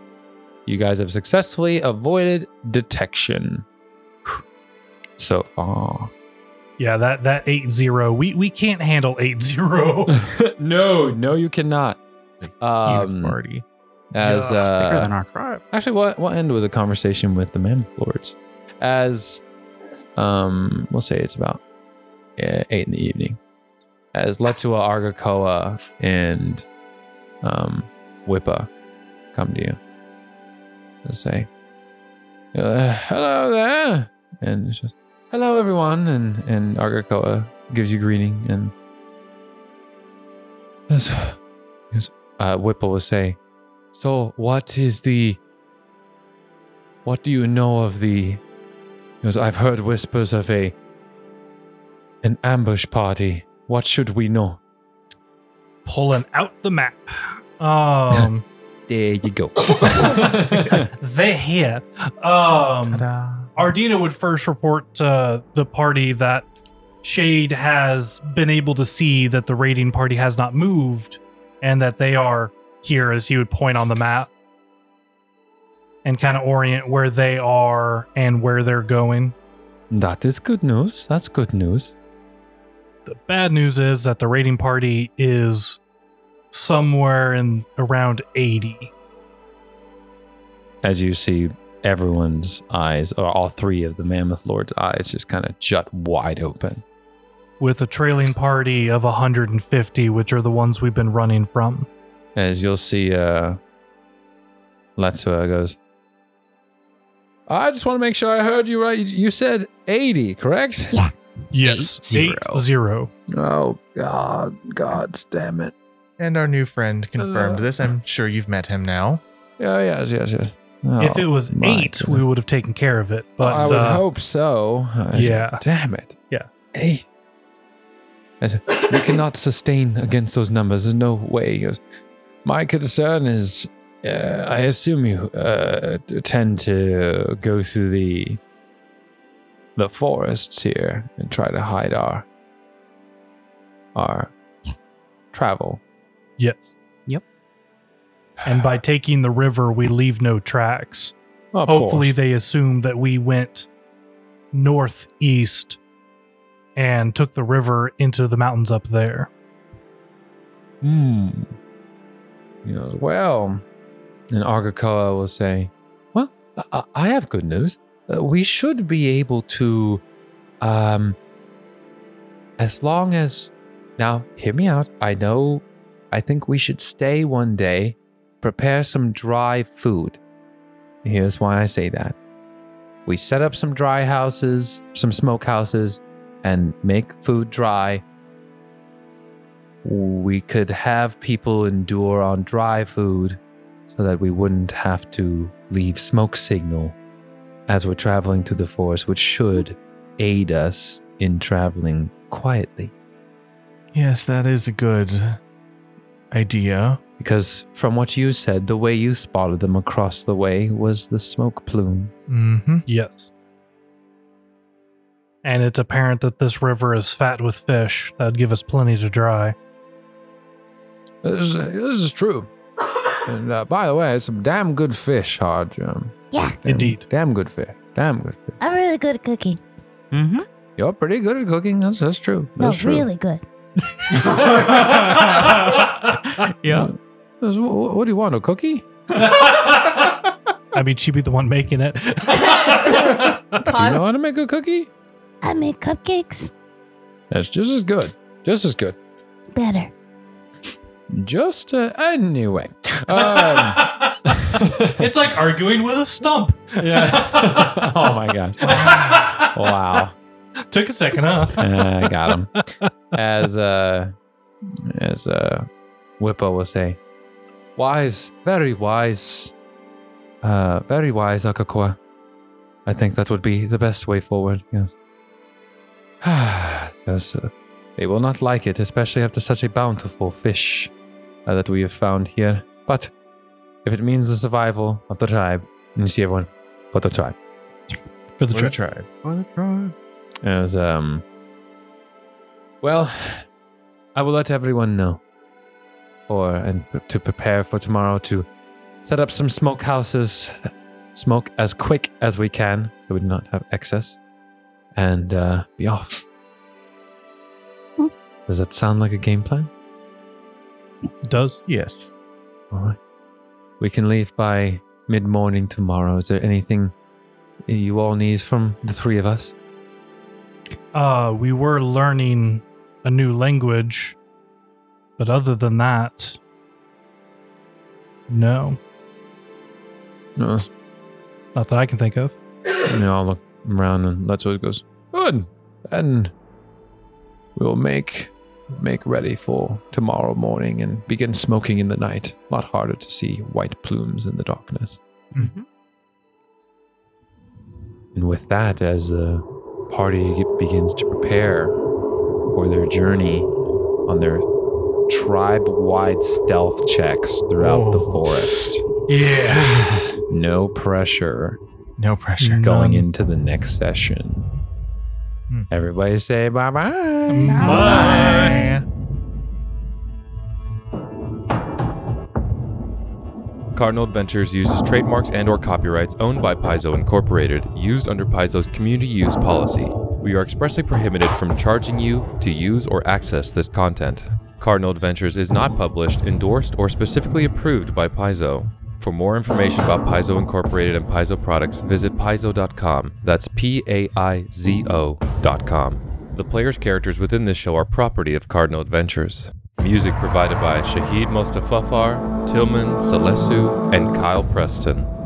[SPEAKER 1] you guys have successfully avoided detection so far
[SPEAKER 5] Yeah, that that eight zero. We we can't handle eight zero.
[SPEAKER 1] no no you cannot
[SPEAKER 2] Huge
[SPEAKER 1] um
[SPEAKER 2] party.
[SPEAKER 1] as
[SPEAKER 5] Yeah,
[SPEAKER 1] uh
[SPEAKER 6] Bigger than our tribe.
[SPEAKER 1] Actually, we'll, we'll end with a conversation with the mammoth lords. As um, we'll say it's about eh, eight in the evening. As Letsua, Argakoa, and um, Whippa come to you, they'll say, uh, "Hello there," and it's just, "Hello everyone," and and Argakoa gives you greeting, and as, as uh, Whippa will say, "So what is the what do you know of the? Because I've heard whispers of a an ambush party. What should we know?
[SPEAKER 5] Pulling out the map. Um,
[SPEAKER 1] There you go.
[SPEAKER 5] they here. Um, Ardina would first report to the party that Shade has been able to see that the raiding party has not moved and that they are here, as he would point on the map and kind of orient where they are and where they're going.
[SPEAKER 1] that is good news. That's good news.
[SPEAKER 5] The bad news is that the raiding party is somewhere in around 80.
[SPEAKER 1] As you see, everyone's eyes, or all three of the mammoth lord's eyes, just kind of jut wide open.
[SPEAKER 5] with a trailing party of 150, which are the ones we've been running from.
[SPEAKER 1] As you'll see, uh, Letsua goes. I just want to make sure I heard you right. You- You said eighty, correct?
[SPEAKER 5] Yes,
[SPEAKER 6] Eight
[SPEAKER 5] eight zero.
[SPEAKER 1] Oh God, God, damn it!
[SPEAKER 2] And our new friend confirmed
[SPEAKER 1] Uh.
[SPEAKER 2] this. I'm sure you've met him now.
[SPEAKER 1] Yeah, yes, yes, yes.
[SPEAKER 5] if it was
[SPEAKER 1] Oh my
[SPEAKER 5] eight, we
[SPEAKER 1] goodness.
[SPEAKER 5] would have taken care of it.
[SPEAKER 1] Well, I
[SPEAKER 5] But
[SPEAKER 1] would
[SPEAKER 5] uh,
[SPEAKER 1] hope so. I said,
[SPEAKER 5] yeah.
[SPEAKER 1] damn it.
[SPEAKER 5] Yeah.
[SPEAKER 1] Eight. I said, we cannot sustain against those numbers. There's no way. He goes, My concern is, uh, I assume you uh, t- tend to go through the the forests here and try to hide our our travel.
[SPEAKER 5] yes,
[SPEAKER 6] Yep.
[SPEAKER 5] And by taking the river, we leave no tracks.
[SPEAKER 1] Of
[SPEAKER 5] Hopefully,
[SPEAKER 1] course.
[SPEAKER 5] they assumed that we went northeast and took the river into the mountains up there.
[SPEAKER 1] Hmm. You know, well, and Argakoa will say, Well, I- I, I have good news. Uh, we should be able to, um, as long as, now, hear me out. I know, I think we should stay one day, prepare some dry food. Here's why I say that. We set up some dry houses, some smoke houses, and make food dry we could have people endure on dry food so that we wouldn't have to leave smoke signal as we're traveling through the forest, which should aid us in traveling quietly.
[SPEAKER 2] Yes, that is a good idea.
[SPEAKER 1] Because from what you said, the way you spotted them across the way was the smoke plume.
[SPEAKER 2] Mm-hmm.
[SPEAKER 5] Yes. and it's apparent that this river is fat with fish. That'd give us plenty to dry.
[SPEAKER 1] This is, this is true. And uh, by the way, it's some damn good fish, Hodge. Um,
[SPEAKER 9] Yeah,
[SPEAKER 1] damn-
[SPEAKER 5] Indeed.
[SPEAKER 1] Damn good fish. Damn good fish.
[SPEAKER 9] I'm really good at cooking.
[SPEAKER 6] Mm-hmm.
[SPEAKER 1] You're pretty good at cooking. That's, that's true.
[SPEAKER 9] No,
[SPEAKER 1] That's true.
[SPEAKER 9] really good.
[SPEAKER 6] yeah.
[SPEAKER 1] Uh, That's- wh- wh- What do you want? A cookie?
[SPEAKER 5] I mean, she'd be the one making it.
[SPEAKER 1] Do you
[SPEAKER 16] Pause.
[SPEAKER 1] know how to make a cookie?
[SPEAKER 9] I make cupcakes
[SPEAKER 1] That's just as good. Just as good.
[SPEAKER 9] better.
[SPEAKER 1] Just uh, anyway. Um,
[SPEAKER 5] it's like arguing with a stump.
[SPEAKER 1] yeah. oh my god. Wow.
[SPEAKER 5] Took a second, huh?
[SPEAKER 1] Uh, I got him. As uh, as uh, Whippo will say, wise, very wise, uh, very wise, Akakua. I think that would be the best way forward. Yes. yes, uh, they will not like it, especially after such a bountiful fish uh, that we have found here. But if it means the survival of the tribe, and you see everyone, for the tribe.
[SPEAKER 5] For the
[SPEAKER 2] For the
[SPEAKER 5] trip.
[SPEAKER 2] tribe.
[SPEAKER 1] As um, well, I will let everyone know, or and p- to prepare for tomorrow to set up some smokehouses, smoke as quick as we can, so we do not have excess, and uh, be off. Does that sound like a game plan?
[SPEAKER 5] Does
[SPEAKER 2] Yes.
[SPEAKER 1] All right. We can leave by mid morning tomorrow. Is there anything you all need from the three of us?
[SPEAKER 5] uh, we were learning a new language, but other than that, no,
[SPEAKER 1] No,
[SPEAKER 5] not that I can think of.
[SPEAKER 1] And they all look around and that's what it goes. Good. And we'll make make ready for tomorrow morning and begin smoking in the night. A lot harder to see white plumes in the darkness. And with that, as the party begins to prepare for their journey on their tribe-wide stealth checks throughout the
[SPEAKER 2] Whoa.
[SPEAKER 1] forest,
[SPEAKER 2] Yeah.
[SPEAKER 1] no pressure
[SPEAKER 2] No pressure.
[SPEAKER 1] going
[SPEAKER 5] None.
[SPEAKER 1] into the next session.
[SPEAKER 2] Hmm.
[SPEAKER 1] Everybody say bye bye.
[SPEAKER 5] Bye.
[SPEAKER 17] Cardinal Adventures uses trademarks and or copyrights owned by Paizo Incorporated, used under Paizo's community use policy. We are expressly prohibited from charging you to use or access this content. Cardinal Adventures is not published, endorsed, or specifically approved by Paizo. For more information about Paizo Incorporated and Paizo products, visit paizo.com. That's P A I Z O.com. The player's characters within this show are property of Cardinal Adventures. Music provided by Shahid Mostafafar, Tillman Selesu, and Kyle Preston.